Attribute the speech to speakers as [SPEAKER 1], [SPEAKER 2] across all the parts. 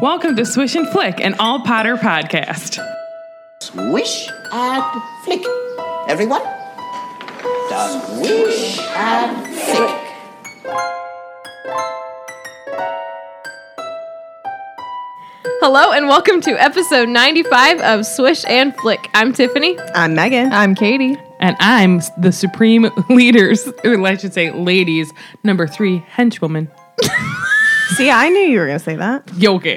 [SPEAKER 1] Welcome to Swish and Flick, an all Potter podcast.
[SPEAKER 2] Swish and flick. Everyone? Swish and flick.
[SPEAKER 3] Hello and welcome to episode 95 of Swish and Flick. I'm Tiffany.
[SPEAKER 4] I'm Megan.
[SPEAKER 5] I'm Katie.
[SPEAKER 1] And I'm the supreme leaders, or I should say, ladies, number three henchwoman,
[SPEAKER 4] See, I knew you were going to say that.
[SPEAKER 1] Yogi.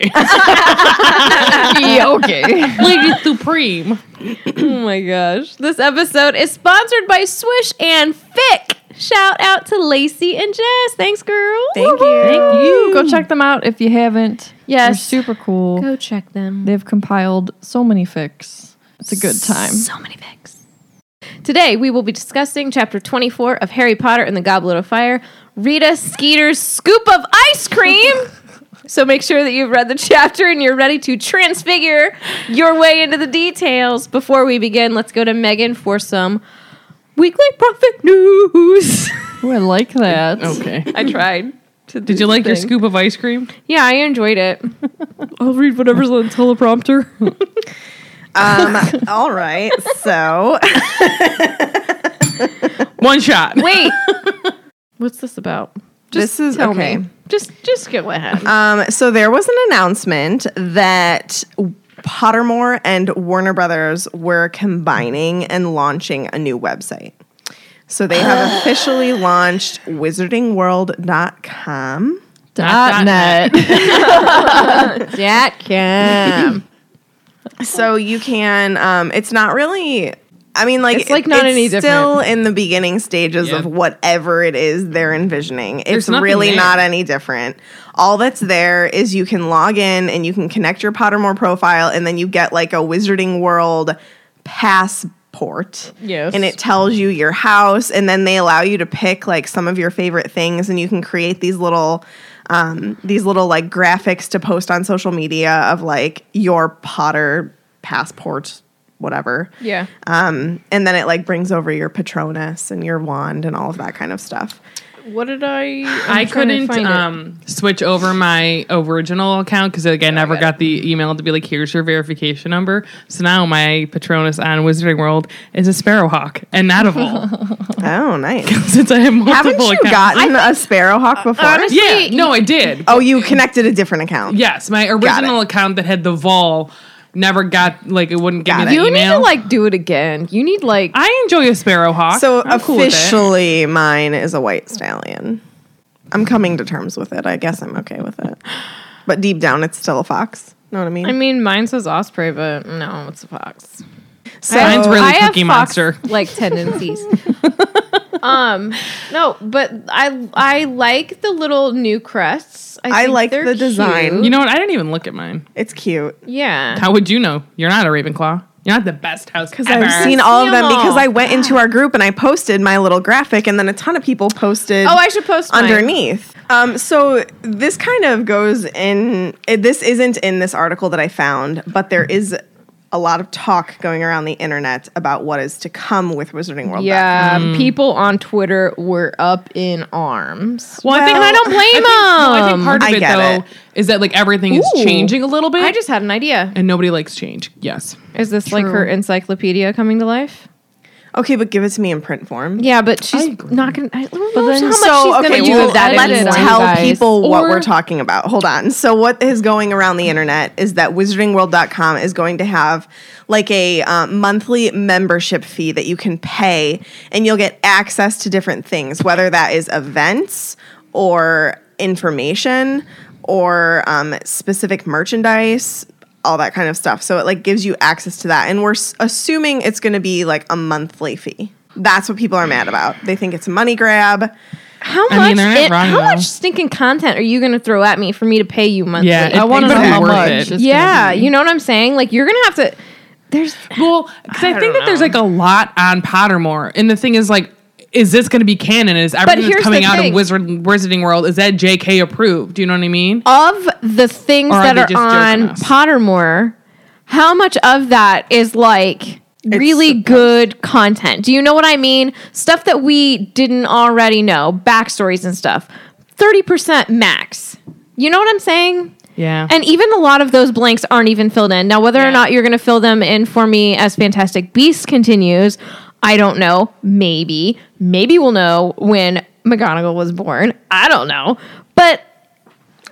[SPEAKER 5] okay.
[SPEAKER 1] Lady supreme.
[SPEAKER 3] Oh my gosh. This episode is sponsored by Swish and Flick. Shout out to Lacey and Jess. Thanks, girl.
[SPEAKER 4] Thank you.
[SPEAKER 1] Thank you.
[SPEAKER 5] Go check them out if you haven't.
[SPEAKER 3] Yes.
[SPEAKER 5] They're super cool.
[SPEAKER 3] Go check them.
[SPEAKER 5] They've compiled so many fics. It's a good time.
[SPEAKER 3] So many picks. Today we will be discussing chapter 24 of Harry Potter and the Goblet of Fire, Rita Skeeter's scoop of ice cream. so make sure that you've read the chapter and you're ready to transfigure your way into the details. Before we begin, let's go to Megan for some weekly profit news.
[SPEAKER 5] Ooh, I like that.
[SPEAKER 1] Okay.
[SPEAKER 3] I tried. To
[SPEAKER 1] Did you like your scoop of ice cream?
[SPEAKER 3] Yeah, I enjoyed it. I'll read whatever's on teleprompter.
[SPEAKER 4] Um, all right. So,
[SPEAKER 1] One shot.
[SPEAKER 3] Wait. What's this about?
[SPEAKER 4] This is- okay.
[SPEAKER 3] Just just get what happened.
[SPEAKER 4] um, so there was an announcement that Pottermore and Warner Brothers were combining and launching a new website. So they have officially launched wizardingworld.com.
[SPEAKER 5] Dot net.
[SPEAKER 3] That can.
[SPEAKER 4] So you can. Um, it's not really. I mean, like
[SPEAKER 3] It's, like, not any different.
[SPEAKER 4] still in the beginning stages
[SPEAKER 1] Yeah.
[SPEAKER 4] of whatever it is they're envisioning.
[SPEAKER 1] There's
[SPEAKER 4] It's
[SPEAKER 1] nothing
[SPEAKER 4] really
[SPEAKER 1] there.
[SPEAKER 4] not any different. All that's there is you can log in and you can connect your Pottermore profile, and then you get like a Wizarding World passport.
[SPEAKER 1] Yes.
[SPEAKER 4] and it tells you your house, and then they allow you to pick like some of your favorite things, and you can create these little um, these little like graphics to post on social media of like your Potter passport, whatever.
[SPEAKER 3] Yeah.
[SPEAKER 4] Um, and then it like brings over your Patronus and your wand and all of that kind of stuff.
[SPEAKER 3] What did I?
[SPEAKER 1] I couldn't um, switch over my original account because like, I never got the email to be like, here's your verification number. So now my Patronus on Wizarding World is a Sparrowhawk and not a Vol.
[SPEAKER 4] Oh, nice.
[SPEAKER 1] since I have multiple
[SPEAKER 4] Haven't you
[SPEAKER 1] accounts. uh,
[SPEAKER 4] gotten a Sparrowhawk before?
[SPEAKER 3] honestly-
[SPEAKER 1] yeah, no, I did.
[SPEAKER 4] oh, you connected a different account.
[SPEAKER 1] Yes, my original account that had the Vol never got, like, it wouldn't give
[SPEAKER 4] Got
[SPEAKER 1] me the
[SPEAKER 4] it.
[SPEAKER 3] You need
[SPEAKER 1] email.
[SPEAKER 3] to like do it again. You need like
[SPEAKER 1] I enjoy a Sparrowhawk.
[SPEAKER 4] So
[SPEAKER 1] I'm cool with it.
[SPEAKER 4] officially, mine is a white stallion. I'm coming to terms with it. I guess I'm okay with it. But deep down, it's still a fox. Know what I mean?
[SPEAKER 3] I mean, mine says osprey, but no, it's a fox.
[SPEAKER 4] so,
[SPEAKER 1] Mine's really
[SPEAKER 3] I have
[SPEAKER 1] Cookie
[SPEAKER 3] fox
[SPEAKER 1] Monster.
[SPEAKER 3] like tendencies. um, no, but I I like the little new crests.
[SPEAKER 4] I
[SPEAKER 3] think
[SPEAKER 4] like
[SPEAKER 3] they're
[SPEAKER 4] the design.
[SPEAKER 3] cute.
[SPEAKER 1] You know what? I didn't even look at mine.
[SPEAKER 4] it's cute.
[SPEAKER 3] yeah.
[SPEAKER 1] How would you know? You're not a Ravenclaw. You're not the best house because
[SPEAKER 4] I've seen all of
[SPEAKER 3] See 'em
[SPEAKER 4] them because
[SPEAKER 3] all.
[SPEAKER 4] I went into our group and I posted my little graphic, and then a ton of people posted.
[SPEAKER 3] Oh, I should post mine.
[SPEAKER 4] underneath. Um, so this kind of goes in. it- This isn't in this article that I found, but there is a lot of talk going around the internet about what is to come with Wizarding World.
[SPEAKER 3] Yeah, people on Twitter were up in arms.
[SPEAKER 1] Well, I think
[SPEAKER 4] Well,
[SPEAKER 1] I don't blame them.
[SPEAKER 3] I
[SPEAKER 1] I
[SPEAKER 3] think-
[SPEAKER 1] think
[SPEAKER 3] um,
[SPEAKER 1] part of
[SPEAKER 4] I
[SPEAKER 1] it
[SPEAKER 4] get
[SPEAKER 1] though
[SPEAKER 4] it.
[SPEAKER 1] is that like everything
[SPEAKER 3] Ooh.
[SPEAKER 1] is changing a little bit,
[SPEAKER 3] I just had an idea.
[SPEAKER 1] and nobody likes change. Yes,
[SPEAKER 3] Is this like her encyclopedia coming to life?
[SPEAKER 4] Okay, but give it to me in print form.
[SPEAKER 3] Yeah, but she's not gonna. I don't know
[SPEAKER 5] then-
[SPEAKER 3] how much
[SPEAKER 4] So
[SPEAKER 3] she's
[SPEAKER 4] okay,
[SPEAKER 3] gonna do
[SPEAKER 4] well,
[SPEAKER 3] with that.
[SPEAKER 5] let's
[SPEAKER 3] anymore.
[SPEAKER 4] let's
[SPEAKER 5] editor,
[SPEAKER 4] tell
[SPEAKER 5] you guys.
[SPEAKER 4] people what
[SPEAKER 1] Or-
[SPEAKER 4] we're talking about. Hold on. So what is going around the internet is that WizardingWorld.com is going to have like a um, monthly membership fee that you can pay, and you'll get access to different things, whether that is events or information or um, specific merchandise. All that kind of stuff. So it like gives you access to that, and we're s- assuming it's going to be like a monthly fee. That's what people are mad about. They think it's a money grab.
[SPEAKER 3] How
[SPEAKER 1] I mean,
[SPEAKER 3] much?
[SPEAKER 1] they're not
[SPEAKER 3] it-
[SPEAKER 1] wrong,
[SPEAKER 3] how
[SPEAKER 1] though.
[SPEAKER 3] much stinking content are you gonna throw at me for me to pay you monthly?
[SPEAKER 1] Yeah,
[SPEAKER 5] I
[SPEAKER 1] it-
[SPEAKER 5] want to know
[SPEAKER 1] Exactly.
[SPEAKER 5] how
[SPEAKER 1] Worth
[SPEAKER 5] much.
[SPEAKER 1] it.
[SPEAKER 5] it's gonna
[SPEAKER 3] yeah.
[SPEAKER 5] be.
[SPEAKER 3] You know what I'm saying? Like you're gonna have to. There's
[SPEAKER 1] Well, because I, think that there's like a lot on Pottermore, and the thing is like, is this going to be canon? Is everything
[SPEAKER 3] here's
[SPEAKER 1] that's coming
[SPEAKER 3] the
[SPEAKER 1] out of
[SPEAKER 3] thing.
[SPEAKER 1] Wizard Wizarding World is that J.K. approved? Do you know what I mean?
[SPEAKER 3] of the things
[SPEAKER 1] Or are
[SPEAKER 3] that
[SPEAKER 1] they
[SPEAKER 3] are
[SPEAKER 1] just joking
[SPEAKER 3] on
[SPEAKER 1] us?
[SPEAKER 3] Pottermore. How much of that is like really good content? Do you know what I mean? Stuff that we didn't already know, backstories and stuff. Thirty percent max. You know what I'm saying?
[SPEAKER 1] Yeah.
[SPEAKER 3] And even a lot of those blanks aren't even filled in. Now, whether
[SPEAKER 1] Yeah.
[SPEAKER 3] or not you're going to fill them in for me as Fantastic Beasts continues, I don't know. Maybe. Maybe we'll know when McGonagall was born. I don't know. But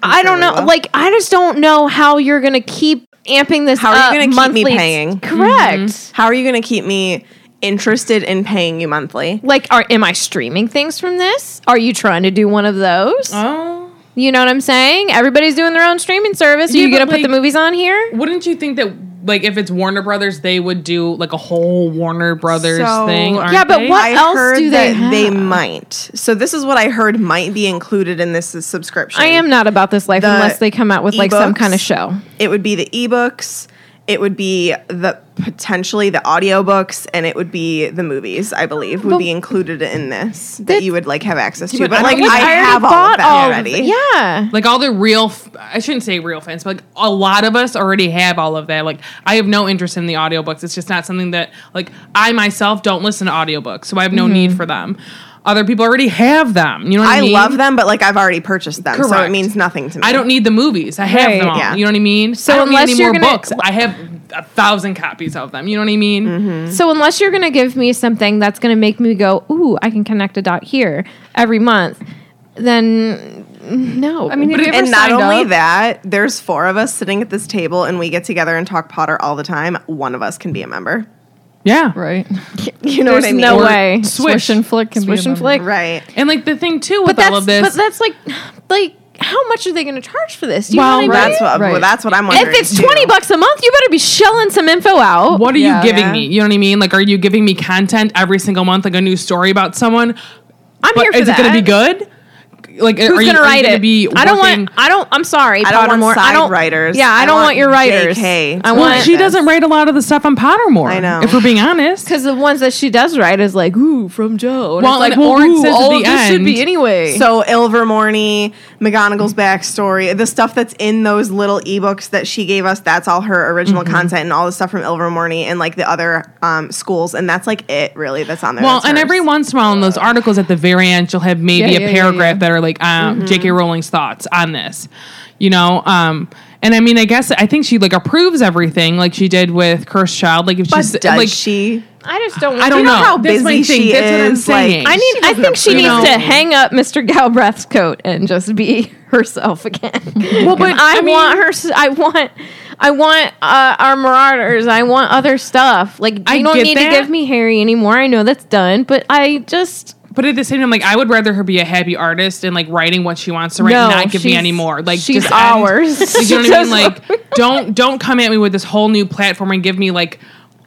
[SPEAKER 3] I don't know. Like, I just don't know how you're going to keep amping this
[SPEAKER 4] How are you
[SPEAKER 3] up
[SPEAKER 4] gonna keep me
[SPEAKER 3] monthly.
[SPEAKER 4] paying? Mm-hmm.
[SPEAKER 3] Correct.
[SPEAKER 4] How are you going to keep me interested in paying you monthly?
[SPEAKER 3] Like, are am I streaming things from this? Are you trying to do one of those?
[SPEAKER 4] Uh.
[SPEAKER 1] Oh.
[SPEAKER 3] You know what I'm saying? Everybody's doing their own streaming service. Are
[SPEAKER 1] Yeah,
[SPEAKER 3] you
[SPEAKER 1] but
[SPEAKER 3] gonna put the
[SPEAKER 1] like-
[SPEAKER 3] movies on here?
[SPEAKER 1] Wouldn't you think that like if it's Warner Brothers, they would do like a whole Warner Brothers
[SPEAKER 4] So-
[SPEAKER 1] thing? aren't
[SPEAKER 3] Yeah, but
[SPEAKER 1] they?
[SPEAKER 3] what-
[SPEAKER 4] I
[SPEAKER 3] else
[SPEAKER 4] heard
[SPEAKER 3] do they
[SPEAKER 4] that they
[SPEAKER 3] have?
[SPEAKER 4] might. So this is what I heard might be included in this subscription.
[SPEAKER 3] I am not about this life
[SPEAKER 4] The
[SPEAKER 3] unless they come out with like some
[SPEAKER 4] ebooks.
[SPEAKER 3] kind of show.
[SPEAKER 4] It would be the ebooks. It would be the potentially the audiobooks and it would be the movies, I believe, would
[SPEAKER 3] But-
[SPEAKER 4] be included in this that
[SPEAKER 3] That-
[SPEAKER 4] you would like have access to.
[SPEAKER 1] but
[SPEAKER 4] But
[SPEAKER 1] I
[SPEAKER 4] like
[SPEAKER 1] don't-
[SPEAKER 4] I,
[SPEAKER 1] I already
[SPEAKER 4] have all of
[SPEAKER 3] bought
[SPEAKER 4] that
[SPEAKER 3] all of
[SPEAKER 4] already.
[SPEAKER 3] the- Yeah.
[SPEAKER 1] Like all the real, f- I shouldn't say real fans, but like a lot of us already have all of that. Like I have no interest in the audiobooks. It's just not something that like I myself don't listen to audiobooks, so I have
[SPEAKER 3] Mm-hmm.
[SPEAKER 1] no need for them. Other people already have them. You know what I,
[SPEAKER 4] I
[SPEAKER 1] mean?
[SPEAKER 4] love them, but like I've already purchased them, so it
[SPEAKER 1] Correct.
[SPEAKER 4] means nothing to me.
[SPEAKER 1] I don't need the movies. I have them
[SPEAKER 3] Right,
[SPEAKER 1] all.
[SPEAKER 4] yeah.
[SPEAKER 1] You know what I mean?
[SPEAKER 3] So
[SPEAKER 1] I don't
[SPEAKER 3] unless
[SPEAKER 1] need any
[SPEAKER 3] you're
[SPEAKER 1] more
[SPEAKER 3] gonna-
[SPEAKER 1] books. I have a thousand copies of them. You know what I mean?
[SPEAKER 3] So unless you're gonna give me something that's gonna make me go, ooh, I can connect a dot here every month, then no. I mean,
[SPEAKER 5] But
[SPEAKER 4] And not only that, there's four of us sitting at this table, and we get together and talk Potter all the time. One of us can be a member.
[SPEAKER 1] Yeah.
[SPEAKER 5] right?
[SPEAKER 4] You know
[SPEAKER 3] there's
[SPEAKER 4] what I mean?
[SPEAKER 3] no way.
[SPEAKER 1] Swish.
[SPEAKER 5] Swish and flick can
[SPEAKER 3] Swish
[SPEAKER 5] be a
[SPEAKER 3] and
[SPEAKER 5] member.
[SPEAKER 3] flick.
[SPEAKER 4] right?
[SPEAKER 1] And like the thing too with
[SPEAKER 3] But that's
[SPEAKER 1] all of this,
[SPEAKER 3] but that's like like how much are they gonna charge for this? Do you
[SPEAKER 1] Well,
[SPEAKER 3] know what I mean?
[SPEAKER 4] That's what.
[SPEAKER 5] Right.
[SPEAKER 4] That's what I'm wondering.
[SPEAKER 3] if it's
[SPEAKER 4] too.
[SPEAKER 3] twenty bucks a month, you better be shelling some info out.
[SPEAKER 1] what are
[SPEAKER 5] Yeah.
[SPEAKER 1] you giving
[SPEAKER 4] Yeah.
[SPEAKER 1] me? You know what I mean? Like, are you giving me content every single month, like a new story about someone?
[SPEAKER 3] I'm
[SPEAKER 1] But
[SPEAKER 3] here for
[SPEAKER 1] is
[SPEAKER 3] that.
[SPEAKER 1] it going to be good? Like,
[SPEAKER 3] Who's
[SPEAKER 1] are you,
[SPEAKER 3] gonna
[SPEAKER 1] are you
[SPEAKER 3] write
[SPEAKER 1] gonna
[SPEAKER 3] it?
[SPEAKER 1] Be
[SPEAKER 3] I don't
[SPEAKER 1] working-
[SPEAKER 3] want. I don't. I'm sorry.
[SPEAKER 4] I don't want
[SPEAKER 3] Pottermore.
[SPEAKER 4] side
[SPEAKER 3] I don't,
[SPEAKER 4] writers.
[SPEAKER 3] Yeah, I, don't want, your writers.
[SPEAKER 4] JK to
[SPEAKER 3] I
[SPEAKER 4] write
[SPEAKER 1] Well,
[SPEAKER 3] want
[SPEAKER 1] she
[SPEAKER 4] this.
[SPEAKER 1] doesn't write a lot of the stuff on Pottermore.
[SPEAKER 4] I know.
[SPEAKER 1] If we're being honest,
[SPEAKER 3] because the ones that she does write is like, ooh, from Joe. And
[SPEAKER 1] Well,
[SPEAKER 3] it's
[SPEAKER 1] like, well, Warren
[SPEAKER 3] ooh,
[SPEAKER 1] says at
[SPEAKER 3] all
[SPEAKER 1] the
[SPEAKER 3] of this should
[SPEAKER 1] end-
[SPEAKER 3] be anyway.
[SPEAKER 4] So Ilvermorny, McGonagall's backstory, the stuff that's in those little ebooks that she gave us, that's all her original content and all the stuff from Ilvermorny and like the other um, schools, and that's like it really that's on there.
[SPEAKER 1] Well,
[SPEAKER 4] That's
[SPEAKER 1] and
[SPEAKER 4] hers.
[SPEAKER 1] every once in a while in those articles at the very end, you'll have maybe
[SPEAKER 5] Yeah,
[SPEAKER 1] a
[SPEAKER 5] yeah, yeah,
[SPEAKER 1] paragraph
[SPEAKER 5] yeah.
[SPEAKER 1] that are like um, J.K. Rowling's thoughts on this, you know. Um, and I mean, I guess I think she like approves everything, like she did with Cursed Child. Like if
[SPEAKER 4] but
[SPEAKER 1] she's
[SPEAKER 4] does
[SPEAKER 1] like
[SPEAKER 4] she?
[SPEAKER 3] I just don't.
[SPEAKER 1] I don't
[SPEAKER 3] you
[SPEAKER 1] know,
[SPEAKER 4] how
[SPEAKER 1] That's my
[SPEAKER 4] busy
[SPEAKER 1] thing.
[SPEAKER 4] she
[SPEAKER 1] That's what I'm
[SPEAKER 4] is, like,
[SPEAKER 1] saying.
[SPEAKER 3] I need. I think she
[SPEAKER 1] approve.
[SPEAKER 3] needs
[SPEAKER 1] You know.
[SPEAKER 3] to hang up Mr. Galbraith's coat and just be herself again. Well,
[SPEAKER 1] but,
[SPEAKER 3] I,
[SPEAKER 1] I mean-
[SPEAKER 3] want her. s- I want. I want uh, our Marauders. I want other stuff. Like
[SPEAKER 1] I
[SPEAKER 3] you don't
[SPEAKER 1] get
[SPEAKER 3] need
[SPEAKER 1] that.
[SPEAKER 3] to give me Harry anymore. I know that's done, but I just
[SPEAKER 1] But at the same time, like I would rather her be a happy artist and like writing what she wants to write,
[SPEAKER 3] no.
[SPEAKER 1] and not give me
[SPEAKER 3] she's-
[SPEAKER 1] any more. Like
[SPEAKER 3] she's
[SPEAKER 1] just end-
[SPEAKER 3] ours.
[SPEAKER 1] Like, you know
[SPEAKER 3] She
[SPEAKER 1] what I mean?
[SPEAKER 3] does-
[SPEAKER 1] Like, don't don't come at me with this whole new platform and give me like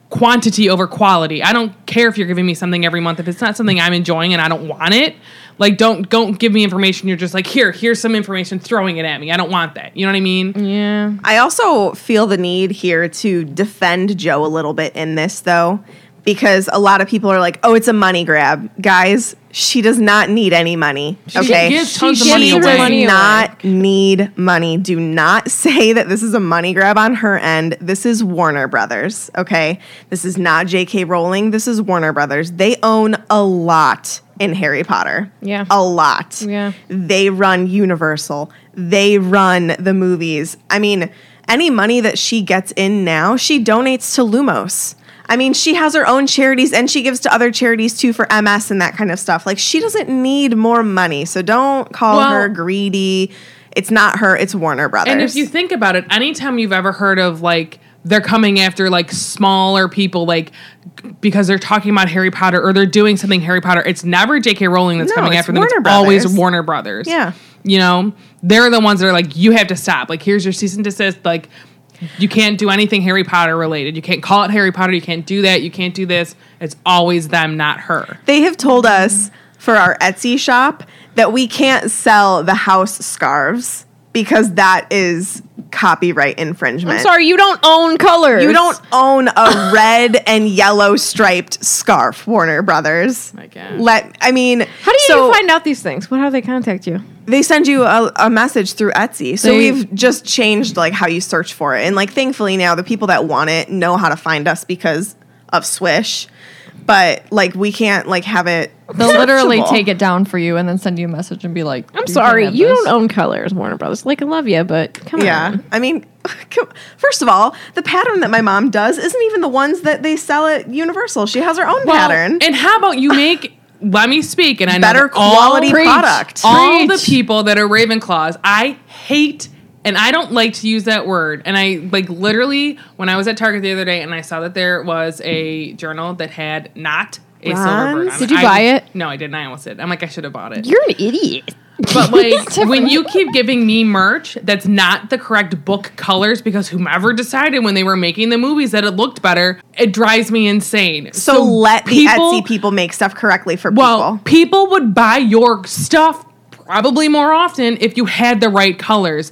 [SPEAKER 1] quantity over quality. I don't care if you're giving me something every month. If it's not something I'm enjoying and I don't want it, like don't don't give me information. You're just like here, here's some information, throwing it at me. I don't want that. You know what I mean?
[SPEAKER 3] yeah.
[SPEAKER 4] I also feel the need here to defend Joe a little bit in this, though, because a lot of people are like, "Oh, it's a money grab, guys." She does not need any money. Okay,
[SPEAKER 1] gives tons
[SPEAKER 3] of money
[SPEAKER 4] does
[SPEAKER 3] away. Money away.
[SPEAKER 4] not need money. Do not say that this is a money grab on her end. This is Warner Brothers. Okay, this is not J.K. Rowling. This is Warner Brothers. They own a lot in Harry Potter.
[SPEAKER 3] Yeah.
[SPEAKER 4] a lot.
[SPEAKER 3] Yeah.
[SPEAKER 4] They run Universal. They run the movies. I mean, any money that she gets in now, she donates to Lumos. I mean, she has her own charities and she gives to other charities too for MS and that kind of stuff. Like, she doesn't need more money. So don't call
[SPEAKER 1] Well-
[SPEAKER 4] her greedy. It's not her, it's Warner Brothers.
[SPEAKER 1] And if you think about it, anytime you've ever heard of like they're coming after like smaller people, like because they're talking about Harry Potter or they're doing something Harry Potter, it's never J.K. Rowling that's
[SPEAKER 4] No,
[SPEAKER 1] coming
[SPEAKER 4] it's
[SPEAKER 1] after them.
[SPEAKER 4] Warner
[SPEAKER 1] it's always
[SPEAKER 4] Brothers.
[SPEAKER 1] Warner Brothers.
[SPEAKER 4] Yeah.
[SPEAKER 1] you know they're the ones that are like, you have to stop. Like here's your cease and desist. Like you can't do anything Harry Potter related. You can't call it Harry Potter. You can't do that. You can't do this. It's always them, not her.
[SPEAKER 4] they have told us for our Etsy shop that we can't sell the house scarves because that is copyright infringement.
[SPEAKER 3] I'm sorry, you don't own colors.
[SPEAKER 4] You don't own a red and yellow striped scarf, Warner Brothers.
[SPEAKER 1] My gosh.
[SPEAKER 4] Let I mean,
[SPEAKER 3] How do you
[SPEAKER 4] so
[SPEAKER 3] find out these things? What how do they contact you?
[SPEAKER 4] They send you a, a message through Etsy. So
[SPEAKER 5] They-
[SPEAKER 4] we've just changed like how you search for it, and like thankfully now the people that want it know how to find us because of Swish. but like we can't like have it.
[SPEAKER 5] They'll literally
[SPEAKER 4] searchable.
[SPEAKER 5] take it down for you and then send you a message and be like,
[SPEAKER 3] I'm sorry, you don't own colors, Warner Brothers. Like I love you, but come
[SPEAKER 4] Yeah,
[SPEAKER 3] on.
[SPEAKER 4] I mean, come, first of all, the pattern that my mom does isn't even the ones that they sell at Universal. She has her own
[SPEAKER 1] Well,
[SPEAKER 4] pattern.
[SPEAKER 1] And how about you make? let me speak, and I know
[SPEAKER 4] Better
[SPEAKER 1] that all-
[SPEAKER 4] quality
[SPEAKER 5] Preach.
[SPEAKER 4] product.
[SPEAKER 1] all
[SPEAKER 5] Preach.
[SPEAKER 1] the people that are Ravenclaws, I hate and I don't like to use that word. And I like literally when I was at Target the other day and I saw that there was a journal that had not a silver bird
[SPEAKER 4] Ron's?
[SPEAKER 1] on
[SPEAKER 3] Did you
[SPEAKER 1] I-
[SPEAKER 3] buy it?
[SPEAKER 1] No, I didn't. I almost did. I'm like, I should have bought it.
[SPEAKER 3] You're an idiot.
[SPEAKER 1] But like when you keep giving me merch that's not the correct book colors because whomever decided when they were making the movies that it looked better, it drives me insane.
[SPEAKER 4] so, let the Etsy people make stuff correctly for
[SPEAKER 1] Well,
[SPEAKER 4] people.
[SPEAKER 1] people would buy your stuff probably more often if you had the right colors.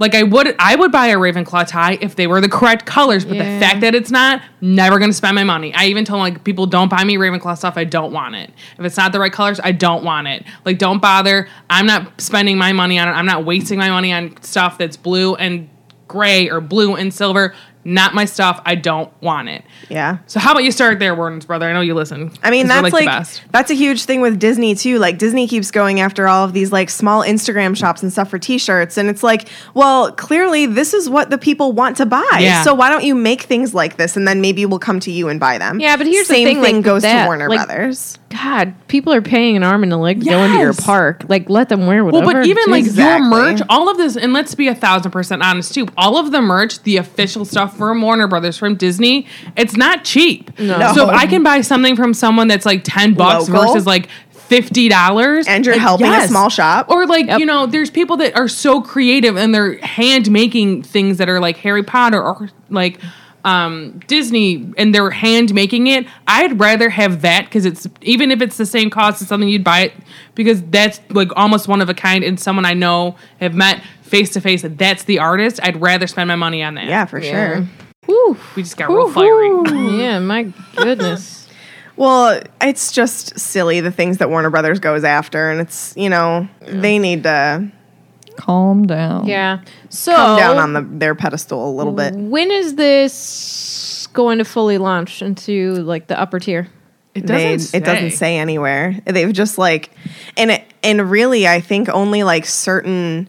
[SPEAKER 1] Like I would I would buy a Ravenclaw tie if they were the correct colors, but
[SPEAKER 5] Yeah.
[SPEAKER 1] the fact that it's not, never gonna spend my money. I even told like people don't buy me Ravenclaw stuff, I don't want it. If it's not the right colors, I don't want it. Like don't bother. I'm not spending my money on it. I'm not wasting my money on stuff that's blue and gray or blue and silver. Not my stuff. I don't want it.
[SPEAKER 4] Yeah.
[SPEAKER 1] So how about you start there, Warren's brother? I know you listen.
[SPEAKER 4] I mean,
[SPEAKER 1] 'cause we're,
[SPEAKER 4] that's
[SPEAKER 1] the
[SPEAKER 4] like,
[SPEAKER 1] best.
[SPEAKER 4] that's a huge thing with Disney too. Like Disney keeps going after all of these like small Instagram shops and stuff for t-shirts and it's like, well, clearly this is what the people want to buy.
[SPEAKER 1] Yeah.
[SPEAKER 4] So why don't you make things like this and then maybe we'll come to you and buy them.
[SPEAKER 3] Yeah, but here's the
[SPEAKER 4] Same
[SPEAKER 3] thing,
[SPEAKER 4] thing
[SPEAKER 3] like,
[SPEAKER 4] goes
[SPEAKER 3] that,
[SPEAKER 4] to Warner
[SPEAKER 3] like-
[SPEAKER 4] Brothers.
[SPEAKER 3] God, people are paying an arm and a leg to go into your
[SPEAKER 4] Yes.
[SPEAKER 3] park. Like let them wear whatever.
[SPEAKER 1] Well, but even like
[SPEAKER 3] Jesus.
[SPEAKER 4] Exactly.
[SPEAKER 1] your merch, all of this, and let's be a thousand percent honest too. All of the merch, the official stuff from Warner Brothers, from Disney, it's not cheap.
[SPEAKER 4] No.
[SPEAKER 1] So if I can buy something from someone that's like ten bucks
[SPEAKER 4] Local.
[SPEAKER 1] versus like fifty dollars,
[SPEAKER 4] And
[SPEAKER 3] uh,
[SPEAKER 4] you're helping a small shop.
[SPEAKER 1] or like you know, there's people that are so creative and they're hand making things that are like Harry Potter or like. Um, Disney and they're hand making it. I'd rather have that because it's even if it's the same cost as something you'd buy it because that's like almost one of a kind and someone I know have met face to face. That's the artist. I'd rather spend my money on that.
[SPEAKER 4] Yeah, for sure.
[SPEAKER 3] Whew.
[SPEAKER 1] we just got real fiery.
[SPEAKER 3] yeah, my goodness.
[SPEAKER 4] Well, it's just silly the things that Warner Brothers goes after and it's, you know, they need to
[SPEAKER 5] Calm down.
[SPEAKER 3] Yeah. So
[SPEAKER 4] come down on the, their pedestal a little bit.
[SPEAKER 3] when is this going to fully launch into like the upper tier?
[SPEAKER 1] It
[SPEAKER 4] they, it doesn't say anywhere. They've just like, and it, and really, I think only like certain,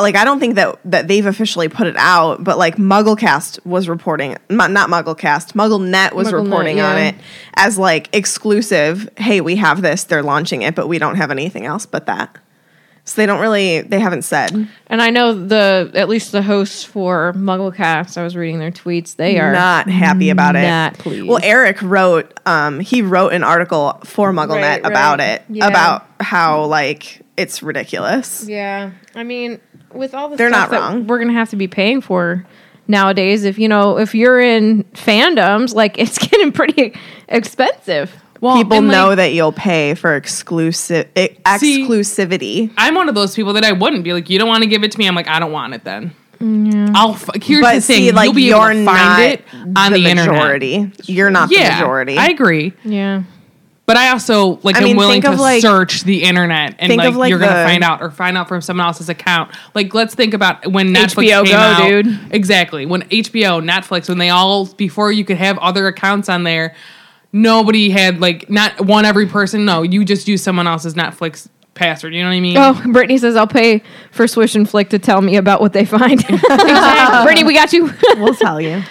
[SPEAKER 4] like I don't think that that they've officially put it out, but like MuggleCast was reporting, mu- not MuggleCast, MuggleNet was
[SPEAKER 3] MuggleNet,
[SPEAKER 4] reporting on
[SPEAKER 3] yeah.
[SPEAKER 4] it as like exclusive. Hey, we have this. They're launching it, but we don't have anything else but that. So they don't really, they haven't said.
[SPEAKER 3] And I know the at least the hosts for MuggleCast. I was reading their tweets. They are
[SPEAKER 4] not happy about it.
[SPEAKER 3] not pleased.
[SPEAKER 4] Well, Eric wrote um he wrote an article for MuggleNet
[SPEAKER 3] Right,
[SPEAKER 4] about
[SPEAKER 3] right.
[SPEAKER 4] it
[SPEAKER 3] Yeah.
[SPEAKER 4] about how like it's ridiculous.
[SPEAKER 3] Yeah, I mean, with all the
[SPEAKER 4] They're
[SPEAKER 3] stuff
[SPEAKER 4] not
[SPEAKER 3] that
[SPEAKER 4] wrong.
[SPEAKER 3] we're gonna have to be paying for nowadays. If you know, if you're in fandoms, like it's getting pretty expensive.
[SPEAKER 1] Well,
[SPEAKER 4] People
[SPEAKER 1] and, like,
[SPEAKER 4] know that you'll pay for exclusive e-
[SPEAKER 1] See-
[SPEAKER 4] exclusivity.
[SPEAKER 1] I'm one of those people that I wouldn't be like, you don't want to give it to me. I'm like, I don't want it then. I'll f- here's
[SPEAKER 4] But
[SPEAKER 1] the thing.
[SPEAKER 4] see, like
[SPEAKER 1] You'll be
[SPEAKER 4] you are
[SPEAKER 1] able to
[SPEAKER 4] not
[SPEAKER 1] find it on the, internet.
[SPEAKER 4] majority. You're not
[SPEAKER 1] Yeah,
[SPEAKER 4] the majority.
[SPEAKER 1] I agree.
[SPEAKER 3] Yeah,
[SPEAKER 1] But I also like
[SPEAKER 4] I
[SPEAKER 1] I
[SPEAKER 4] mean,
[SPEAKER 1] am willing
[SPEAKER 4] think
[SPEAKER 1] to
[SPEAKER 4] of, like-
[SPEAKER 1] search the internet and
[SPEAKER 4] think
[SPEAKER 1] like,
[SPEAKER 4] of, like,
[SPEAKER 1] you're gonna
[SPEAKER 4] the-
[SPEAKER 1] find out or find out from someone else's account. Like let's think about when Netflix
[SPEAKER 3] HBO
[SPEAKER 1] came
[SPEAKER 3] Go,
[SPEAKER 1] out.
[SPEAKER 3] dude.
[SPEAKER 1] Exactly when HBO, Netflix, when they all before you could have other accounts on there, nobody had like not one every person. No, you just use someone else's Netflix password. You know what I mean?
[SPEAKER 3] Oh, Brittany says I'll pay for Swish and Flick to tell me about what they find. Exactly. Brittany, we got you.
[SPEAKER 4] will tell you.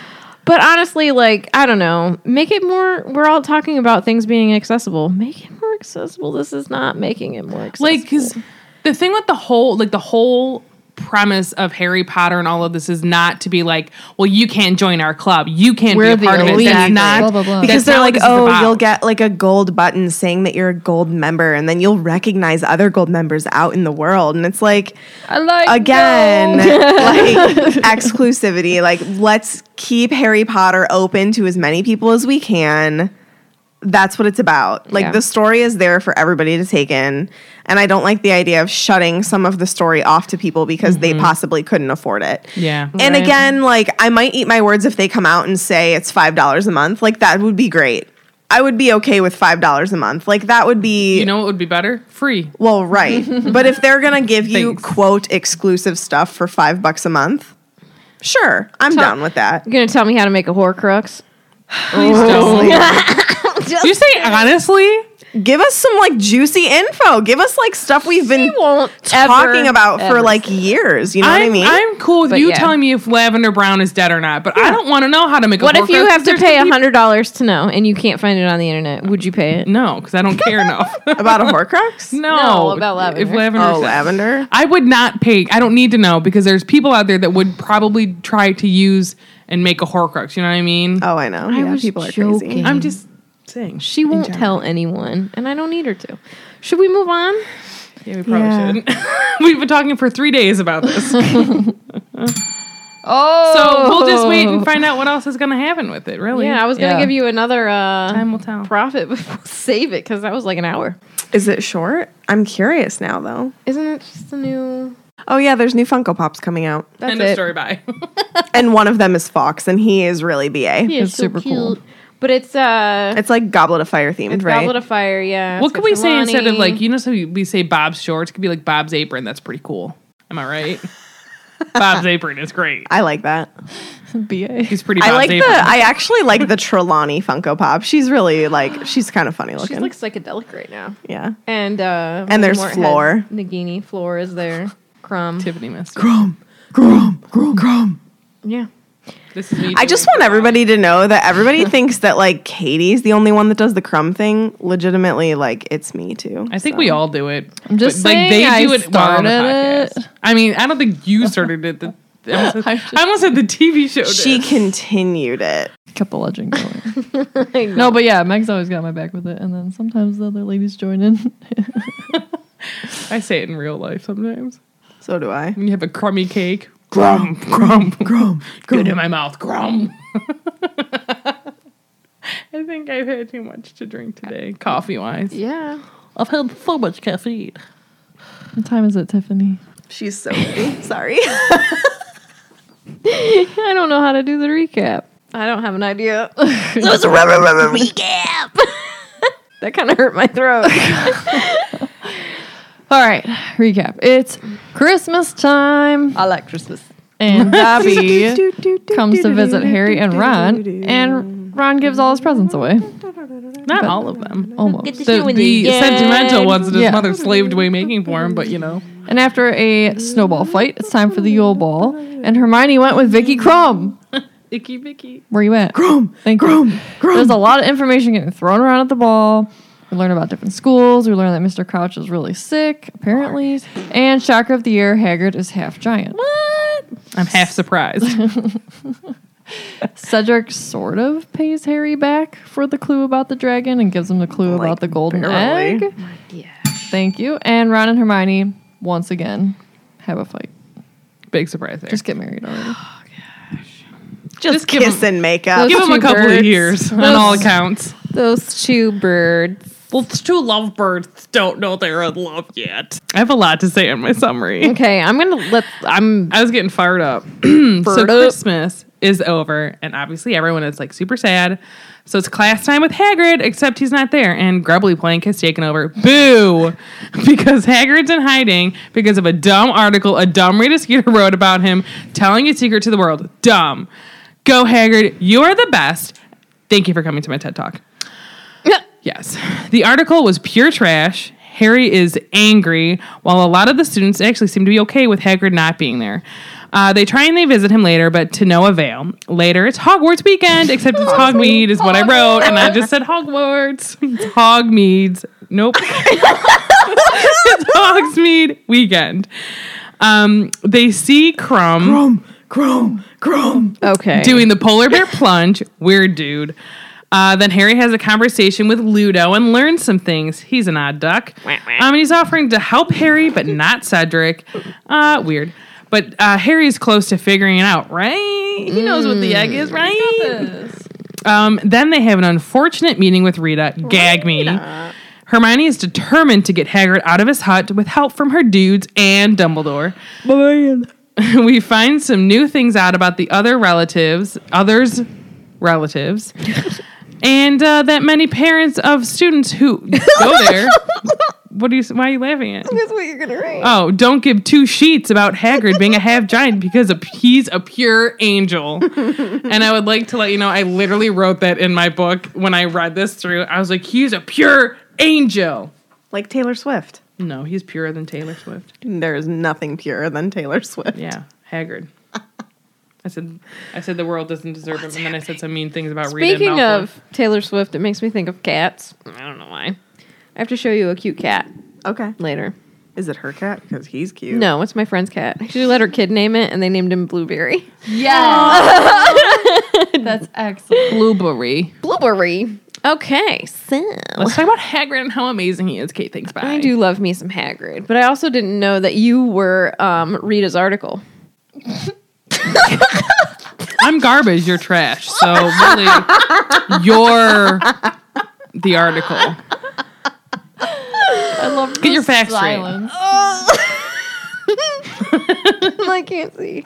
[SPEAKER 3] but honestly, like I don't know, make it more. We're all talking about things being accessible. Make it more accessible. This is not making it more accessible.
[SPEAKER 1] like because the thing with the whole like the whole premise of Harry Potter and all of this is not to be like, well, you can't join our club, you can't
[SPEAKER 3] We're
[SPEAKER 1] be
[SPEAKER 3] the
[SPEAKER 1] a part of it.
[SPEAKER 3] elite.
[SPEAKER 1] That's not
[SPEAKER 5] Blah, blah, blah.
[SPEAKER 4] Because
[SPEAKER 1] that's not
[SPEAKER 4] they're
[SPEAKER 1] what
[SPEAKER 4] like,
[SPEAKER 1] this is
[SPEAKER 4] oh,
[SPEAKER 1] about.
[SPEAKER 4] you'll get like a gold button saying that you're a gold member, and then you'll recognize other gold members out in the world. And it's like,
[SPEAKER 3] I like
[SPEAKER 4] again like exclusivity like let's keep harry potter open to as many people as we can that's what it's about like
[SPEAKER 3] Yeah.
[SPEAKER 4] the story is there for everybody to take in and i don't like the idea of shutting some of the story off to people because they possibly couldn't afford it
[SPEAKER 1] Yeah.
[SPEAKER 4] and
[SPEAKER 3] Right.
[SPEAKER 4] again like i might eat my words if they come out and say it's five dollars a month like that would be great i would be okay with five dollars a month like that would be
[SPEAKER 1] You know what would be better? Free.
[SPEAKER 4] well, right. but if they're going to give you
[SPEAKER 1] Thanks.
[SPEAKER 4] quote exclusive stuff for five bucks a month, sure, I'm down with that.
[SPEAKER 3] You're gonna tell me how to make a Horcrux?
[SPEAKER 1] Please don't. Do you say honestly?
[SPEAKER 4] Give us some like juicy info. Give us like stuff we've been
[SPEAKER 3] won't
[SPEAKER 4] talking
[SPEAKER 3] ever,
[SPEAKER 4] about
[SPEAKER 3] ever
[SPEAKER 4] for like years. You know
[SPEAKER 1] I'm,
[SPEAKER 4] what I mean?
[SPEAKER 1] I'm cool with
[SPEAKER 3] But
[SPEAKER 1] you
[SPEAKER 3] yeah.
[SPEAKER 1] telling me if Lavender Brown is dead or not, but I don't want to know how to make a
[SPEAKER 3] What if
[SPEAKER 1] pork
[SPEAKER 3] you
[SPEAKER 1] roast.
[SPEAKER 3] have to
[SPEAKER 1] There's
[SPEAKER 3] pay
[SPEAKER 1] gonna be-
[SPEAKER 3] hundred dollars to know and you can't find it on the internet? Would you pay it?
[SPEAKER 4] Mm,
[SPEAKER 1] No, because I don't care enough.
[SPEAKER 4] about a Horcrux?
[SPEAKER 1] no,
[SPEAKER 3] No, about lavender.
[SPEAKER 1] If lavender
[SPEAKER 4] Oh, lavender.
[SPEAKER 1] I would not pay. I don't need to know because there's people out there that would probably try to use and make a Horcrux. You know what I mean?
[SPEAKER 4] Oh, I know.
[SPEAKER 3] I
[SPEAKER 4] yeah,
[SPEAKER 3] was
[SPEAKER 4] people are
[SPEAKER 3] joking.
[SPEAKER 4] crazy.
[SPEAKER 1] I'm just saying.
[SPEAKER 3] She won't tell anyone, and I don't need her to. Should we move on?
[SPEAKER 1] Yeah, we probably
[SPEAKER 4] Yeah.
[SPEAKER 1] shouldn't. We've been talking for three days about this, so
[SPEAKER 3] Oh,
[SPEAKER 1] we'll just wait and find out what else is going to happen with it.
[SPEAKER 4] Oh.
[SPEAKER 1] Really?
[SPEAKER 3] Yeah, I was gonna
[SPEAKER 5] Yeah.
[SPEAKER 3] give you another uh,
[SPEAKER 1] Time will tell.
[SPEAKER 3] profit, but we'll save it because that was like an hour.
[SPEAKER 4] Is it short? I'm curious now though.
[SPEAKER 3] Isn't it just the new?
[SPEAKER 4] Oh yeah, there's new Funko Pops coming out,
[SPEAKER 3] That's
[SPEAKER 1] End
[SPEAKER 3] it.
[SPEAKER 1] of story. Bye.
[SPEAKER 4] and one of them is Fox, and he is really ba.
[SPEAKER 3] Yeah,
[SPEAKER 5] It's
[SPEAKER 3] so
[SPEAKER 5] super cool.
[SPEAKER 3] cute. But it's uh,
[SPEAKER 4] It's like Goblet of Fire themed,
[SPEAKER 3] it's
[SPEAKER 4] right?
[SPEAKER 3] Goblet of Fire. Yeah. it's
[SPEAKER 1] what could
[SPEAKER 3] got
[SPEAKER 1] we say instead of
[SPEAKER 3] Trelawney.
[SPEAKER 1] like you know? So we- we say Bob's shorts could be like Bob's apron. That's pretty cool. Am I right? Bob's apron is great.
[SPEAKER 4] I like that.
[SPEAKER 5] BA.
[SPEAKER 1] He's pretty. Bob's
[SPEAKER 4] I like the.
[SPEAKER 1] apron.
[SPEAKER 4] I actually like the Trelawney Funko Pop. She's really like. She's kind of funny
[SPEAKER 3] She's
[SPEAKER 4] looking.
[SPEAKER 3] like psychedelic right now.
[SPEAKER 4] yeah.
[SPEAKER 3] And uh,
[SPEAKER 4] And there's
[SPEAKER 3] Voldemort has
[SPEAKER 4] Floor.
[SPEAKER 3] Nagini. Floor is there. Crumb.
[SPEAKER 1] Tiffany missed. it.
[SPEAKER 4] Grum, grum, grum, grum.
[SPEAKER 3] Yeah.
[SPEAKER 1] This is me.
[SPEAKER 4] I just want everybody to know that everybody thinks that like Katie's the only one that does the crumb thing. Legitimately, like it's me too.
[SPEAKER 1] I think we all do it.
[SPEAKER 5] I'm just saying I started
[SPEAKER 1] podcast. I mean, I don't think you started it. The, I almost said- I almost said the TV show. Did.
[SPEAKER 4] She continued it.
[SPEAKER 5] Kept the legend going. no, but yeah, Meg's always got my back with it, and then sometimes the other ladies join in.
[SPEAKER 1] I say it in real life sometimes.
[SPEAKER 4] So do I.
[SPEAKER 1] When you have a crummy cake, grum, grum, grum, get in my mouth, grum. I think I've had too much to drink today, coffee wise.
[SPEAKER 3] Yeah.
[SPEAKER 5] I've had so much caffeine. What time is it, Tiffany?
[SPEAKER 4] She's so pretty. Sorry.
[SPEAKER 3] I don't know how to do the recap. I don't have an idea. recap. that kind of hurt my throat.
[SPEAKER 5] All right, recap. It's Christmas time,
[SPEAKER 3] I like Christmas.
[SPEAKER 5] and Dobby comes to visit Harry and Ron, and Ron gives all his presents away.
[SPEAKER 1] Not all of them.
[SPEAKER 5] Almost.
[SPEAKER 1] The, the sentimental ones that his
[SPEAKER 5] Yeah.
[SPEAKER 1] mother slaved away making for him, but you know.
[SPEAKER 5] And after a snowball fight, it's time for the Yule Ball, and Hermione went with Vicky Crumb.
[SPEAKER 1] Icky Vicky.
[SPEAKER 5] Where you at?
[SPEAKER 4] Grum,
[SPEAKER 5] Thank
[SPEAKER 4] grum,
[SPEAKER 5] you. There's a lot of information getting thrown around at the ball. We learn about different schools. We learn that Mr. Crouch is really sick, apparently. And shocker of the year, Haggard is half giant. What?
[SPEAKER 1] I'm half surprised.
[SPEAKER 5] Cedric sort of pays Harry back for the clue about the dragon and gives him the clue
[SPEAKER 4] Like,
[SPEAKER 5] about the golden
[SPEAKER 4] barely. Oh
[SPEAKER 5] egg. Thank you. And Ron and Hermione once again have a fight.
[SPEAKER 1] Big surprise there.
[SPEAKER 5] Just get married already.
[SPEAKER 4] Just,
[SPEAKER 1] Just give
[SPEAKER 4] kiss
[SPEAKER 1] him-
[SPEAKER 4] and make up.
[SPEAKER 1] Give
[SPEAKER 3] Those
[SPEAKER 1] him a
[SPEAKER 3] two
[SPEAKER 1] couple of
[SPEAKER 3] birds.
[SPEAKER 1] years on all accounts.
[SPEAKER 3] Those two birds.
[SPEAKER 1] Well, it's two lovebirds don't know they're in love yet. I have a lot to say in my summary.
[SPEAKER 3] Okay, I'm gonna let. I'm.
[SPEAKER 1] I was getting fired up. so
[SPEAKER 3] up.
[SPEAKER 1] Christmas is over, and obviously everyone is like super sad. So it's class time with Hagrid, except he's not there, and Grubbly Plank has taken over. Boo! Because Hagrid's in hiding because of a dumb article a dumb Rita Skeeter wrote about him telling a secret to the world. Dumb. Go Hagrid, you are the best. Thank you for coming to my TED Talk. Yes. The article was pure trash. Harry is angry, while a lot of the students actually seem to be okay with Hagrid not being there. Uh, they try and they visit him later, but to no avail. Later, it's Hogwarts weekend, except it's Hogmead, is what I wrote, and I just said Hogwarts. It's Hogmead's. Nope. it's Hogsmead weekend. Um, they see Crumb
[SPEAKER 4] Grum, grum, grum.
[SPEAKER 3] Okay.
[SPEAKER 1] doing the polar bear plunge. Weird dude. Uh, then Harry has a conversation with Ludo and learns some things. He's an odd duck. Um, and he's offering to help Harry, but not Cedric. Uh, weird. But uh, Harry's close to figuring it out, right? He knows what the egg is, right? Um, then they have an unfortunate meeting with Rita. Gag me. Hermione is determined to get Hagrid out of his hut with help from her dudes and Dumbledore we find some new things out about the other relatives, others relatives, and uh, that many parents of students who go there What are you? Why are you laughing at?
[SPEAKER 4] That's what you're gonna write.
[SPEAKER 1] Oh, don't give two sheets about Hagrid being a half giant because a, he's a pure angel. and I would like to let you know, I literally wrote that in my book when I read this through. I was like, he's a pure angel.
[SPEAKER 4] Like Taylor Swift.
[SPEAKER 1] No, he's purer than Taylor Swift.
[SPEAKER 4] There is nothing purer than Taylor Swift.
[SPEAKER 1] Yeah, Hagrid. I said, I said the world doesn't deserve him, and then I said some mean things about Rita.
[SPEAKER 3] Speaking
[SPEAKER 1] Malfoy.
[SPEAKER 3] of Taylor Swift, it makes me think of cats. I don't know why. I have to show you a cute cat
[SPEAKER 4] Okay.
[SPEAKER 3] later.
[SPEAKER 4] Is it her cat? Because he's cute.
[SPEAKER 3] No, it's my friend's cat. She let her kid name it, and they named him Blueberry.
[SPEAKER 5] Yes. That's excellent.
[SPEAKER 1] Blueberry,
[SPEAKER 3] Blueberry. Okay, so
[SPEAKER 1] let's talk about Hagrid and how amazing he is. Kate, thanks. Bye.
[SPEAKER 3] I do love me some Hagrid, but I also didn't know that you were um, Rita's article.
[SPEAKER 1] I'm garbage. You're trash. So really, you're the article.
[SPEAKER 5] I love
[SPEAKER 1] Get your facts straight.
[SPEAKER 5] silence.
[SPEAKER 3] I can't see.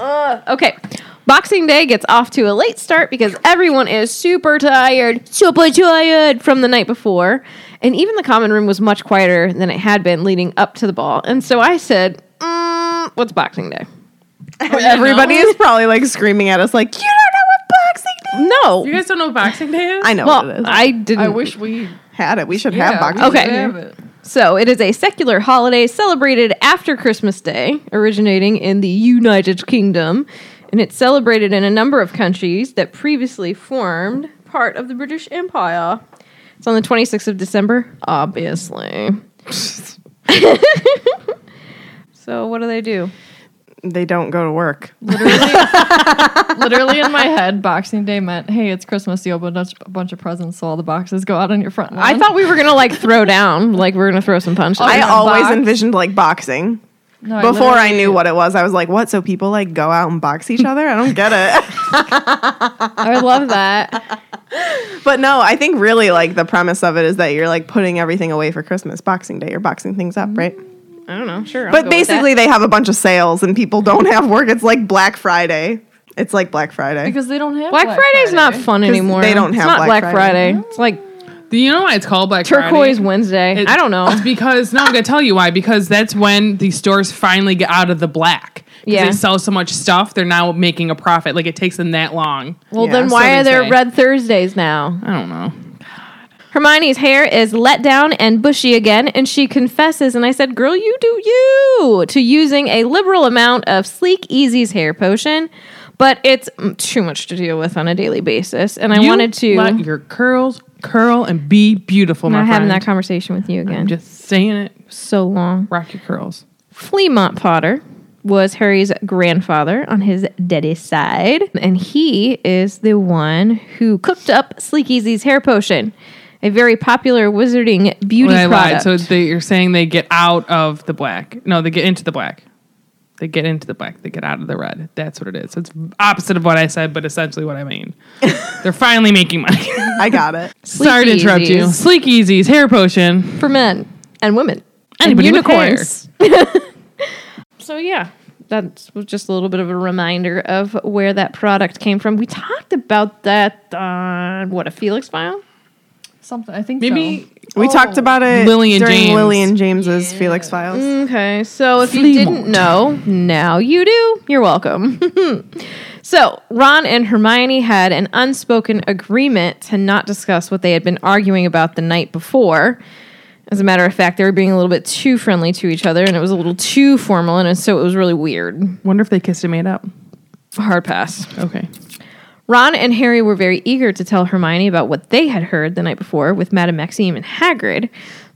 [SPEAKER 3] Ugh. okay. Boxing Day gets off to a late start because everyone is super tired, super tired from the night before. And even the common room was much quieter than it had been leading up to the ball. And so I said, mm, What's Boxing Day?
[SPEAKER 4] Everybody is probably like screaming at us, like, you don't know what boxing day
[SPEAKER 3] No.
[SPEAKER 1] You guys don't know what Boxing Day is?
[SPEAKER 4] I know what it
[SPEAKER 3] Well,
[SPEAKER 4] is.
[SPEAKER 3] I didn't.
[SPEAKER 5] I wish we
[SPEAKER 4] had it. We should have boxing
[SPEAKER 5] we
[SPEAKER 3] Okay.
[SPEAKER 5] should have it.
[SPEAKER 3] So it is a secular holiday celebrated after Christmas Day, originating in the United Kingdom, and it's celebrated in a number of countries that previously formed part of the British Empire. It's on the 26th of December, obviously. so what do they do?
[SPEAKER 4] They don't go to work.
[SPEAKER 5] Literally in my head, Boxing Day meant, hey, it's Christmas. You open a bunch- a bunch of presents, so all the boxes go out on your front lawn.
[SPEAKER 3] I thought we were gonna like throw down, like we're gonna throw some punches.
[SPEAKER 4] I
[SPEAKER 5] yeah,
[SPEAKER 4] always
[SPEAKER 5] box.
[SPEAKER 4] envisioned like boxing.
[SPEAKER 5] No, I
[SPEAKER 4] Before I
[SPEAKER 5] literally-
[SPEAKER 4] knew what it was, I was like, what? So people like go out and box each other? I don't get it.
[SPEAKER 3] I love that.
[SPEAKER 4] but no, I think really like the premise of it is that you're like putting everything away for Christmas, boxing day. You're boxing things
[SPEAKER 3] Mm-hmm.
[SPEAKER 4] up, right?
[SPEAKER 3] I don't know, sure. I'll
[SPEAKER 4] But
[SPEAKER 3] go with that.
[SPEAKER 4] basically, they have a bunch of sales and people don't have work. It's like Black Friday. It's like Black Friday.
[SPEAKER 5] Because they don't have
[SPEAKER 3] Black, Friday's not fun
[SPEAKER 4] 'Cause
[SPEAKER 3] anymore.
[SPEAKER 4] they don't
[SPEAKER 3] it's
[SPEAKER 4] have
[SPEAKER 3] not Black,
[SPEAKER 4] Black
[SPEAKER 3] Friday.
[SPEAKER 4] Friday.
[SPEAKER 3] It's like
[SPEAKER 1] Do you know why it's called Black
[SPEAKER 3] turquoise
[SPEAKER 1] Friday?
[SPEAKER 3] Wednesday.
[SPEAKER 1] It-
[SPEAKER 3] I don't know.
[SPEAKER 1] It's because no, I'm gonna tell you why. Because that's when the stores finally get out of the black. 'Cause
[SPEAKER 3] Yeah.
[SPEAKER 1] they sell so much stuff, they're now making a profit. Like it takes them that long.
[SPEAKER 3] Well,
[SPEAKER 4] Yeah,
[SPEAKER 3] then
[SPEAKER 1] so
[SPEAKER 3] why
[SPEAKER 1] they
[SPEAKER 3] are there
[SPEAKER 1] say.
[SPEAKER 3] red Thursdays now?
[SPEAKER 1] I don't know.
[SPEAKER 3] Hermione's hair is let down and bushy again, and she confesses, and I said, Girl, you do you, to using a liberal amount of Sleek Easy's hair potion, but it's mm, too much to deal with on a daily basis. And I
[SPEAKER 1] You
[SPEAKER 3] wanted to.
[SPEAKER 1] let your curls curl and be beautiful. My
[SPEAKER 3] I'm having
[SPEAKER 1] friend.
[SPEAKER 3] that conversation with you again.
[SPEAKER 1] I'm
[SPEAKER 3] Just
[SPEAKER 1] just saying it.
[SPEAKER 3] so long.
[SPEAKER 1] Rock your curls.
[SPEAKER 3] Fleamont Potter was Harry's grandfather on his daddy's side, and he is the one who cooked up Sleekeasy's hair potion, a very popular wizarding beauty
[SPEAKER 1] Well, I lied.
[SPEAKER 3] product.
[SPEAKER 1] So they, you're saying they get out of the black? No, they get into the black. They get into the black. They get out of the red. That's what it is. It's opposite of what I said, but essentially what I mean. they're finally making money.
[SPEAKER 4] I got it.
[SPEAKER 1] Sorry to interrupt you.
[SPEAKER 3] Easies.
[SPEAKER 1] Sleek Easy's hair potion.
[SPEAKER 3] for men and women
[SPEAKER 1] Anybody
[SPEAKER 3] and
[SPEAKER 1] with
[SPEAKER 3] unicorns. so yeah, that was just a little bit of a reminder of where that product came from. We talked about that on what a Felix file.
[SPEAKER 5] Something. I think
[SPEAKER 1] Maybe
[SPEAKER 4] We
[SPEAKER 3] Oh.
[SPEAKER 4] talked about it
[SPEAKER 1] Lillian
[SPEAKER 4] during
[SPEAKER 1] James.
[SPEAKER 4] Lillian James's Felix Files.
[SPEAKER 3] Okay, so if you didn't know, now you do. You're welcome. so, Ron and Hermione had an unspoken agreement to not discuss what they had been arguing about the night before. As a matter of fact, they were being a little bit too friendly to each other and it was a little too formal, and so it was really weird.
[SPEAKER 1] Wonder if they kissed and made up.
[SPEAKER 3] Hard pass.
[SPEAKER 1] Okay.
[SPEAKER 3] Ron and Harry were very eager to tell Hermione about what they had heard the night before with Madame Maxime and Hagrid,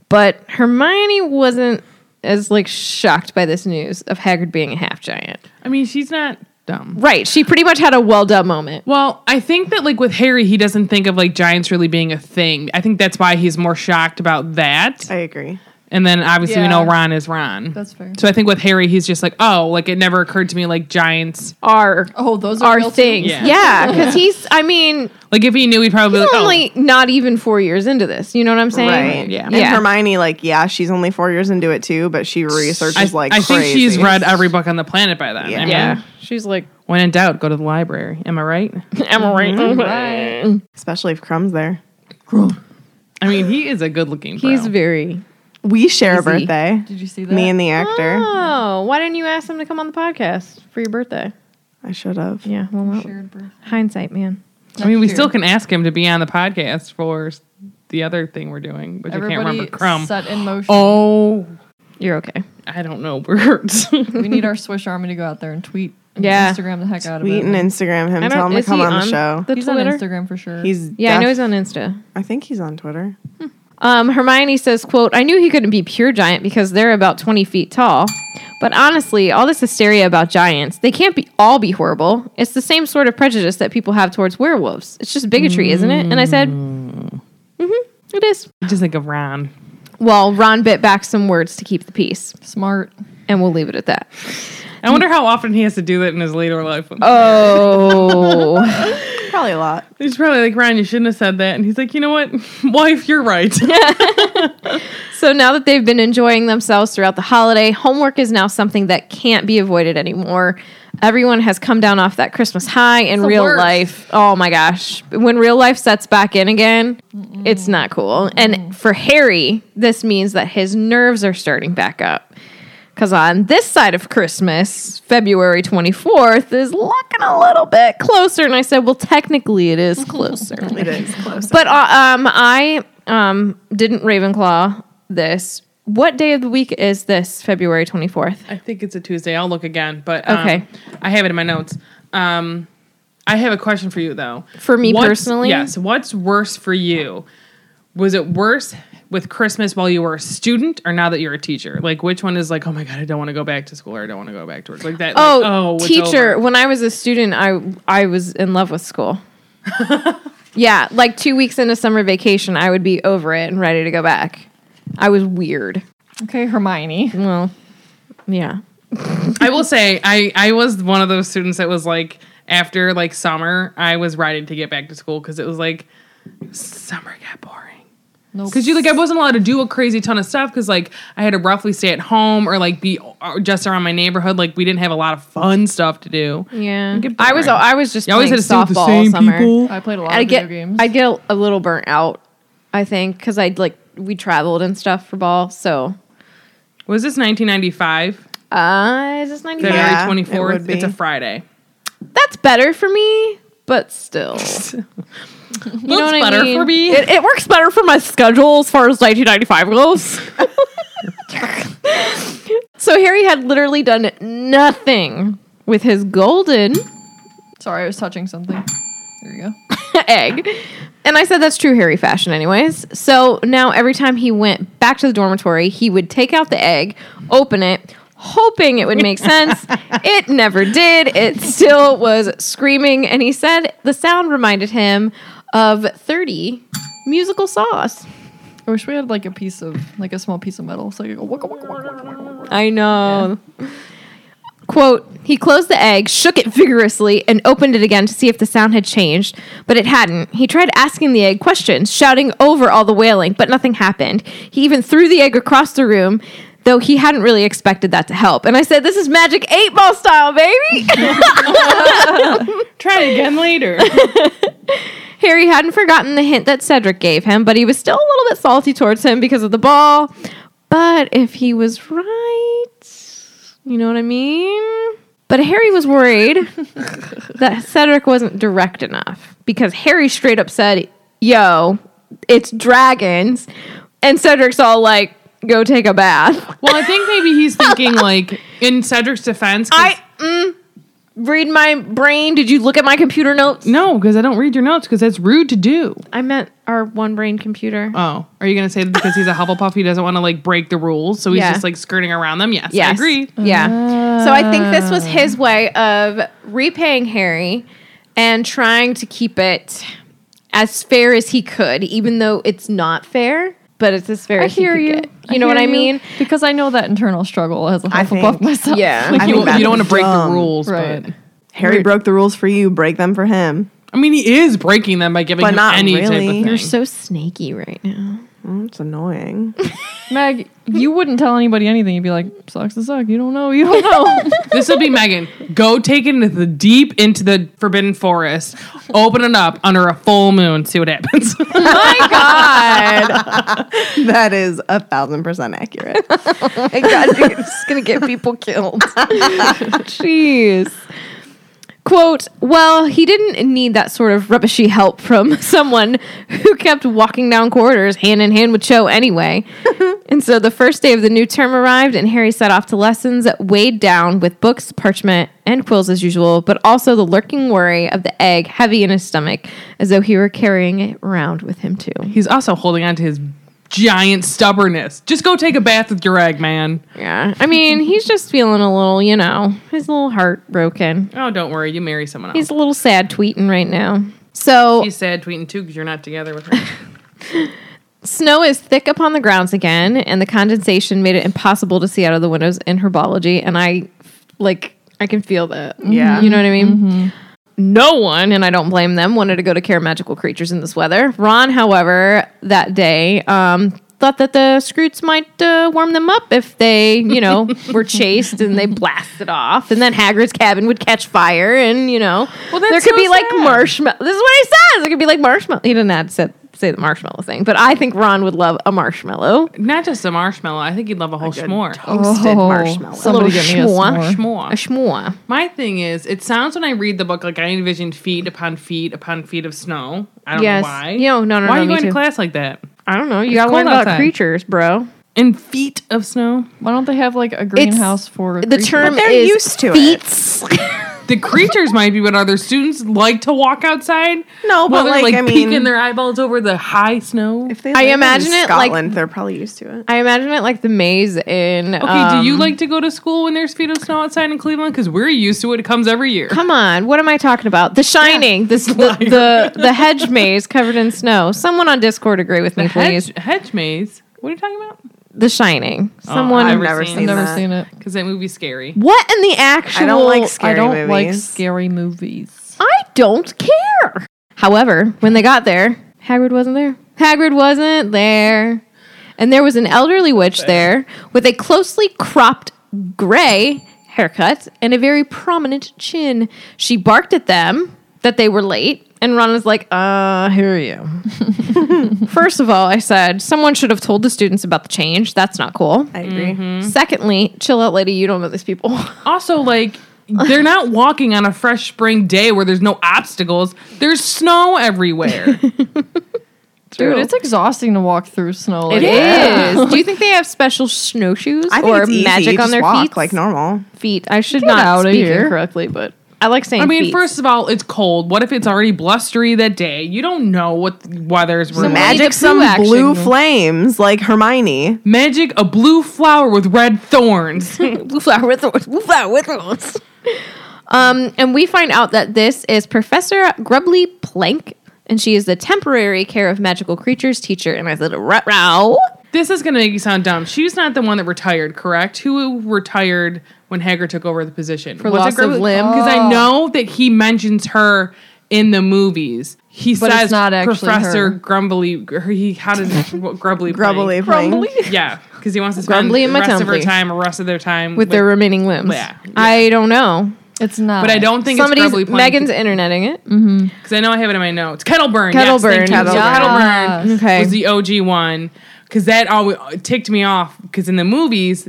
[SPEAKER 3] but Hermione wasn't as like shocked by this news of Hagrid being a half giant.
[SPEAKER 1] I mean, she's not dumb.
[SPEAKER 3] Right, she pretty much had a well done moment.
[SPEAKER 1] Well, I think that like with Harry, he doesn't think of like giants really being a thing. I think that's why he's more shocked about that.
[SPEAKER 4] I agree.
[SPEAKER 1] And then obviously we
[SPEAKER 5] Yeah.
[SPEAKER 1] know Ron is Ron.
[SPEAKER 5] That's fair.
[SPEAKER 1] So I think with Harry, he's just like, oh, like it never occurred to me like giants.
[SPEAKER 3] Our
[SPEAKER 5] Oh, those are
[SPEAKER 3] our
[SPEAKER 5] real too?
[SPEAKER 3] things.
[SPEAKER 1] Yeah.
[SPEAKER 3] Yeah, because he's I mean,
[SPEAKER 1] Like if he knew, he'd probably be
[SPEAKER 3] he's
[SPEAKER 1] like, oh.
[SPEAKER 3] only not even 4 years into this. You know what I'm saying?
[SPEAKER 4] Right.
[SPEAKER 1] Yeah.
[SPEAKER 4] And
[SPEAKER 3] Yeah.
[SPEAKER 4] Hermione, like, yeah, she's only four years into it too, but she
[SPEAKER 1] oh. I,
[SPEAKER 4] researches like
[SPEAKER 1] I think
[SPEAKER 4] crazy.
[SPEAKER 1] she's read every book on the planet by then. I
[SPEAKER 4] Yeah.
[SPEAKER 1] mean,
[SPEAKER 3] Yeah. She's like,
[SPEAKER 1] When in doubt, go to the library. Am I right?
[SPEAKER 3] am I right? Mm-hmm.
[SPEAKER 4] especially if Crumb's there.
[SPEAKER 1] I mean, he is a good looking.
[SPEAKER 3] He's very
[SPEAKER 4] We share a
[SPEAKER 5] Izzy.
[SPEAKER 4] birthday.
[SPEAKER 5] Did you see that?
[SPEAKER 4] Me and the actor.
[SPEAKER 3] Oh, why didn't you ask them to come on the podcast for your birthday?
[SPEAKER 4] I should have.
[SPEAKER 3] Yeah, well, that-
[SPEAKER 5] shared birth.
[SPEAKER 3] hindsight, man.
[SPEAKER 1] I mean, we
[SPEAKER 5] Sure.
[SPEAKER 1] still can ask him to be on the podcast for s- the other thing we're doing, which I can't remember. Crumb.
[SPEAKER 5] set in motion.
[SPEAKER 1] oh,
[SPEAKER 3] You're okay.
[SPEAKER 1] I don't know words.
[SPEAKER 5] We need our Swish Army to go out there and tweet and
[SPEAKER 3] Yeah.
[SPEAKER 5] Instagram the heck out of
[SPEAKER 4] Tweet
[SPEAKER 5] it.
[SPEAKER 4] and Instagram him.
[SPEAKER 3] I
[SPEAKER 4] Tell
[SPEAKER 3] don't.
[SPEAKER 4] him to
[SPEAKER 3] Is
[SPEAKER 4] come
[SPEAKER 3] he
[SPEAKER 4] on, the show.
[SPEAKER 3] The
[SPEAKER 5] He's
[SPEAKER 3] Twitter?
[SPEAKER 5] on Instagram for sure.
[SPEAKER 4] He's
[SPEAKER 3] Yeah, I know
[SPEAKER 4] def-
[SPEAKER 3] he's on Insta.
[SPEAKER 4] I think he's on Twitter.
[SPEAKER 3] Um, Hermione says, "quote I knew he couldn't be pure giant because they're about twenty feet tall, but honestly, all this hysteria about giants, they can't be all be horrible. It's the same sort of prejudice that people have towards werewolves. It's just bigotry, isn't it?" And I said, "Mm-hmm,
[SPEAKER 4] Mm.
[SPEAKER 3] it is."
[SPEAKER 1] I just think of Ron.
[SPEAKER 3] Well, Ron bit back some words to keep the peace,
[SPEAKER 5] smart.
[SPEAKER 3] and we'll leave it at that.
[SPEAKER 1] I wonder how often he has to do that in his later life.
[SPEAKER 3] Oh,
[SPEAKER 4] Probably a lot.
[SPEAKER 1] He's probably like, Ron, you shouldn't have said that. And he's like, you know what? Wife, you're right.
[SPEAKER 3] so now that they've been enjoying themselves throughout the holiday, homework is now something that can't be avoided anymore. Everyone has come down off that Christmas high in
[SPEAKER 1] the
[SPEAKER 3] real
[SPEAKER 1] worst.
[SPEAKER 3] life. Oh my gosh. When real life sets back in again, it's not cool. And for Harry, this means that his nerves are starting back up. Because on this side of Christmas, February 24th is looking a little bit closer. And I said, well, technically it is closer.
[SPEAKER 4] It is close.
[SPEAKER 3] But uh, um, I um didn't Ravenclaw this. What day of the week is this? February twenty fourth.
[SPEAKER 1] I think it's a Tuesday. I'll look again. But um,
[SPEAKER 3] Okay.
[SPEAKER 1] I have it in my notes. Um, I have a question for you, though.
[SPEAKER 3] For me personally?
[SPEAKER 1] Yes. What's worse for you? Was it worse with Christmas while you were a student or now that you're a teacher? Like, which one is like, oh my God, I don't want to go back to school or I don't want to go back to work? Like that. like,
[SPEAKER 3] Oh,
[SPEAKER 1] it's
[SPEAKER 3] teacher!
[SPEAKER 1] over.
[SPEAKER 3] When I was a student, I I was in love with school. yeah, like two weeks into summer vacation, I would be over it and ready to go back. I was weird.
[SPEAKER 5] Okay, Hermione.
[SPEAKER 3] Well, yeah.
[SPEAKER 1] I will say, I, I was one of those students that was like, after like summer, I was ready to get back to school because it was like, summer got boring.
[SPEAKER 5] Nope.
[SPEAKER 1] Cause you like I wasn't allowed to do a crazy ton of stuff because like I had to roughly stay at home or like be uh, just around my neighborhood. Like we didn't have a lot of fun stuff to do.
[SPEAKER 3] Yeah,
[SPEAKER 1] Get
[SPEAKER 3] I was
[SPEAKER 1] boring.
[SPEAKER 3] I was just
[SPEAKER 1] You always
[SPEAKER 3] playing
[SPEAKER 1] had to stay with
[SPEAKER 3] softball
[SPEAKER 1] the
[SPEAKER 3] all
[SPEAKER 1] same
[SPEAKER 3] summer. Uh,
[SPEAKER 1] people.
[SPEAKER 5] I played a lot
[SPEAKER 3] I'd
[SPEAKER 5] of video
[SPEAKER 3] get
[SPEAKER 5] games.
[SPEAKER 3] I'd get a, a little burnt out, I think, because I'd like we traveled and stuff for ball. So
[SPEAKER 1] Was this 1995?
[SPEAKER 3] uh, is this ninety five?
[SPEAKER 1] February
[SPEAKER 4] Yeah, it
[SPEAKER 1] 24th.
[SPEAKER 4] would
[SPEAKER 1] it's a
[SPEAKER 4] be.
[SPEAKER 1] Friday.
[SPEAKER 3] That's better for me, but still, you
[SPEAKER 1] Well, it's better for me.
[SPEAKER 3] It, it works better for my schedule as far as nineteen ninety five goes. so Harry had literally done nothing with his golden
[SPEAKER 5] Sorry, I was touching something. There you go.
[SPEAKER 3] egg. And I said that's true Harry fashion, anyways. So now every time he went back to the dormitory, he would take out the egg, open it, hoping it would make sense. it never did. It still was screaming. And he said the sound reminded him of 30 musical saws.
[SPEAKER 5] I wish we had like a piece of like a small piece of metal. So you go waka waka waka waka waka. waka.
[SPEAKER 3] I know. Quote, he closed the egg, shook it vigorously, and opened it again to see if the sound had changed, but it hadn't. He tried asking the egg questions, shouting over all the wailing, but nothing happened. He even threw the egg across the room, though he hadn't really expected that to help. And I said, This is magic eight ball style, baby!
[SPEAKER 1] Try it again later.
[SPEAKER 3] Harry hadn't forgotten the hint that Cedric gave him, but he was still a little bit salty towards him because of the ball. But if he was right, you know what I mean? But Harry was worried that Cedric wasn't direct enough because Harry straight up said, Yo, it's dragons. And Cedric's all like, Go take a bath.
[SPEAKER 1] well, I think maybe he's thinking like in Cedric's defense. 'cause-
[SPEAKER 3] I mm, read my brain. Did you look at my computer notes?
[SPEAKER 1] no, because I don't read your notes because that's rude to do.
[SPEAKER 3] I meant our one brain computer.
[SPEAKER 1] Oh, are you gonna say that because he's a Hufflepuff he doesn't want to like break the rules, so he's
[SPEAKER 3] Yeah.
[SPEAKER 1] just like skirting around them? Yes,
[SPEAKER 3] Yes.
[SPEAKER 1] I agree.
[SPEAKER 3] Yeah. So I think this
[SPEAKER 5] Ah.
[SPEAKER 3] was his way of repaying Harry and trying to keep it as fair as he could, even though it's not fair, but it's as fair
[SPEAKER 5] I
[SPEAKER 3] as he
[SPEAKER 5] hear
[SPEAKER 3] could
[SPEAKER 5] you.
[SPEAKER 3] get. You know what
[SPEAKER 5] hear
[SPEAKER 3] I
[SPEAKER 5] you.
[SPEAKER 3] mean?
[SPEAKER 5] Because I know that internal struggle as a
[SPEAKER 4] I
[SPEAKER 5] Hufflepuff
[SPEAKER 4] think-
[SPEAKER 5] myself.
[SPEAKER 3] Yeah.
[SPEAKER 1] Like
[SPEAKER 4] I
[SPEAKER 1] you,
[SPEAKER 4] think that
[SPEAKER 1] you don't want
[SPEAKER 4] is
[SPEAKER 1] to break
[SPEAKER 4] dumb.
[SPEAKER 1] the rules,
[SPEAKER 5] Right.
[SPEAKER 1] but
[SPEAKER 4] Harry broke the rules for you. Break them for him.
[SPEAKER 1] I mean, he is breaking them by giving
[SPEAKER 4] But
[SPEAKER 1] him
[SPEAKER 4] not
[SPEAKER 1] any type of
[SPEAKER 4] really.
[SPEAKER 1] thing.
[SPEAKER 4] You're
[SPEAKER 3] You're so snaky right now.
[SPEAKER 4] It's annoying.
[SPEAKER 5] Meg, you wouldn't tell anybody anything. You'd be like, sucks to suck. You don't know. You don't know.
[SPEAKER 1] This will be Megan. Go take it into the deep into the forbidden forest. Open it up under a full moon. See what happens.
[SPEAKER 5] My God.
[SPEAKER 4] that is a thousand percent accurate.
[SPEAKER 3] My God, you're just gonna get people killed. Jeez. Quote, well, he didn't need that sort of rubbishy help from someone who kept walking down corridors hand in hand with Cho anyway. and so the first day of the new term arrived, and Harry set off to lessons weighed down with books, parchment, and quills as usual, but also the lurking worry of the egg heavy in his stomach, as though he were carrying it around with him too.
[SPEAKER 1] He's also holding on to his giant stubbornness. Just go take a bath with your egg, man.
[SPEAKER 3] Yeah. I mean, he's just feeling a little, you know, his little heart broken.
[SPEAKER 1] Oh, don't worry. You marry someone else.
[SPEAKER 3] He's a little sad tweeting right now. So
[SPEAKER 1] He's sad tweeting too because you're not together with her.
[SPEAKER 3] snow is thick upon the grounds again, and the condensation made it impossible to see out of the windows in herbology. And I, like, I can feel that.
[SPEAKER 4] Yeah.
[SPEAKER 3] You know what I mean? No one, and I don't blame them, wanted to go to care magical creatures in this weather. Ron, however, that day, um, thought that the Scroots might uh, warm them up if they, you know, were chased and they blasted off, and then Hagrid's cabin would catch fire, and you know,
[SPEAKER 1] Well,
[SPEAKER 3] there
[SPEAKER 1] that's
[SPEAKER 3] could
[SPEAKER 1] so
[SPEAKER 3] be like
[SPEAKER 1] sad.
[SPEAKER 3] marshmallow. This is what he says. There could be like marshmallow. He didn't have to say, say the marshmallow thing, but I think Ron would love a marshmallow.
[SPEAKER 1] not just a marshmallow. I think you'd love a whole s'more.
[SPEAKER 4] Toasted
[SPEAKER 5] Oh.
[SPEAKER 4] marshmallow.
[SPEAKER 5] Somebody get me a
[SPEAKER 3] s'more.
[SPEAKER 5] s'more.
[SPEAKER 1] S'more.
[SPEAKER 3] A schmore.
[SPEAKER 1] My thing is, it sounds when I read the book like I envisioned feet upon feet upon feet of snow. I don't
[SPEAKER 3] Yes.
[SPEAKER 1] know why.
[SPEAKER 3] No, no,
[SPEAKER 1] Why
[SPEAKER 3] no, Mm, no,
[SPEAKER 1] are you
[SPEAKER 3] me
[SPEAKER 1] going
[SPEAKER 3] too.
[SPEAKER 1] to class like that?
[SPEAKER 3] I don't know. You gotta learn
[SPEAKER 1] cold
[SPEAKER 3] about
[SPEAKER 1] outside.
[SPEAKER 3] creatures, bro.
[SPEAKER 1] In feet of snow?
[SPEAKER 5] Why don't they have like a greenhouse for
[SPEAKER 3] The term
[SPEAKER 4] they're
[SPEAKER 3] is
[SPEAKER 4] used to it.
[SPEAKER 3] feats.
[SPEAKER 1] The creatures might be what other students like to walk outside.
[SPEAKER 4] No,
[SPEAKER 1] While
[SPEAKER 4] but,
[SPEAKER 1] they're,
[SPEAKER 4] like, I mean-
[SPEAKER 1] peeking their eyeballs over the high snow.
[SPEAKER 4] If they
[SPEAKER 3] I
[SPEAKER 4] live
[SPEAKER 3] imagine
[SPEAKER 4] in
[SPEAKER 3] it, like-
[SPEAKER 4] Scotland, they're probably used to it.
[SPEAKER 3] I imagine it like the maze in. um,
[SPEAKER 1] Okay, do you like to go to school when there's feet of snow outside in Cleveland? Because we're used to it. It comes every year.
[SPEAKER 3] Come on, what am I talking about? The Shining, this the, the the hedge maze covered in snow. Someone on Discord agree with me,
[SPEAKER 1] The
[SPEAKER 3] please.
[SPEAKER 1] hedge, hedge maze. What are you talking about?
[SPEAKER 3] The Shining.
[SPEAKER 4] Oh,
[SPEAKER 3] Someone.
[SPEAKER 1] I've
[SPEAKER 4] I've never
[SPEAKER 1] seen
[SPEAKER 4] seen,
[SPEAKER 5] I've never
[SPEAKER 4] that.
[SPEAKER 5] seen it.
[SPEAKER 1] Because that movie's scary.
[SPEAKER 3] what in the actual?
[SPEAKER 4] I don't like
[SPEAKER 5] I
[SPEAKER 4] scary
[SPEAKER 5] don't like
[SPEAKER 4] movies.
[SPEAKER 5] scary movies.
[SPEAKER 3] I don't care. However, when they got there, Hagrid wasn't there. Hagrid wasn't there. And there was an elderly witch there with a closely cropped gray haircut and a very prominent chin. She barked at them that they were late, and Ron was like, uh, here are you. First of all, I said, someone should have told the students about the change. That's not cool.
[SPEAKER 4] I agree.
[SPEAKER 3] Mm-hmm. Secondly, chill out, lady. You don't know these people.
[SPEAKER 1] Also, like, they're not walking on a fresh spring day where there's no obstacles. There's snow everywhere.
[SPEAKER 5] Dude, it's exhausting to walk through snow.
[SPEAKER 3] It
[SPEAKER 5] Like,
[SPEAKER 3] is. Do you think they have special snowshoes
[SPEAKER 4] I think
[SPEAKER 3] or
[SPEAKER 4] it's easy.
[SPEAKER 3] magic
[SPEAKER 4] You
[SPEAKER 3] on
[SPEAKER 4] just
[SPEAKER 3] their
[SPEAKER 4] walk
[SPEAKER 3] feet?
[SPEAKER 4] like normal.
[SPEAKER 3] feet. I should not
[SPEAKER 5] out of
[SPEAKER 3] speak
[SPEAKER 5] here.
[SPEAKER 3] incorrectly, but I like saying.
[SPEAKER 1] I mean,
[SPEAKER 3] feet.
[SPEAKER 1] first of all, it's cold. What if it's already blustery that day? You don't know what the weather's really.
[SPEAKER 3] Winnie the
[SPEAKER 4] Magic some
[SPEAKER 3] Pooh action.
[SPEAKER 4] blue flames like Hermione.
[SPEAKER 1] Magic a blue flower with red thorns.
[SPEAKER 3] blue flower with thorns. Blue flower with thorns. Um, and we find out that this is Professor Grubbly Plank, and she is the temporary care of magical creatures teacher. And I said, "Rut row."
[SPEAKER 1] this is going to make you sound dumb. She's not the one that retired, correct? Who retired when Hager took over the position? For
[SPEAKER 3] loss of limb? Oh.
[SPEAKER 1] Because I know that he mentions her in the movies. He
[SPEAKER 5] But it's
[SPEAKER 1] says
[SPEAKER 5] not actually
[SPEAKER 1] Professor
[SPEAKER 5] her.
[SPEAKER 1] Grumbly. gr- He how does Grumbly
[SPEAKER 4] Grubbly
[SPEAKER 3] Grumbly
[SPEAKER 4] flame.
[SPEAKER 1] Yeah, because he wants to spend
[SPEAKER 3] Grumbly
[SPEAKER 1] the
[SPEAKER 3] and my
[SPEAKER 1] rest of her
[SPEAKER 3] tumbly.
[SPEAKER 1] time, the rest of their time
[SPEAKER 3] With their remaining limbs,
[SPEAKER 1] Yeah.
[SPEAKER 3] I don't know.
[SPEAKER 5] It's not.
[SPEAKER 1] But I don't think
[SPEAKER 3] Somebody's
[SPEAKER 1] it's Grumbly Plank.
[SPEAKER 3] Megan's interneting it.
[SPEAKER 1] because I know I have it in my notes. Kettleburn.
[SPEAKER 3] Kettle
[SPEAKER 1] yes, thank
[SPEAKER 3] burn.
[SPEAKER 1] you.
[SPEAKER 4] Kettle
[SPEAKER 1] So
[SPEAKER 4] burn.
[SPEAKER 1] Kettleburn
[SPEAKER 5] Yes.
[SPEAKER 3] Okay.
[SPEAKER 1] was the OG one because that always it ticked me off because in the movies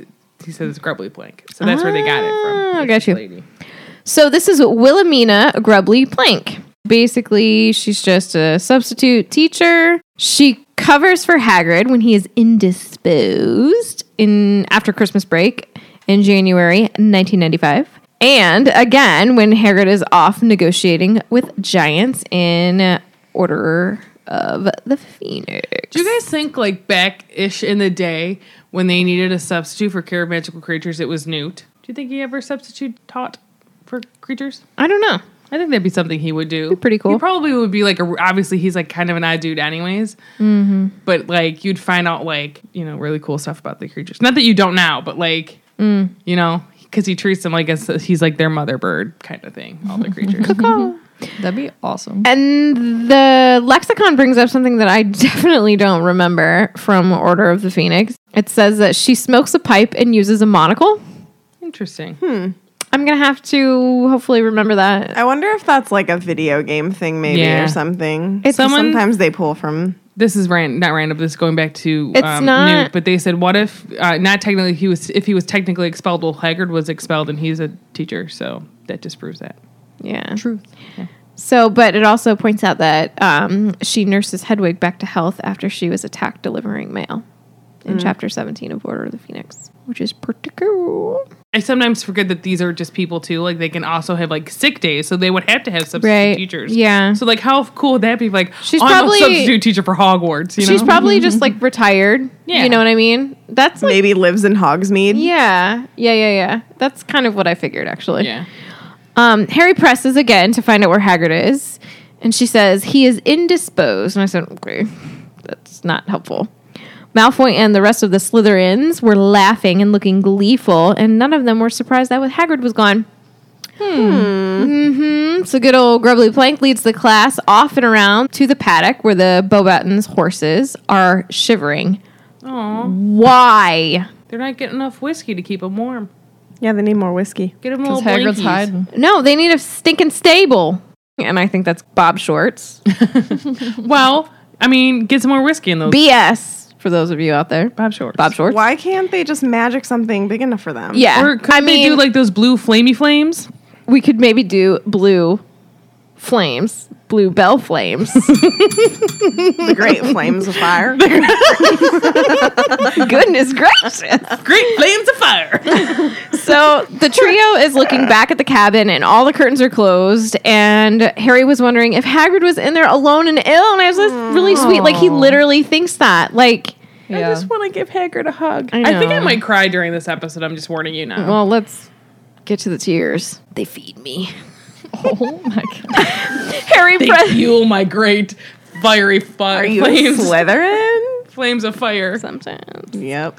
[SPEAKER 1] he says it's Grubbly Plank, so that's where they got it
[SPEAKER 3] Ah,
[SPEAKER 1] from.
[SPEAKER 3] got you.
[SPEAKER 1] Lady.
[SPEAKER 3] So this is Wilhelmina Grubbly Plank. Basically, she's just a substitute teacher. She covers for Hagrid when he is indisposed in after Christmas break in January 1995. And again, when Hagrid is off negotiating with giants in Order of the Phoenix.
[SPEAKER 1] Do you guys think like back ish in the day when they needed a substitute for care of magical creatures, it was Newt? Do you think he ever substitute taught for creatures?
[SPEAKER 3] I don't know.
[SPEAKER 1] I think that'd be something he would do.
[SPEAKER 3] pretty cool.
[SPEAKER 1] He probably would be like, a, obviously, he's like kind of an odd dude, anyways.
[SPEAKER 3] Mm-hmm.
[SPEAKER 1] But like, you'd find out like, you know, really cool stuff about the creatures. Not that you don't now, but like,
[SPEAKER 3] Mm.
[SPEAKER 1] Mhm. you know, because he treats them like as he's like their mother bird kind of thing, all the creatures.
[SPEAKER 5] That'd be awesome.
[SPEAKER 3] And the lexicon brings up something that I definitely don't remember from Order of the Phoenix. It says that she smokes a pipe and uses a monocle.
[SPEAKER 1] Interesting.
[SPEAKER 3] I'm going to have to hopefully remember that.
[SPEAKER 4] I wonder if that's like a video game thing, maybe
[SPEAKER 1] Yeah.
[SPEAKER 4] or something.
[SPEAKER 1] It's- Someone-
[SPEAKER 4] sometimes they pull from.
[SPEAKER 1] This is ran- not random. This is going back to um,
[SPEAKER 3] It's not-
[SPEAKER 1] Newt, but they said, "What if uh, not technically he was if he was technically expelled? Well, Haggard was expelled, and he's a teacher, so that disproves that."
[SPEAKER 3] Yeah.
[SPEAKER 5] Truth.
[SPEAKER 3] So, but it also points out that um, she nurses Hedwig back to health after she was attacked delivering mail in
[SPEAKER 1] Mm.
[SPEAKER 3] chapter 17 of Order of the Phoenix, which is pretty cool.
[SPEAKER 1] I sometimes forget that these are just people too. Like they can also have like sick days, so they would have to have substitute
[SPEAKER 3] Right,
[SPEAKER 1] teachers.
[SPEAKER 3] yeah.
[SPEAKER 1] So like, how cool would that be? Like,
[SPEAKER 3] She's
[SPEAKER 1] I'm
[SPEAKER 3] probably-
[SPEAKER 1] a substitute teacher for Hogwarts. You
[SPEAKER 3] She's
[SPEAKER 1] know? Mm-hmm.
[SPEAKER 3] probably just like retired.
[SPEAKER 1] Yeah.
[SPEAKER 3] You know what I mean? That's like,
[SPEAKER 4] Maybe lives in Hogsmeade.
[SPEAKER 3] yeah. Yeah, yeah, yeah. That's kind of what I figured actually.
[SPEAKER 1] yeah.
[SPEAKER 3] Um, Harry presses again to find out where Haggard is, and she says he is indisposed. And I said, okay, that's not helpful. Malfoy and the rest of the Slytherins were laughing and looking gleeful, and none of them were surprised that with Haggard was gone. Hmm. hmm So good old Grubbly Plank leads the class off and around to the paddock where the Bobatons' horses are shivering.
[SPEAKER 1] Aw,
[SPEAKER 3] Why?
[SPEAKER 1] they're not getting enough whiskey to keep them warm.
[SPEAKER 4] Yeah, they need more whiskey.
[SPEAKER 1] Get them little
[SPEAKER 5] Because Hagrid's
[SPEAKER 1] blankies.
[SPEAKER 5] hiding.
[SPEAKER 3] No, they need a stinking stable. And I think that's Bob Shorts.
[SPEAKER 1] Well, I mean, get some more whiskey in those.
[SPEAKER 3] BS for those of you out there.
[SPEAKER 1] Bob Shorts.
[SPEAKER 3] Bob Shorts.
[SPEAKER 4] Why can't they just magic something big enough for them?
[SPEAKER 3] Yeah.
[SPEAKER 1] Or could
[SPEAKER 3] I
[SPEAKER 1] they
[SPEAKER 3] mean,
[SPEAKER 1] do like those blue flamey flames?
[SPEAKER 3] we could maybe do blue flames, blue bell flames.
[SPEAKER 4] the great flames of fire.
[SPEAKER 3] Goodness gracious.
[SPEAKER 1] Great flames of fire.
[SPEAKER 3] So the trio is looking back at the cabin and all the curtains are closed. And Harry was wondering if Hagrid was in there alone and ill. And I was just really sweet. Like, he literally thinks that. Like,
[SPEAKER 5] Yeah.
[SPEAKER 4] I just want to give Haggard a hug.
[SPEAKER 1] I, think I
[SPEAKER 3] know.
[SPEAKER 1] might cry during this episode. I'm just warning you now.
[SPEAKER 3] Well, let's get to the tears. They feed me.
[SPEAKER 5] oh my god.
[SPEAKER 3] Harry
[SPEAKER 1] They
[SPEAKER 3] press-
[SPEAKER 1] fuel my great fiery
[SPEAKER 4] Are
[SPEAKER 1] fire
[SPEAKER 4] you
[SPEAKER 1] flames.
[SPEAKER 4] Slytherin?
[SPEAKER 1] flames of fire.
[SPEAKER 3] sometimes.
[SPEAKER 4] Yep.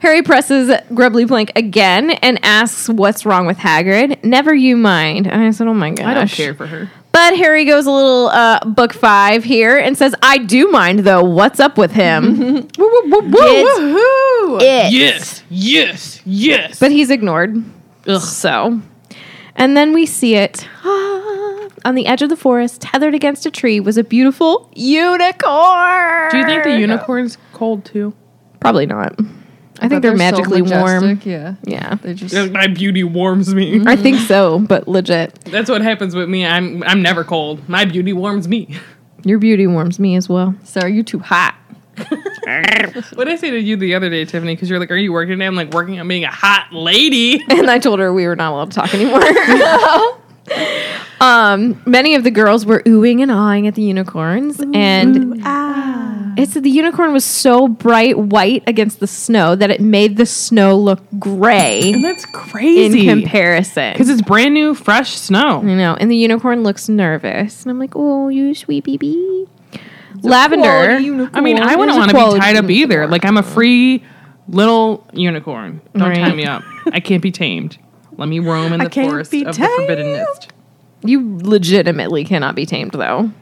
[SPEAKER 3] Harry presses Grubbly Plank again and asks what's wrong with Hagrid. Never you mind. And I said, oh my gosh.
[SPEAKER 1] I don't care for her.
[SPEAKER 3] But Harry goes a little uh, book five here and says, I do mind though. What's up with him? It's
[SPEAKER 4] Woohoo!
[SPEAKER 3] it.
[SPEAKER 1] Yes, yes, yes.
[SPEAKER 3] But he's ignored.
[SPEAKER 1] Ugh.
[SPEAKER 3] So. And then we see it. On the edge of the forest, tethered against a tree, was a beautiful unicorn.
[SPEAKER 1] do you think the unicorn's cold too?
[SPEAKER 3] Probably not. I think they're, magically warm.
[SPEAKER 5] Yeah.
[SPEAKER 3] Yeah.
[SPEAKER 5] They just
[SPEAKER 1] My beauty warms me.
[SPEAKER 3] I think so, but legit.
[SPEAKER 1] That's what happens with me. I'm I'm never cold. My beauty warms me.
[SPEAKER 3] Your beauty warms me as well.
[SPEAKER 5] Sarah, you too hot.
[SPEAKER 1] What I say to you the other day, Tiffany, because you're like, "Are you working today?" I'm like, "Working on being a hot lady."
[SPEAKER 3] And I told her we were not allowed to talk anymore. um, many of the girls were oohing and awing at the unicorns, and
[SPEAKER 1] ah.
[SPEAKER 3] it said the unicorn was so bright white against the snow that it made the snow look gray
[SPEAKER 1] That's
[SPEAKER 3] in
[SPEAKER 1] crazy.
[SPEAKER 3] comparison.
[SPEAKER 1] Because it's brand new, fresh snow.
[SPEAKER 3] You know, and the unicorn looks nervous, and I'm like, "Oh, you sweet baby." Lavender.
[SPEAKER 1] I mean, I wouldn't
[SPEAKER 3] It's a
[SPEAKER 1] want to
[SPEAKER 3] quality
[SPEAKER 1] be tied up either.
[SPEAKER 3] unicorn.
[SPEAKER 1] Like, I'm a free little unicorn. Don't tie
[SPEAKER 3] Right.
[SPEAKER 1] me up. I can't be tamed. Let me roam in
[SPEAKER 4] I
[SPEAKER 1] the
[SPEAKER 4] can't
[SPEAKER 1] forest
[SPEAKER 4] be
[SPEAKER 1] of the forbidden
[SPEAKER 4] tamed.
[SPEAKER 1] nest.
[SPEAKER 3] You legitimately cannot be tamed, though.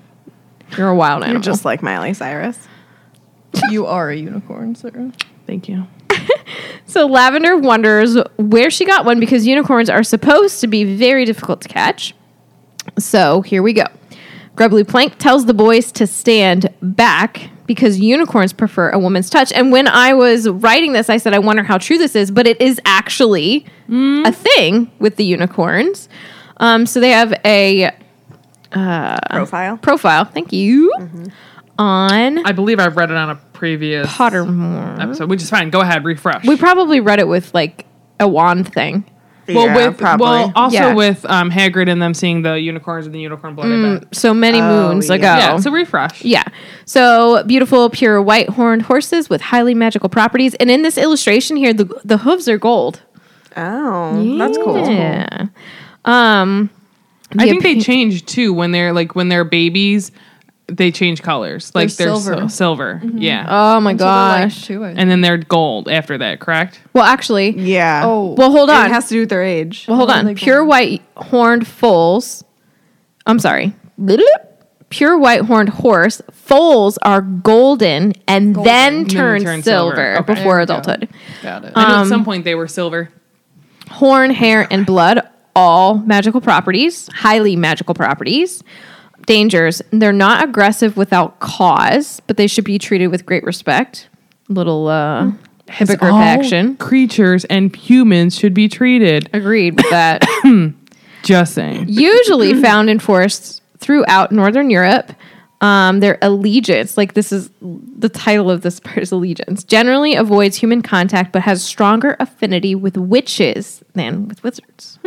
[SPEAKER 3] You're a wild animal.
[SPEAKER 4] You're just like Miley Cyrus.
[SPEAKER 5] You are a unicorn, Sarah.
[SPEAKER 1] Thank you.
[SPEAKER 3] So Lavender wonders where she got one because unicorns are supposed to be very difficult to catch. So here we go. Grubbly Plank tells the boys to stand back because unicorns prefer a woman's touch. And when I was writing this, I said, I wonder how true this is, but it is actually
[SPEAKER 4] Mm-hmm.
[SPEAKER 3] a thing with the unicorns. Um, so they have a Uh,
[SPEAKER 4] Profile.
[SPEAKER 3] profile, thank you,
[SPEAKER 4] Mm-hmm.
[SPEAKER 3] on
[SPEAKER 1] I believe I've read it on a previous
[SPEAKER 3] Pottermore.
[SPEAKER 1] episode, which is fine. Go ahead, refresh.
[SPEAKER 3] We probably read it with like a wand thing.
[SPEAKER 1] well,
[SPEAKER 4] Yeah,
[SPEAKER 1] with well, also
[SPEAKER 3] Yeah.
[SPEAKER 1] with um, Hagrid and them seeing the unicorns and the unicorn blood. I bet.
[SPEAKER 3] So many
[SPEAKER 4] Oh,
[SPEAKER 3] moons
[SPEAKER 4] yeah.
[SPEAKER 3] ago.
[SPEAKER 1] Yeah, so refresh.
[SPEAKER 3] Mm, Yeah. So beautiful, pure white horned horses with highly magical properties. And in this illustration here, the, the hooves are gold.
[SPEAKER 4] oh, that's cool.
[SPEAKER 3] Yeah. Um,
[SPEAKER 1] I
[SPEAKER 3] the
[SPEAKER 1] think they
[SPEAKER 3] appa-
[SPEAKER 1] change too when they're like when they're babies, they change colors. Like they're,
[SPEAKER 5] silver.
[SPEAKER 1] silver. silver. Yeah.
[SPEAKER 3] Oh my
[SPEAKER 5] Gosh.
[SPEAKER 3] gosh.
[SPEAKER 5] Too, I
[SPEAKER 1] and then they're gold after that, correct?
[SPEAKER 3] Well, actually,
[SPEAKER 4] Yeah.
[SPEAKER 5] Oh.
[SPEAKER 3] well, hold
[SPEAKER 4] it
[SPEAKER 3] on.
[SPEAKER 4] has to do with their age.
[SPEAKER 3] well, hold
[SPEAKER 5] What are
[SPEAKER 3] on.
[SPEAKER 5] they
[SPEAKER 3] Pure
[SPEAKER 5] called?
[SPEAKER 3] white horned foals. I'm sorry. Bloop. Pure white horned horse foals are golden and then turn
[SPEAKER 1] turn
[SPEAKER 3] silver,
[SPEAKER 1] silver. Okay.
[SPEAKER 5] There
[SPEAKER 3] before
[SPEAKER 5] we go.
[SPEAKER 3] adulthood.
[SPEAKER 5] Got it.
[SPEAKER 3] Um,
[SPEAKER 1] And at some point they were silver.
[SPEAKER 3] Horn, hair, and blood, all magical properties, highly magical properties. Dangers. They're not aggressive without cause, but they should be treated with great respect. Little uh, hippogriff
[SPEAKER 1] All
[SPEAKER 3] action.
[SPEAKER 1] Creatures and humans should be treated.
[SPEAKER 3] Agreed with that.
[SPEAKER 1] Just saying.
[SPEAKER 3] usually found in forests throughout northern Europe. Um, their allegiance, like this is the title of this part is allegiance, generally avoids human contact but has stronger affinity with witches than with wizards.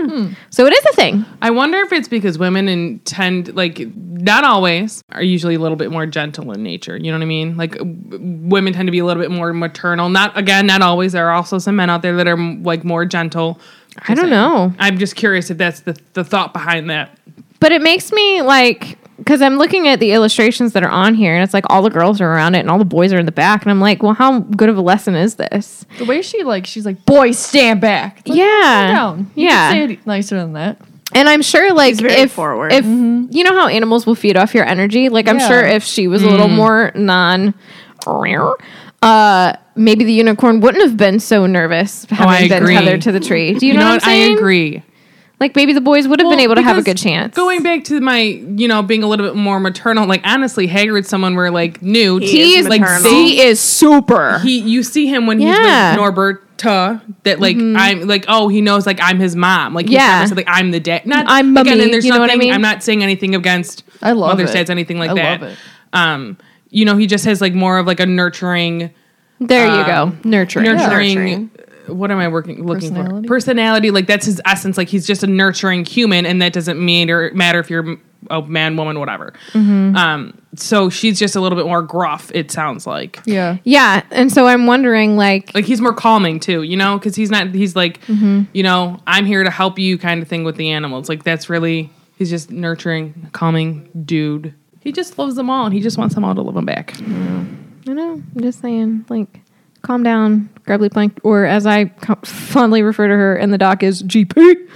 [SPEAKER 3] So it is a thing.
[SPEAKER 1] I wonder if it's because women intend, like, not always, are usually a little bit more gentle in nature. You know what I mean? Like, w- women tend to be a little bit more maternal. Not, again, not always. There are also some men out there that are, like, more gentle.
[SPEAKER 3] I don't know.
[SPEAKER 1] I'm just curious if that's the, the thought behind that.
[SPEAKER 3] But it makes me like, because I'm looking at the illustrations that are on here and it's like all the girls are around it and all the boys are in the back. And I'm like, well, how good of a lesson is this?
[SPEAKER 5] the way she like, she's like, "Boys, stand back." It's like,
[SPEAKER 3] Yeah.
[SPEAKER 5] calm down. You
[SPEAKER 3] Yeah.
[SPEAKER 5] can say it nicer than that.
[SPEAKER 3] And I'm sure, like,
[SPEAKER 4] very
[SPEAKER 3] if
[SPEAKER 4] forward.
[SPEAKER 3] if you know how animals will feed off your energy, like I'm
[SPEAKER 5] Yeah.
[SPEAKER 3] sure if she was a little more non, uh, maybe the unicorn wouldn't have been so nervous having
[SPEAKER 1] Oh, I
[SPEAKER 3] been
[SPEAKER 1] agree.
[SPEAKER 3] tethered to the tree. Do you,
[SPEAKER 1] You
[SPEAKER 3] know,
[SPEAKER 1] know,
[SPEAKER 3] what
[SPEAKER 1] what?
[SPEAKER 3] I'm
[SPEAKER 1] I
[SPEAKER 3] saying?
[SPEAKER 1] agree.
[SPEAKER 3] Like maybe the boys would have been
[SPEAKER 1] Well,
[SPEAKER 3] able to have a
[SPEAKER 1] because
[SPEAKER 3] good chance.
[SPEAKER 1] Going back to my, you know, being a little bit more maternal, like honestly, Hagrid's someone we're like new.
[SPEAKER 4] He
[SPEAKER 1] T-
[SPEAKER 4] is
[SPEAKER 3] he is like
[SPEAKER 4] maternal.
[SPEAKER 3] he is super.
[SPEAKER 1] he, you see him when
[SPEAKER 3] Yeah. Mm-hmm.
[SPEAKER 1] he's with Norberta. That like I'm like oh he knows like I'm his mom like he's
[SPEAKER 3] Yeah.
[SPEAKER 1] never said, like I'm the dad not
[SPEAKER 3] I'm
[SPEAKER 1] again
[SPEAKER 3] mummy,
[SPEAKER 1] and there's
[SPEAKER 3] you know what I
[SPEAKER 1] nothing
[SPEAKER 3] mean?
[SPEAKER 1] I'm not saying anything against
[SPEAKER 5] I love
[SPEAKER 1] mother's
[SPEAKER 5] it.
[SPEAKER 1] dads anything like
[SPEAKER 5] I
[SPEAKER 1] that
[SPEAKER 5] love it.
[SPEAKER 1] um you know he just has like more of like a nurturing
[SPEAKER 3] there you
[SPEAKER 1] um,
[SPEAKER 3] go, nurturing.
[SPEAKER 1] nurturing, uh,
[SPEAKER 4] Nurturing.
[SPEAKER 1] what am I working looking
[SPEAKER 5] Personality?
[SPEAKER 1] for? Personality, like that's his essence. Like he's just a nurturing human, and that doesn't matter matter if you're a man, woman, whatever.
[SPEAKER 3] Mm-hmm.
[SPEAKER 1] Um, so she's just a little bit more gruff. It sounds like
[SPEAKER 5] Yeah.
[SPEAKER 3] Yeah, and so I'm wondering, like,
[SPEAKER 1] like he's more calming too, you know, because he's not. He's like,
[SPEAKER 3] Mm-hmm.
[SPEAKER 1] you know, I'm here to help you, kind of thing with the animals. Like that's really he's just nurturing, calming dude. He just loves them all, and he just wants them all to love him back.
[SPEAKER 3] I know. I'm just saying, like, calm down, Grubbly Plank, or as I co- fondly refer to her in the doc as GP.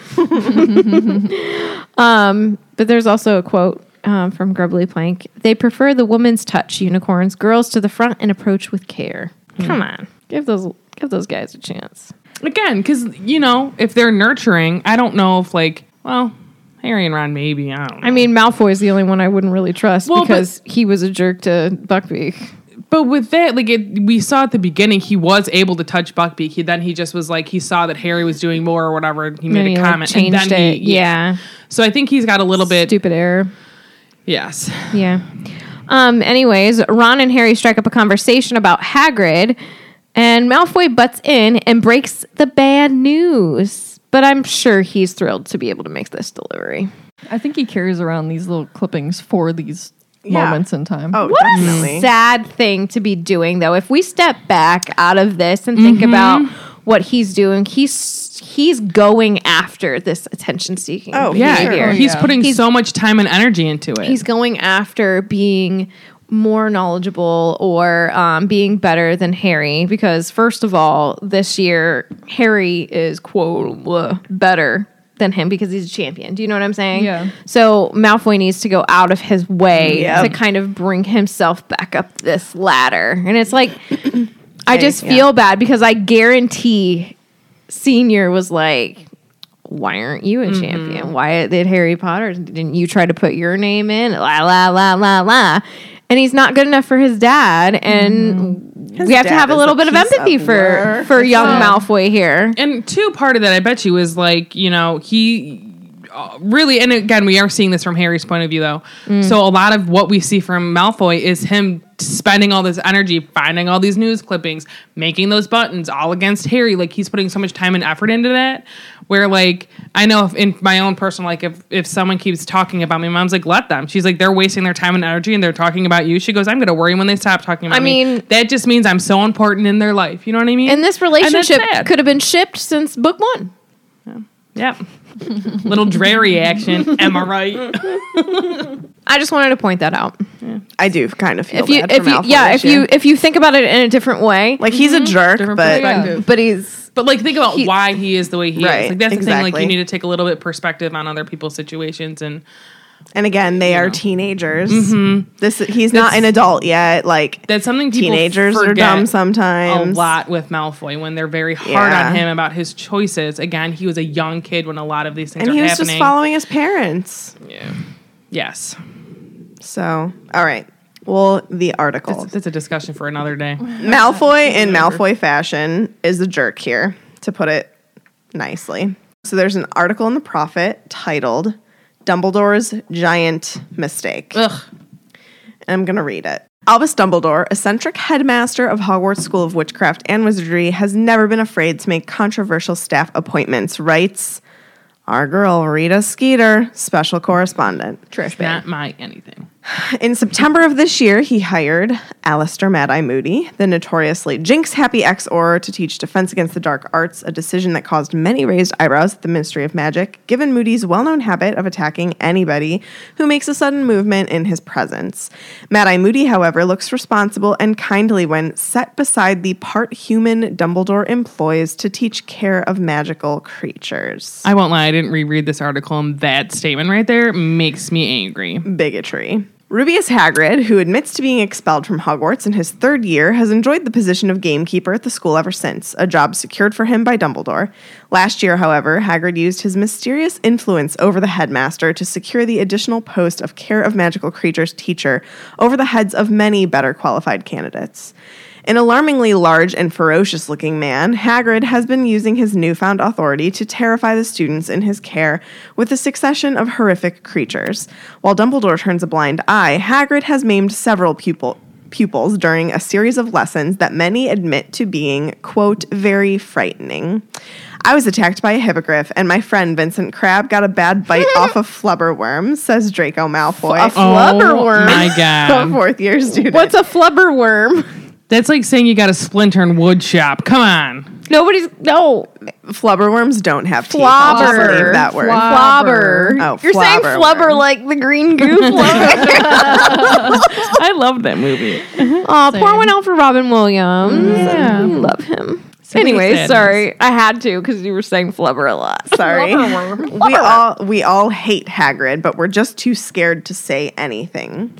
[SPEAKER 3] um, but there's also a quote um, from Grubbly Plank. They prefer the woman's touch, unicorns. Girls to the front and approach with care.
[SPEAKER 1] Hmm.
[SPEAKER 3] Come on, give those give those guys a chance.
[SPEAKER 1] again because you know if they're nurturing i don't know if like well harry and ron maybe i don't know
[SPEAKER 3] I mean, Malfoy's the only one I wouldn't really trust
[SPEAKER 1] Well, but-
[SPEAKER 3] because he was a jerk to Buckbeak.
[SPEAKER 1] but with that like it, we saw at the beginning he was able to touch buckbeak he then he just was like he saw that harry was doing more or whatever and he made
[SPEAKER 3] And he,
[SPEAKER 1] a
[SPEAKER 3] like,
[SPEAKER 1] comment
[SPEAKER 3] changed
[SPEAKER 1] and then
[SPEAKER 3] it. yeah.
[SPEAKER 1] so i think he's got a little bit
[SPEAKER 3] Stupid error.
[SPEAKER 1] yes
[SPEAKER 3] Yeah. Um, anyways, Ron and Harry strike up a conversation about Hagrid, and Malfoy butts in and breaks the bad news. But I'm sure he's thrilled to be able to make this delivery.
[SPEAKER 5] I think he carries around these little clippings for these
[SPEAKER 4] Yeah.
[SPEAKER 5] moments in time.
[SPEAKER 4] Oh,
[SPEAKER 3] What
[SPEAKER 4] definitely.
[SPEAKER 3] a sad thing to be doing, though. If we step back out of this and
[SPEAKER 4] Mm-hmm.
[SPEAKER 3] think about what he's doing, he's he's going after this attention-seeking
[SPEAKER 4] Oh, yeah.
[SPEAKER 1] yeah
[SPEAKER 4] Sure.
[SPEAKER 1] he's
[SPEAKER 5] Yeah.
[SPEAKER 1] putting so much time and energy into it
[SPEAKER 3] he's going after being more knowledgeable or um, being better than Harry because first of all, this year Harry is quote bleh, better than him because he's a champion. Do you know what I'm saying?
[SPEAKER 5] Yeah.
[SPEAKER 3] So Malfoy needs to go out of his way
[SPEAKER 4] Yep.
[SPEAKER 3] to kind of bring himself back up this ladder, and it's like I just
[SPEAKER 4] yeah.
[SPEAKER 3] feel bad because I guarantee Senior was like why aren't you
[SPEAKER 4] Mm-hmm.
[SPEAKER 3] a champion? Why did Harry Potter didn't you try to put your name in? La la la la la. And he's not good enough for his dad, and we have to
[SPEAKER 4] Mm-hmm. dad
[SPEAKER 3] have a
[SPEAKER 4] is
[SPEAKER 3] little
[SPEAKER 4] a
[SPEAKER 3] bit of
[SPEAKER 4] piece
[SPEAKER 3] empathy
[SPEAKER 4] of
[SPEAKER 3] for
[SPEAKER 4] work.
[SPEAKER 3] for young Malfoy here.
[SPEAKER 1] and two part of that i bet you is like you know he uh, really and again we are seeing this from harry's point of view though
[SPEAKER 3] Mm.
[SPEAKER 1] so a lot of what we see from malfoy is him spending all this energy finding all these news clippings making those buttons all against harry like he's putting so much time and effort into that where like i know if in my own personal like if if someone keeps talking about me my mom's like let them she's like they're wasting their time and energy and they're talking about you she goes i'm gonna worry when they stop talking about
[SPEAKER 3] I
[SPEAKER 1] me."
[SPEAKER 3] mean-
[SPEAKER 1] that just means i'm so important in their life you know what i mean
[SPEAKER 3] And this
[SPEAKER 1] that's
[SPEAKER 3] relationship
[SPEAKER 1] sad.
[SPEAKER 3] could have been shipped since book one.
[SPEAKER 1] Yep. Little dreary action. Am I right?
[SPEAKER 3] I just wanted to point that out.
[SPEAKER 4] I do kind of feel
[SPEAKER 3] If you,
[SPEAKER 4] bad
[SPEAKER 3] if
[SPEAKER 4] for
[SPEAKER 3] you,
[SPEAKER 4] Malfoy
[SPEAKER 3] yeah,
[SPEAKER 4] this
[SPEAKER 3] if you, Mm-hmm.
[SPEAKER 4] year.
[SPEAKER 3] if you think about it in a different way,
[SPEAKER 4] like he's a jerk,
[SPEAKER 1] Different
[SPEAKER 4] but
[SPEAKER 1] perspective.
[SPEAKER 3] but he's
[SPEAKER 1] But like, think about why he is the way he
[SPEAKER 4] Right,
[SPEAKER 1] is. Like that's the thing. Like
[SPEAKER 4] exactly.
[SPEAKER 1] you need to take a little bit perspective on other people's situations and
[SPEAKER 4] And again, they are teenagers.
[SPEAKER 3] Mm-hmm.
[SPEAKER 4] This he's not an adult yet. Like
[SPEAKER 1] That's something people
[SPEAKER 4] teenagers are
[SPEAKER 1] forget
[SPEAKER 4] dumb sometimes.
[SPEAKER 1] A lot with Malfoy when they're very hard
[SPEAKER 4] Yeah.
[SPEAKER 1] on him about his choices. Again, he was a young kid when a lot of these things
[SPEAKER 4] and
[SPEAKER 1] are
[SPEAKER 4] he was
[SPEAKER 1] happening.
[SPEAKER 4] just following his parents.
[SPEAKER 1] yes,
[SPEAKER 4] So, all right. Well, the article.
[SPEAKER 1] that's, that's a discussion for another day.
[SPEAKER 4] Malfoy in Malfoy fashion is the jerk here, to put it nicely. So there's an article in the Prophet titled Dumbledore's Giant Mistake.
[SPEAKER 1] Ugh.
[SPEAKER 4] and I'm going to read it. Albus Dumbledore, eccentric headmaster of Hogwarts School of Witchcraft and Wizardry, has never been afraid to make controversial staff appointments, writes our girl Rita Skeeter, special correspondent. Trish
[SPEAKER 1] Not my anything.
[SPEAKER 4] in September of this year, he hired Alistair Mad Eye Moody, the notoriously jinx happy ex auror, to teach Defense Against the Dark Arts, a decision that caused many raised eyebrows at the Ministry of Magic, given Moody's well known habit of attacking anybody who makes a sudden movement in his presence. Mad Eye Moody, however, looks responsible and kindly when set beside the part human Dumbledore employs to teach care of magical creatures.
[SPEAKER 1] I won't lie. I didn't reread this article, and that statement right there makes me angry.
[SPEAKER 4] bigotry. Rubius Hagrid, who admits to being expelled from Hogwarts in his third year, has enjoyed the position of gamekeeper at the school ever since, a job secured for him by Dumbledore. Last year, however, Hagrid used his mysterious influence over the headmaster to secure the additional post of Care of Magical Creatures teacher over the heads of many better qualified candidates. An alarmingly large and ferocious looking man, Hagrid has been using his newfound authority to terrify the students in his care with a succession of horrific creatures. While Dumbledore turns a blind eye, Hagrid has maimed several pupil- pupils during a series of lessons that many admit to being, quote, very frightening. I was attacked by a hippogriff, and my friend Vincent Crabbe got a bad bite off a flubberworm, says Draco Malfoy.
[SPEAKER 1] Oh my
[SPEAKER 4] a
[SPEAKER 1] god,
[SPEAKER 4] fourth year student.
[SPEAKER 3] What's a flubber worm?
[SPEAKER 1] that's like saying you got a splinter in wood shop. Come on,
[SPEAKER 3] Nobody's no
[SPEAKER 4] Flubberworms don't have teeth. I'll just
[SPEAKER 3] flobber.
[SPEAKER 4] leave that word.
[SPEAKER 3] Flobber.
[SPEAKER 4] Oh,
[SPEAKER 3] You're saying
[SPEAKER 4] flobber
[SPEAKER 3] flubber
[SPEAKER 4] worm.
[SPEAKER 3] like the green goo flubber.
[SPEAKER 1] I love that movie.
[SPEAKER 3] Aw, poor one out for Robin Williams. Yeah. We love him. anyway,
[SPEAKER 1] sadness.
[SPEAKER 3] sorry. I had to because you were saying flubber a lot.
[SPEAKER 4] Sorry. we all we all hate Hagrid, but we're just too scared to say anything.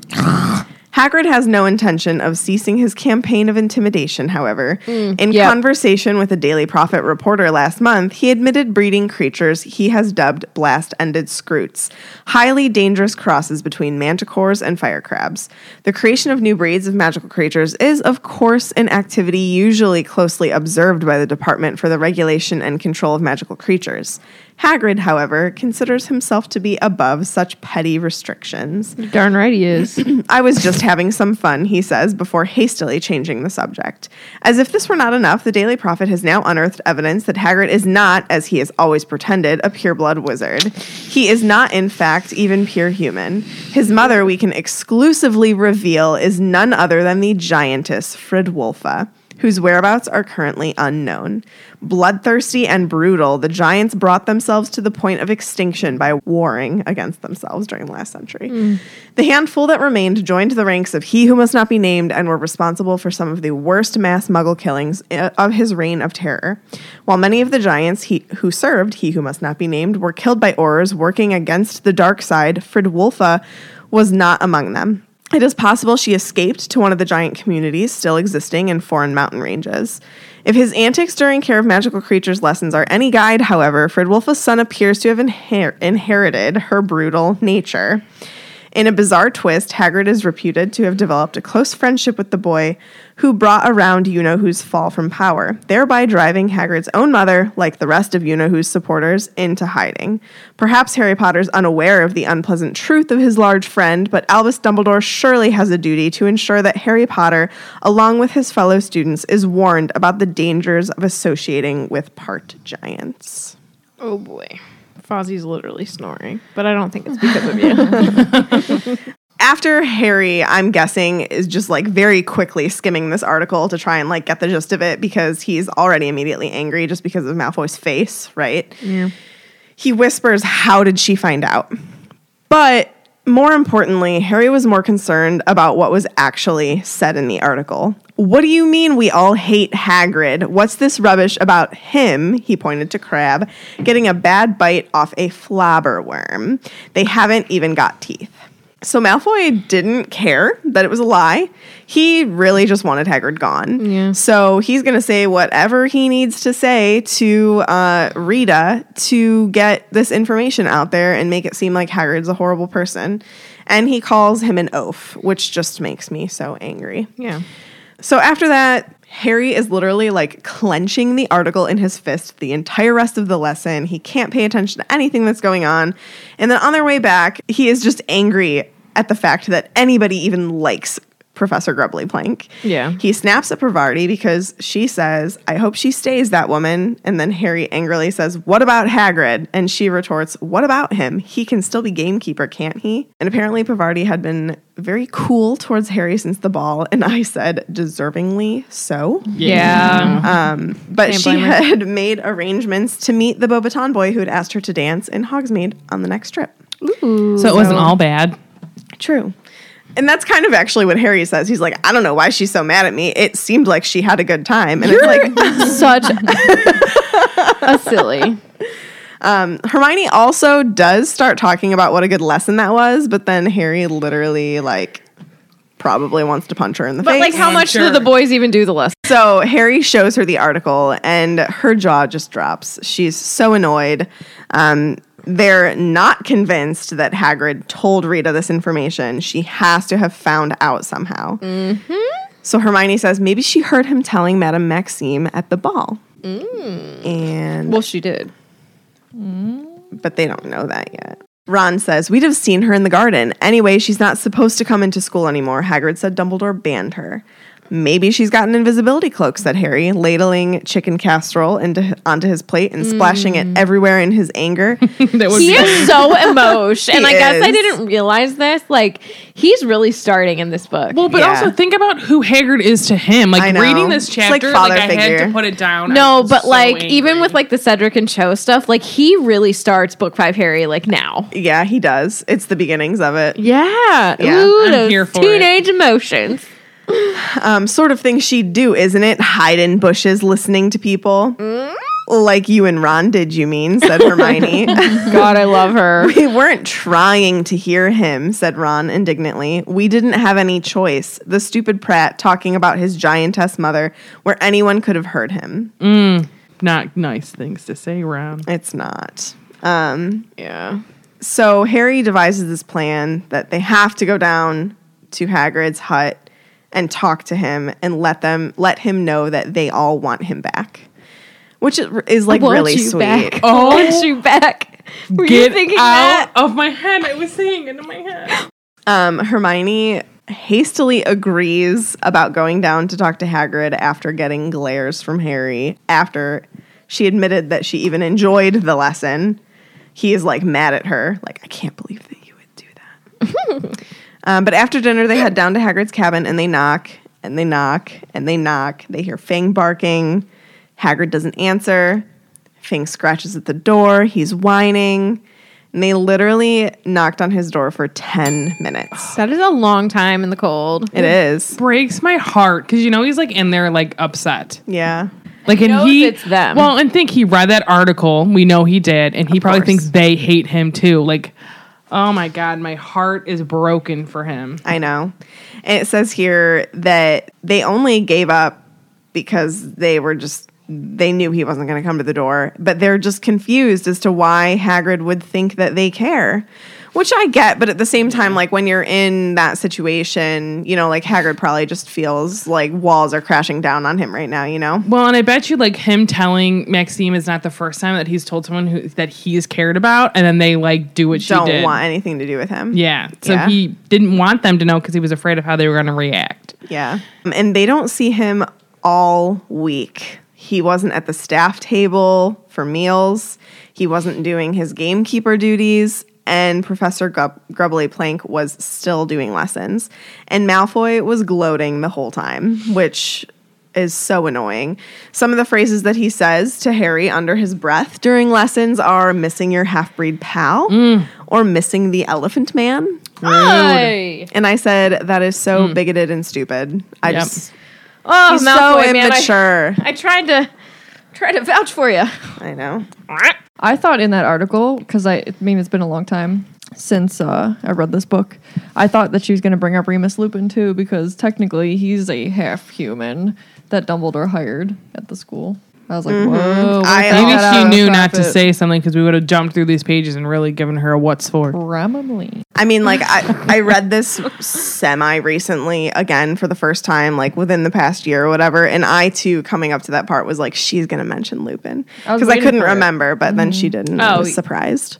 [SPEAKER 4] Hagrid has no intention of ceasing his campaign of intimidation, however. In
[SPEAKER 3] yep.
[SPEAKER 4] conversation with a Daily Prophet reporter last month, he admitted breeding creatures he has dubbed blast ended scroots, highly dangerous crosses between manticores and fire crabs. The creation of new breeds of magical creatures is, of course, an activity usually closely observed by the Department for the Regulation and Control of Magical Creatures. Hagrid, however, considers himself to be above such petty restrictions.
[SPEAKER 3] Darn right he is.
[SPEAKER 4] I was just having some fun, he says, before hastily changing the subject. As if this were not enough, the Daily Prophet has now unearthed evidence that Hagrid is not, as he has always pretended, a pureblood wizard. He is not, in fact, even pure human. His mother, we can exclusively reveal, is none other than the giantess Fridwulfa whose whereabouts are currently unknown. Bloodthirsty and brutal, the giants brought themselves to the point of extinction by warring against themselves during the last century. The handful that remained joined the ranks of He Who Must Not Be Named and were responsible for some of the worst mass muggle killings uh, of his reign of terror. While many of the giants he, who served He Who Must Not Be Named were killed by Aurors working against the dark side, Fridwulfa was not among them. It is possible she escaped to one of the giant communities still existing in foreign mountain ranges. If his antics during Care of Magical Creatures lessons are any guide, however, Fridwulfa's son appears to have inher- inherited her brutal nature. In a bizarre twist, Hagrid is reputed to have developed a close friendship with the boy who brought around You Know Who's fall from power, thereby driving Hagrid's own mother, like the rest of You Know Who's supporters, into hiding. Perhaps Harry Potter's unaware of the unpleasant truth of his large friend, but Albus Dumbledore surely has a duty to ensure that Harry Potter, along with his fellow students, is warned about the dangers of associating with part giants.
[SPEAKER 3] oh boy. Fozzie's literally snoring, but I don't think it's because of you.
[SPEAKER 4] after Harry, I'm guessing, is just like very quickly skimming this article to try and like get the gist of it because he's already immediately angry just because of Malfoy's face, right? He whispers, How did she find out? But more importantly, Harry was more concerned about what was actually said in the article. What do you mean we all hate Hagrid? What's this rubbish about him? He pointed to Crab, getting a bad bite off a flobber worm. They haven't even got teeth. So Malfoy didn't care that it was a lie. He really just wanted Hagrid gone. Yeah. So he's going to say whatever he needs to say to uh, Rita to get this information out there and make it seem like Hagrid's a horrible person. And he calls him an oaf, which just makes me so angry.
[SPEAKER 1] Yeah.
[SPEAKER 4] So after that, Harry is literally like clenching the article in his fist the entire rest of the lesson. He can't pay attention to anything that's going on. And then on their way back, he is just angry at the fact that anybody even likes Professor Grubbly Plank.
[SPEAKER 1] Yeah.
[SPEAKER 4] He snaps at Pravarti because she says, I hope she stays, that woman. And then Harry angrily says, What about Hagrid? And she retorts, What about him? He can still be gamekeeper, can't he? And apparently, Pravarti had been very cool towards Harry since the ball. And I said, Deservingly so. Um,
[SPEAKER 1] Yeah.
[SPEAKER 4] But
[SPEAKER 3] Can't
[SPEAKER 4] she
[SPEAKER 3] blame her.
[SPEAKER 4] had made arrangements to meet the Bobaton boy who had asked her to dance in Hogsmeade on the next trip.
[SPEAKER 1] so it wasn't all bad.
[SPEAKER 4] True. And that's kind of actually what Harry says. He's like, I don't know why she's so mad at me. It seemed like she had a good time. And it's like
[SPEAKER 3] Such a silly.
[SPEAKER 4] Hermione also does start talking about what a good lesson that was, but then Harry literally like probably wants to punch her in the
[SPEAKER 3] But
[SPEAKER 4] face.
[SPEAKER 3] like, how
[SPEAKER 1] I'm
[SPEAKER 3] much
[SPEAKER 1] sure.
[SPEAKER 3] do the boys even do the lesson?
[SPEAKER 4] So Harry shows her the article, and her jaw just drops. She's so annoyed. Um, they're not convinced that Hagrid told Rita this information. She has to have found out somehow. Mm-hmm. So Hermione says maybe she heard him telling Madame Maxime at the ball, and
[SPEAKER 3] Mm. Well, she did.
[SPEAKER 4] but they don't know that yet. Ron says, We'd have seen her in the garden. Anyway, she's not supposed to come into school anymore. Hagrid said Dumbledore banned her. Maybe she's got an invisibility cloak, said Harry, ladling chicken casserole into, onto his plate and splashing it everywhere in his anger.
[SPEAKER 1] that would
[SPEAKER 3] He
[SPEAKER 1] be
[SPEAKER 3] is so emotion, and I guess I
[SPEAKER 4] is.
[SPEAKER 3] didn't realize this. Like, he's really starting in this book.
[SPEAKER 1] Well, but
[SPEAKER 4] Yeah.
[SPEAKER 1] also think about who Haggard is to him.
[SPEAKER 4] I
[SPEAKER 1] Like
[SPEAKER 4] know.
[SPEAKER 1] reading this
[SPEAKER 4] It's like
[SPEAKER 1] chapter, like,
[SPEAKER 4] father
[SPEAKER 1] I had
[SPEAKER 4] figure.
[SPEAKER 1] to put it down. I
[SPEAKER 3] no,
[SPEAKER 1] was
[SPEAKER 3] but
[SPEAKER 1] so
[SPEAKER 3] like even
[SPEAKER 1] angry.
[SPEAKER 3] with like the Cedric and Cho stuff, like he really starts book five Harry like now.
[SPEAKER 4] yeah, he does. It's the beginnings of it.
[SPEAKER 3] Yeah,
[SPEAKER 4] Yeah.
[SPEAKER 3] Ooh,
[SPEAKER 1] I'm
[SPEAKER 3] those
[SPEAKER 1] here for it.
[SPEAKER 3] teenage emotions.
[SPEAKER 4] Um, sort of thing she'd do, isn't it? Hide in bushes listening to people. Like you and Ron did, you mean, said Hermione.
[SPEAKER 3] God, I love her.
[SPEAKER 4] We weren't trying to hear him, said Ron indignantly. We didn't have any choice. The stupid Pratt talking about his giantess mother, where anyone could have heard him.
[SPEAKER 1] not nice things to say, Ron.
[SPEAKER 4] It's not. Um,
[SPEAKER 3] yeah.
[SPEAKER 4] so Harry devises this plan that they have to go down to Hagrid's hut and talk to him and let them let him know that they all want him back, which is- is like
[SPEAKER 3] want
[SPEAKER 4] really
[SPEAKER 3] you
[SPEAKER 4] sweet.
[SPEAKER 3] back.
[SPEAKER 1] Oh.
[SPEAKER 3] I want you back. Were you
[SPEAKER 1] Get out
[SPEAKER 3] thinking that?
[SPEAKER 1] of my head. I was saying into my head.
[SPEAKER 4] Um, Hermione hastily agrees about going down to talk to Hagrid after getting glares from Harry. After she admitted that she even enjoyed the lesson, he is like mad at her. Like, I can't believe that you would do that. um, but after dinner, they head down to Hagrid's cabin and they knock and they knock and they knock. They hear Fang barking. Hagrid doesn't answer. Fang scratches at the door. He's whining. And they literally knocked on his door for 10 minutes.
[SPEAKER 3] That is a long time in the cold.
[SPEAKER 4] It is.
[SPEAKER 1] Breaks my heart because you know he's like in there like upset.
[SPEAKER 4] Yeah.
[SPEAKER 1] Like and
[SPEAKER 3] knows
[SPEAKER 1] he
[SPEAKER 3] it's them.
[SPEAKER 1] Well, and think he read that article. We know he did, and he probably
[SPEAKER 4] course.
[SPEAKER 1] thinks they hate him too. Like, oh my god, my heart is broken for him.
[SPEAKER 4] I know. And it says here that they only gave up because they were just they knew he wasn't going to come to the door, but they're just confused as to why Hagrid would think that they care. Which I get, but at the same time, like when you're in that situation, you know, like Hagrid probably just feels like walls are crashing down on him right now, you know?
[SPEAKER 1] Well, and I bet you like him telling Maxime is not the first time that he's told someone who that he's cared about, and then they like do what she
[SPEAKER 4] Don't
[SPEAKER 1] did.
[SPEAKER 4] want anything to do with him.
[SPEAKER 1] Yeah. So
[SPEAKER 4] Yeah.
[SPEAKER 1] he didn't want them to know because he was afraid of how they were going to react.
[SPEAKER 4] Yeah. And they don't see him all week. He wasn't at the staff table for meals, he wasn't doing his gamekeeper duties. And Professor Grub- Grubbly Plank was still doing lessons. And Malfoy was gloating the whole time, which is so annoying. Some of the phrases that he says to Harry under his breath during lessons are missing your half breed pal or missing the elephant man.
[SPEAKER 3] Hi.
[SPEAKER 4] And I said, that is so bigoted and stupid. I
[SPEAKER 1] Yep.
[SPEAKER 4] just,
[SPEAKER 3] Oh,
[SPEAKER 4] He's so
[SPEAKER 3] Malfoy, man, I-
[SPEAKER 4] immature.
[SPEAKER 3] I tried to try to vouch for you.
[SPEAKER 4] I know.
[SPEAKER 5] I thought in that article because I, I mean it's been a long time since uh, I read this book. I thought that she was going to bring up Remus Lupin too because technically he's a half human that Dumbledore hired at the school. I was like, whoa.
[SPEAKER 4] Mm-hmm. I
[SPEAKER 5] I
[SPEAKER 4] Maybe
[SPEAKER 1] Maybe she knew not to say something because we would have jumped through these pages and really given her a what's for.
[SPEAKER 5] Probably.
[SPEAKER 4] I mean, like I, I read this semi recently again for the first time, like within the past year or whatever. And I too, coming up to that part, was like, she's gonna mention Lupin
[SPEAKER 5] I was
[SPEAKER 4] because I,
[SPEAKER 5] waiting
[SPEAKER 4] couldn't
[SPEAKER 5] for it.
[SPEAKER 4] remember, but then she didn't. I
[SPEAKER 3] Oh,
[SPEAKER 4] was
[SPEAKER 3] y-
[SPEAKER 4] surprised.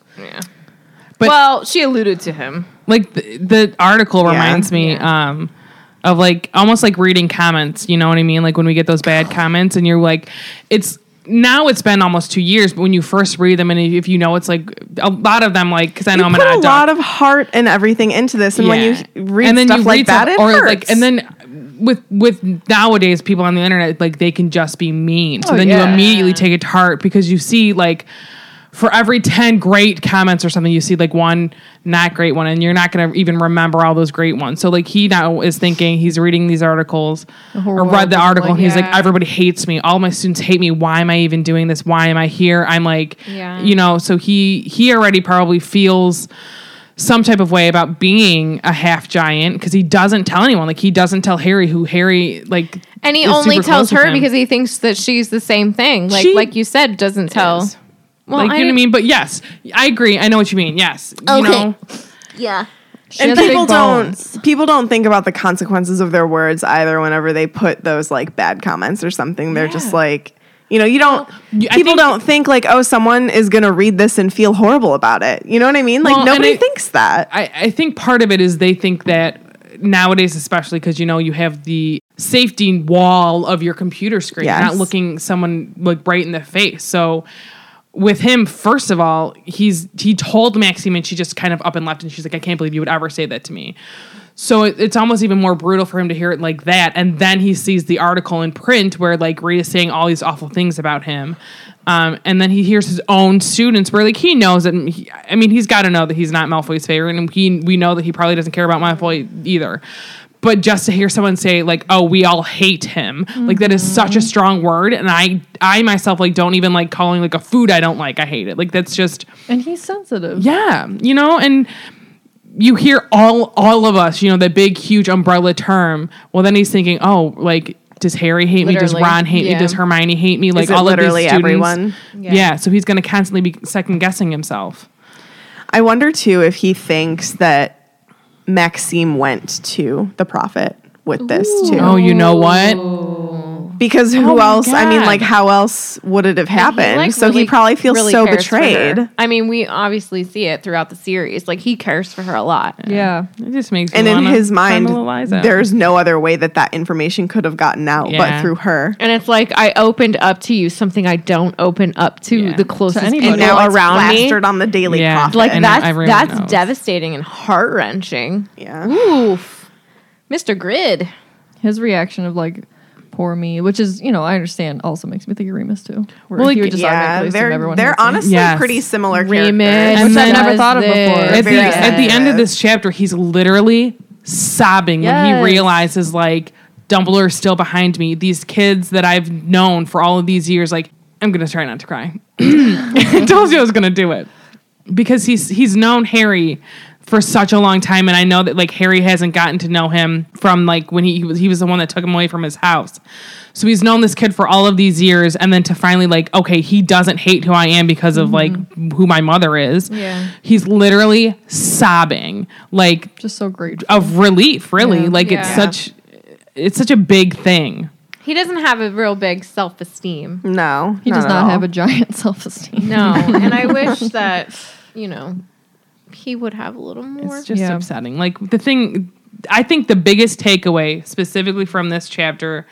[SPEAKER 1] But-
[SPEAKER 3] well, she alluded to him.
[SPEAKER 1] Like the, the article reminds me um, of like almost like reading comments. You know what I mean? Like when we get those
[SPEAKER 4] Oh.
[SPEAKER 1] bad comments and you're like, it's now it's been almost two years, but when you first read them and if you know it's like a lot of them, like because I know I'm
[SPEAKER 4] you
[SPEAKER 1] an
[SPEAKER 4] put a
[SPEAKER 1] odd dog.
[SPEAKER 4] lot of heart and everything into this, and
[SPEAKER 1] Yeah.
[SPEAKER 4] when you read stuff like
[SPEAKER 1] read stuff-
[SPEAKER 4] that, it
[SPEAKER 1] or
[SPEAKER 4] hurts.
[SPEAKER 1] like and then with with nowadays people on the internet like they can just be mean so
[SPEAKER 5] Oh,
[SPEAKER 1] then you
[SPEAKER 5] yeah.
[SPEAKER 1] immediately take it to heart because you see like for every 10 great comments or something you see like one not great one and you're not going to even remember all those great ones so like he now is thinking he's reading these articles
[SPEAKER 5] whole
[SPEAKER 1] or read
[SPEAKER 5] world
[SPEAKER 1] the
[SPEAKER 5] is
[SPEAKER 1] article
[SPEAKER 5] like,
[SPEAKER 1] and he's like
[SPEAKER 5] yeah.
[SPEAKER 1] everybody hates me all my students hate me why am i even doing this why am i here i'm like
[SPEAKER 3] Yeah.
[SPEAKER 1] you know so he he already probably feels some type of way about being a half giant because he doesn't tell anyone. Like he doesn't tell Harry who Harry like.
[SPEAKER 3] And he
[SPEAKER 1] is
[SPEAKER 3] only
[SPEAKER 1] super
[SPEAKER 3] tells
[SPEAKER 1] close with
[SPEAKER 3] her
[SPEAKER 1] him.
[SPEAKER 3] because he thinks that she's the same thing. Like
[SPEAKER 1] She
[SPEAKER 3] like you said, doesn't tell.
[SPEAKER 1] is.
[SPEAKER 3] Well,
[SPEAKER 1] like you know what I mean. But yes, I agree. I know what you mean. Yes, you know.
[SPEAKER 2] Yeah.
[SPEAKER 5] She
[SPEAKER 4] and
[SPEAKER 5] has big
[SPEAKER 4] people
[SPEAKER 5] bones.
[SPEAKER 4] don't people don't think about the consequences of their words either whenever they put those like bad comments or something they're just like you know you don't
[SPEAKER 1] I
[SPEAKER 4] people
[SPEAKER 1] think-
[SPEAKER 4] don't think like oh someone is going to read this and feel horrible about it you know what i mean like
[SPEAKER 1] Well, and
[SPEAKER 4] nobody
[SPEAKER 1] I-
[SPEAKER 4] thinks that
[SPEAKER 1] I, I think part of it is they think that nowadays, especially because you know you have the safety wall of your computer screen,
[SPEAKER 4] Yes.
[SPEAKER 1] not looking someone like right in the face. So with him, first of all, he's he told Maxime and she just kind of up and left, and she's like, I can't believe you would ever say that to me. So it, it's almost even more brutal for him to hear it like that, and then he sees the article in print where like Rita's saying all these awful things about him, um, and then he hears his own students where like he knows that he, I mean he's got to know that he's not Malfoy's favorite, and he we know that he probably doesn't care about Malfoy either. But just to hear someone say like, "Oh, we all hate him," like that is such a strong word, and I I myself like don't even like calling like a food I don't like. I hate it. Like that's just
[SPEAKER 5] And he's sensitive.
[SPEAKER 1] yeah, you know, and you hear all all of us, you know, the big huge umbrella term. Well, then he's thinking, oh, like does Harry hate me?
[SPEAKER 3] Literally,
[SPEAKER 1] Does Ron hate
[SPEAKER 3] yeah.
[SPEAKER 1] me? Does Hermione hate me? Like
[SPEAKER 4] it
[SPEAKER 1] all
[SPEAKER 4] literally
[SPEAKER 1] of these students.
[SPEAKER 4] everyone?
[SPEAKER 1] Yeah. so he's going to constantly be second guessing himself.
[SPEAKER 4] i wonder too if he thinks that maxime went to the prophet with this too
[SPEAKER 1] Oh, you know what?
[SPEAKER 4] because who
[SPEAKER 1] my
[SPEAKER 4] else i mean
[SPEAKER 1] God.
[SPEAKER 4] like how else would it have
[SPEAKER 3] He,
[SPEAKER 4] happened
[SPEAKER 3] like,
[SPEAKER 4] so
[SPEAKER 3] really-
[SPEAKER 4] he probably feels
[SPEAKER 3] really
[SPEAKER 4] so
[SPEAKER 3] cares for her.
[SPEAKER 4] betrayed
[SPEAKER 3] I mean, we obviously see it throughout the series. Like he cares for her a lot.
[SPEAKER 5] Yeah.
[SPEAKER 1] It just makes me
[SPEAKER 4] and in
[SPEAKER 1] wanna
[SPEAKER 4] his mind
[SPEAKER 1] criminalize him.
[SPEAKER 4] there's no other way that that information could have gotten out but
[SPEAKER 1] Yeah.
[SPEAKER 4] through her
[SPEAKER 3] And it's like I opened up to you something I don't open up to
[SPEAKER 1] Yeah.
[SPEAKER 3] the closest
[SPEAKER 5] To
[SPEAKER 3] people
[SPEAKER 5] anybody.
[SPEAKER 4] and now it's
[SPEAKER 3] around me.
[SPEAKER 4] plastered on the daily
[SPEAKER 1] Yeah.
[SPEAKER 4] Prophet.
[SPEAKER 3] Like
[SPEAKER 1] And now
[SPEAKER 3] that's
[SPEAKER 1] everyone
[SPEAKER 3] that's
[SPEAKER 1] knows.
[SPEAKER 3] devastating and heart wrenching.
[SPEAKER 4] yeah
[SPEAKER 3] Oof, Mr. Grid.
[SPEAKER 5] His reaction of like, poor me, which is, you know, I understand also makes me think of Remus too. Where
[SPEAKER 1] Well,
[SPEAKER 5] he
[SPEAKER 1] like,
[SPEAKER 5] would just
[SPEAKER 4] yeah
[SPEAKER 5] automatically assume
[SPEAKER 4] they're
[SPEAKER 5] everyone
[SPEAKER 4] they're
[SPEAKER 5] hates him.
[SPEAKER 4] honestly
[SPEAKER 1] Yes.
[SPEAKER 4] pretty similar
[SPEAKER 3] Remus.
[SPEAKER 4] characters.
[SPEAKER 1] And
[SPEAKER 5] Which
[SPEAKER 1] then-
[SPEAKER 5] I've never thought of
[SPEAKER 3] this.
[SPEAKER 5] before.
[SPEAKER 1] at the,
[SPEAKER 4] very
[SPEAKER 1] at the end of
[SPEAKER 4] sensitive.
[SPEAKER 1] this chapter, he's literally sobbing when
[SPEAKER 3] Yes.
[SPEAKER 1] he realizes like Dumbledore is still behind me. These kids that I've known for all of these years, like I'm gonna try not to cry. I told you I was gonna do it because he's he's known Harry for such a long time, and I know that like Harry hasn't gotten to know him from like when he, he was he was the one that took him away from his house. So he's known this kid for all of these years, and then to finally like okay, he doesn't hate who I am because of like who my mother is.
[SPEAKER 3] Mm-hmm. Yeah.
[SPEAKER 1] he's literally sobbing like
[SPEAKER 5] just so great.
[SPEAKER 1] of relief. Really,
[SPEAKER 5] Yeah.
[SPEAKER 1] like
[SPEAKER 3] Yeah.
[SPEAKER 1] it's such it's such a big thing.
[SPEAKER 3] He doesn't have a real big self esteem.
[SPEAKER 4] no
[SPEAKER 5] He does
[SPEAKER 4] at
[SPEAKER 5] not
[SPEAKER 4] all.
[SPEAKER 5] have a giant self esteem.
[SPEAKER 3] No, and I wish that you know he would have a little more.
[SPEAKER 1] It's just
[SPEAKER 5] Yeah.
[SPEAKER 1] upsetting. Like the thing, I think the biggest takeaway specifically from this chapter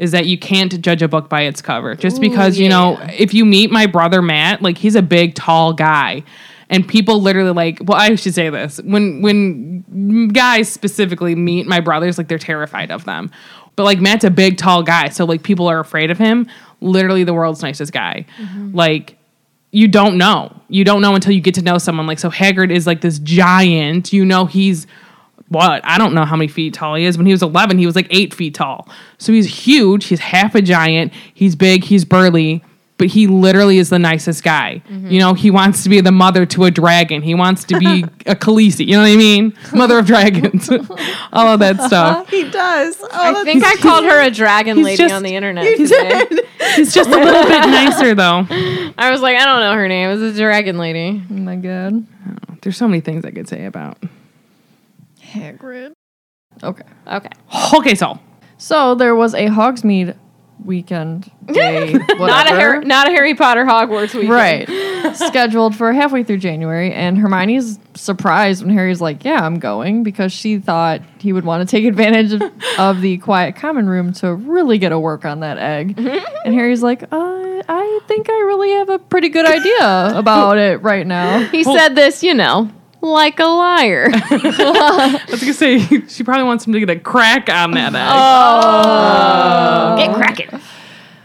[SPEAKER 1] is that you can't judge a book by its cover. Just because you know, if you meet my brother Matt, like he's a big, tall guy, and people literally like. Well, I should say this when when guys specifically meet my brothers, like they're terrified of them. But like Matt's a big, tall guy, so like people are afraid of him. Literally, the world's nicest guy. Like you don't know. You don't know until you get to know someone. Like so Haggard is like this giant. You know he's what? I don't know how many feet tall he is. When he was 11, he was like eight feet tall. So he's huge. He's half a giant. He's big. He's burly. But he literally is the nicest guy. You know, he wants to be the mother to a dragon. He wants to be a Khaleesi. You know what I mean? Mother of dragons. All of that stuff.
[SPEAKER 4] He does. Oh,
[SPEAKER 3] I
[SPEAKER 4] that's-
[SPEAKER 3] think I called her a dragon
[SPEAKER 1] he's
[SPEAKER 3] lady
[SPEAKER 1] just-
[SPEAKER 3] on the internet today.
[SPEAKER 1] He's just a little bit nicer, though.
[SPEAKER 3] I was like, I don't know her name. It was a dragon lady.
[SPEAKER 5] Oh my god.
[SPEAKER 1] There's so many things I could say about.
[SPEAKER 5] Hagrid. Okay.
[SPEAKER 3] Okay.
[SPEAKER 1] Okay, so
[SPEAKER 5] So there was a Hogsmeade weekend day.
[SPEAKER 3] Not a,
[SPEAKER 5] whatever.
[SPEAKER 3] Har- not a Harry Potter Hogwarts weekend.
[SPEAKER 5] Right. Scheduled for halfway through January, and Hermione's surprised when Harry's like, Yeah, I'm going, because she thought he would want to take advantage of, of the quiet common room to really get a work on that egg. and Harry's like, uh, I think I really have a pretty good idea about it right now.
[SPEAKER 3] He said this, you know, like a liar.
[SPEAKER 1] I was gonna say she probably wants him to get a crack on that egg.
[SPEAKER 3] Oh. Get cracking.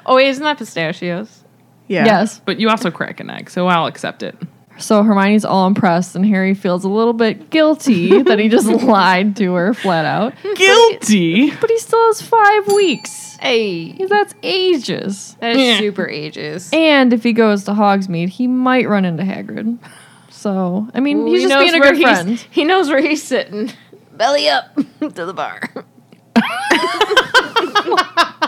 [SPEAKER 3] Oh, wait, isn't that pistachios?
[SPEAKER 4] yeah.
[SPEAKER 5] Yes.
[SPEAKER 1] But you also crack an egg, so I'll accept it.
[SPEAKER 5] So Hermione's all impressed, and Harry feels a little bit guilty that he just lied to her flat out.
[SPEAKER 1] Guilty.
[SPEAKER 5] But he still has five weeks.
[SPEAKER 3] Hey.
[SPEAKER 5] That's ages.
[SPEAKER 3] That is
[SPEAKER 1] Yeah.
[SPEAKER 3] super ages.
[SPEAKER 5] And if he goes to Hogsmeade, he might run into Hagrid. So, I mean, he's
[SPEAKER 3] He
[SPEAKER 5] just
[SPEAKER 3] knows
[SPEAKER 5] being a
[SPEAKER 3] where
[SPEAKER 5] good
[SPEAKER 3] he's-
[SPEAKER 5] friend.
[SPEAKER 3] He knows where he's sitting. Belly up to the bar.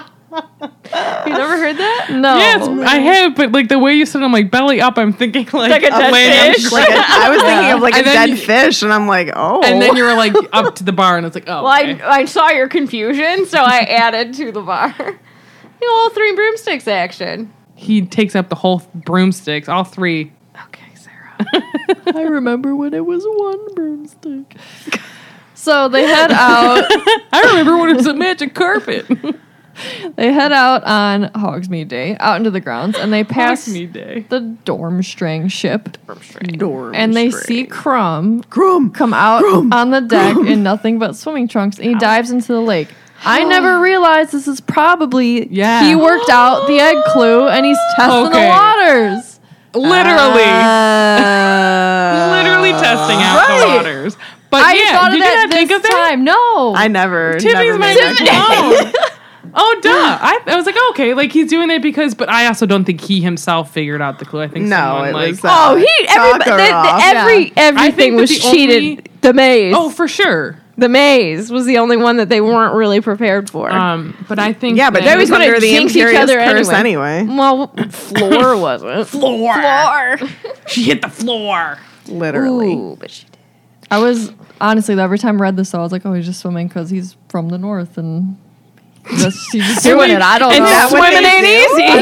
[SPEAKER 3] you never heard that?
[SPEAKER 5] No.
[SPEAKER 1] Yes, I have, but like the way you said, it, I'm like belly up. I'm thinking like,
[SPEAKER 3] Like a dead
[SPEAKER 1] laying on the
[SPEAKER 3] fish.
[SPEAKER 1] ground.
[SPEAKER 4] Like a, I was thinking of like a
[SPEAKER 1] And then
[SPEAKER 4] dead
[SPEAKER 1] you-
[SPEAKER 4] fish, and I'm like, oh.
[SPEAKER 1] And then you were like up to the bar, and it's like, oh,
[SPEAKER 3] Well,
[SPEAKER 1] okay.
[SPEAKER 3] I, I saw your confusion, so I added to the bar. The whole three broomsticks action.
[SPEAKER 1] he takes up the whole broomsticks, all three.
[SPEAKER 3] Okay, Sarah.
[SPEAKER 5] I remember when it was one broomstick. So they head out.
[SPEAKER 1] I remember when it was a magic carpet.
[SPEAKER 5] They head out on Hogsmeade Day, out into the grounds, and they pass
[SPEAKER 1] me day.
[SPEAKER 5] the Dormstrang ship.
[SPEAKER 4] Dorm
[SPEAKER 5] and they
[SPEAKER 4] straight.
[SPEAKER 5] see Crumb
[SPEAKER 4] Grum.
[SPEAKER 5] come out
[SPEAKER 4] Grum.
[SPEAKER 5] on the deck in nothing but swimming trunks, and he dives into the lake. I never realized this is probably
[SPEAKER 1] Oh. Yeah.
[SPEAKER 5] he worked out the egg clue and he's testing
[SPEAKER 1] Okay.
[SPEAKER 5] the waters.
[SPEAKER 1] Literally,
[SPEAKER 4] Uh,
[SPEAKER 1] literally testing out the
[SPEAKER 5] Right.
[SPEAKER 1] waters. But
[SPEAKER 5] I
[SPEAKER 1] yeah,
[SPEAKER 5] thought
[SPEAKER 1] did
[SPEAKER 5] of
[SPEAKER 1] you
[SPEAKER 5] that
[SPEAKER 1] not think
[SPEAKER 5] this
[SPEAKER 1] of that?
[SPEAKER 5] time. No,
[SPEAKER 4] I never.
[SPEAKER 1] Tiffany's
[SPEAKER 4] never
[SPEAKER 1] my
[SPEAKER 4] made that
[SPEAKER 1] next Oh. oh, duh. I, I was like, oh, okay, like he's doing that because, but I also don't think he himself figured out the clue. I think
[SPEAKER 4] No,
[SPEAKER 1] someone
[SPEAKER 4] it
[SPEAKER 1] like,
[SPEAKER 4] was. uh,
[SPEAKER 3] Oh, he everybody,
[SPEAKER 4] Soccer
[SPEAKER 3] the- the-
[SPEAKER 4] off.
[SPEAKER 3] every
[SPEAKER 1] think
[SPEAKER 3] everything
[SPEAKER 1] that
[SPEAKER 3] was
[SPEAKER 1] the
[SPEAKER 3] cheated.
[SPEAKER 1] only-
[SPEAKER 3] the maze,
[SPEAKER 1] oh, for sure.
[SPEAKER 3] the maze was the only one that they weren't really prepared for.
[SPEAKER 1] Um, but I think
[SPEAKER 4] Yeah,
[SPEAKER 1] that-
[SPEAKER 4] but they
[SPEAKER 3] They always
[SPEAKER 4] was under
[SPEAKER 3] wanna
[SPEAKER 4] the
[SPEAKER 3] jinx each
[SPEAKER 4] imperious
[SPEAKER 3] other
[SPEAKER 4] curse
[SPEAKER 3] anyway.
[SPEAKER 4] anyway.
[SPEAKER 3] well, floor wasn't
[SPEAKER 1] floor.
[SPEAKER 3] floor.
[SPEAKER 1] She hit the floor.
[SPEAKER 4] Literally.
[SPEAKER 3] Ooh, but she did.
[SPEAKER 5] I was honestly every time I read this, I was like, oh, he's just swimming because he's from the north and that's, he's just doing it. I don't
[SPEAKER 1] And
[SPEAKER 5] know.
[SPEAKER 1] that what
[SPEAKER 3] Swimming
[SPEAKER 1] they
[SPEAKER 3] ain't
[SPEAKER 1] do?
[SPEAKER 3] easy.
[SPEAKER 5] I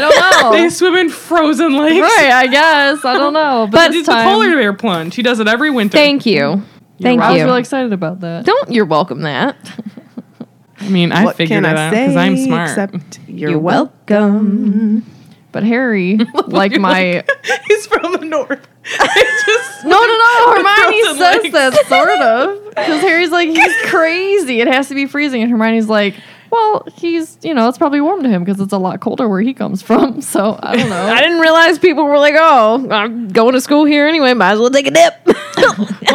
[SPEAKER 5] don't
[SPEAKER 1] They
[SPEAKER 5] know.
[SPEAKER 1] swim in frozen lakes.
[SPEAKER 5] Oh. right, I guess I don't know. But,
[SPEAKER 1] But
[SPEAKER 5] this
[SPEAKER 1] it's the
[SPEAKER 5] time,
[SPEAKER 1] polar bear plunge. He does it every winter.
[SPEAKER 3] Thank you. Thank
[SPEAKER 5] I was
[SPEAKER 3] you.
[SPEAKER 5] really excited about that.
[SPEAKER 3] Don't you're welcome that.
[SPEAKER 1] I mean, I
[SPEAKER 4] What
[SPEAKER 1] figured
[SPEAKER 4] can
[SPEAKER 1] it
[SPEAKER 4] I
[SPEAKER 1] out
[SPEAKER 4] say?
[SPEAKER 1] because I'm smart.
[SPEAKER 4] Except you're,
[SPEAKER 3] You're
[SPEAKER 4] welcome.
[SPEAKER 3] welcome.
[SPEAKER 5] But Harry, like my
[SPEAKER 1] He's from the north. It's just
[SPEAKER 5] No, no, no. Hermione
[SPEAKER 1] Frozen
[SPEAKER 5] says
[SPEAKER 1] lakes.
[SPEAKER 5] that sort of because Harry's like he's crazy. It has to be freezing, and Hermione's like, well, he's you know it's probably warm to him because it's a lot colder where he comes from. So I don't know.
[SPEAKER 3] I didn't realize people were like, "Oh, I'm going to school here anyway. Might as well take a dip."
[SPEAKER 1] well,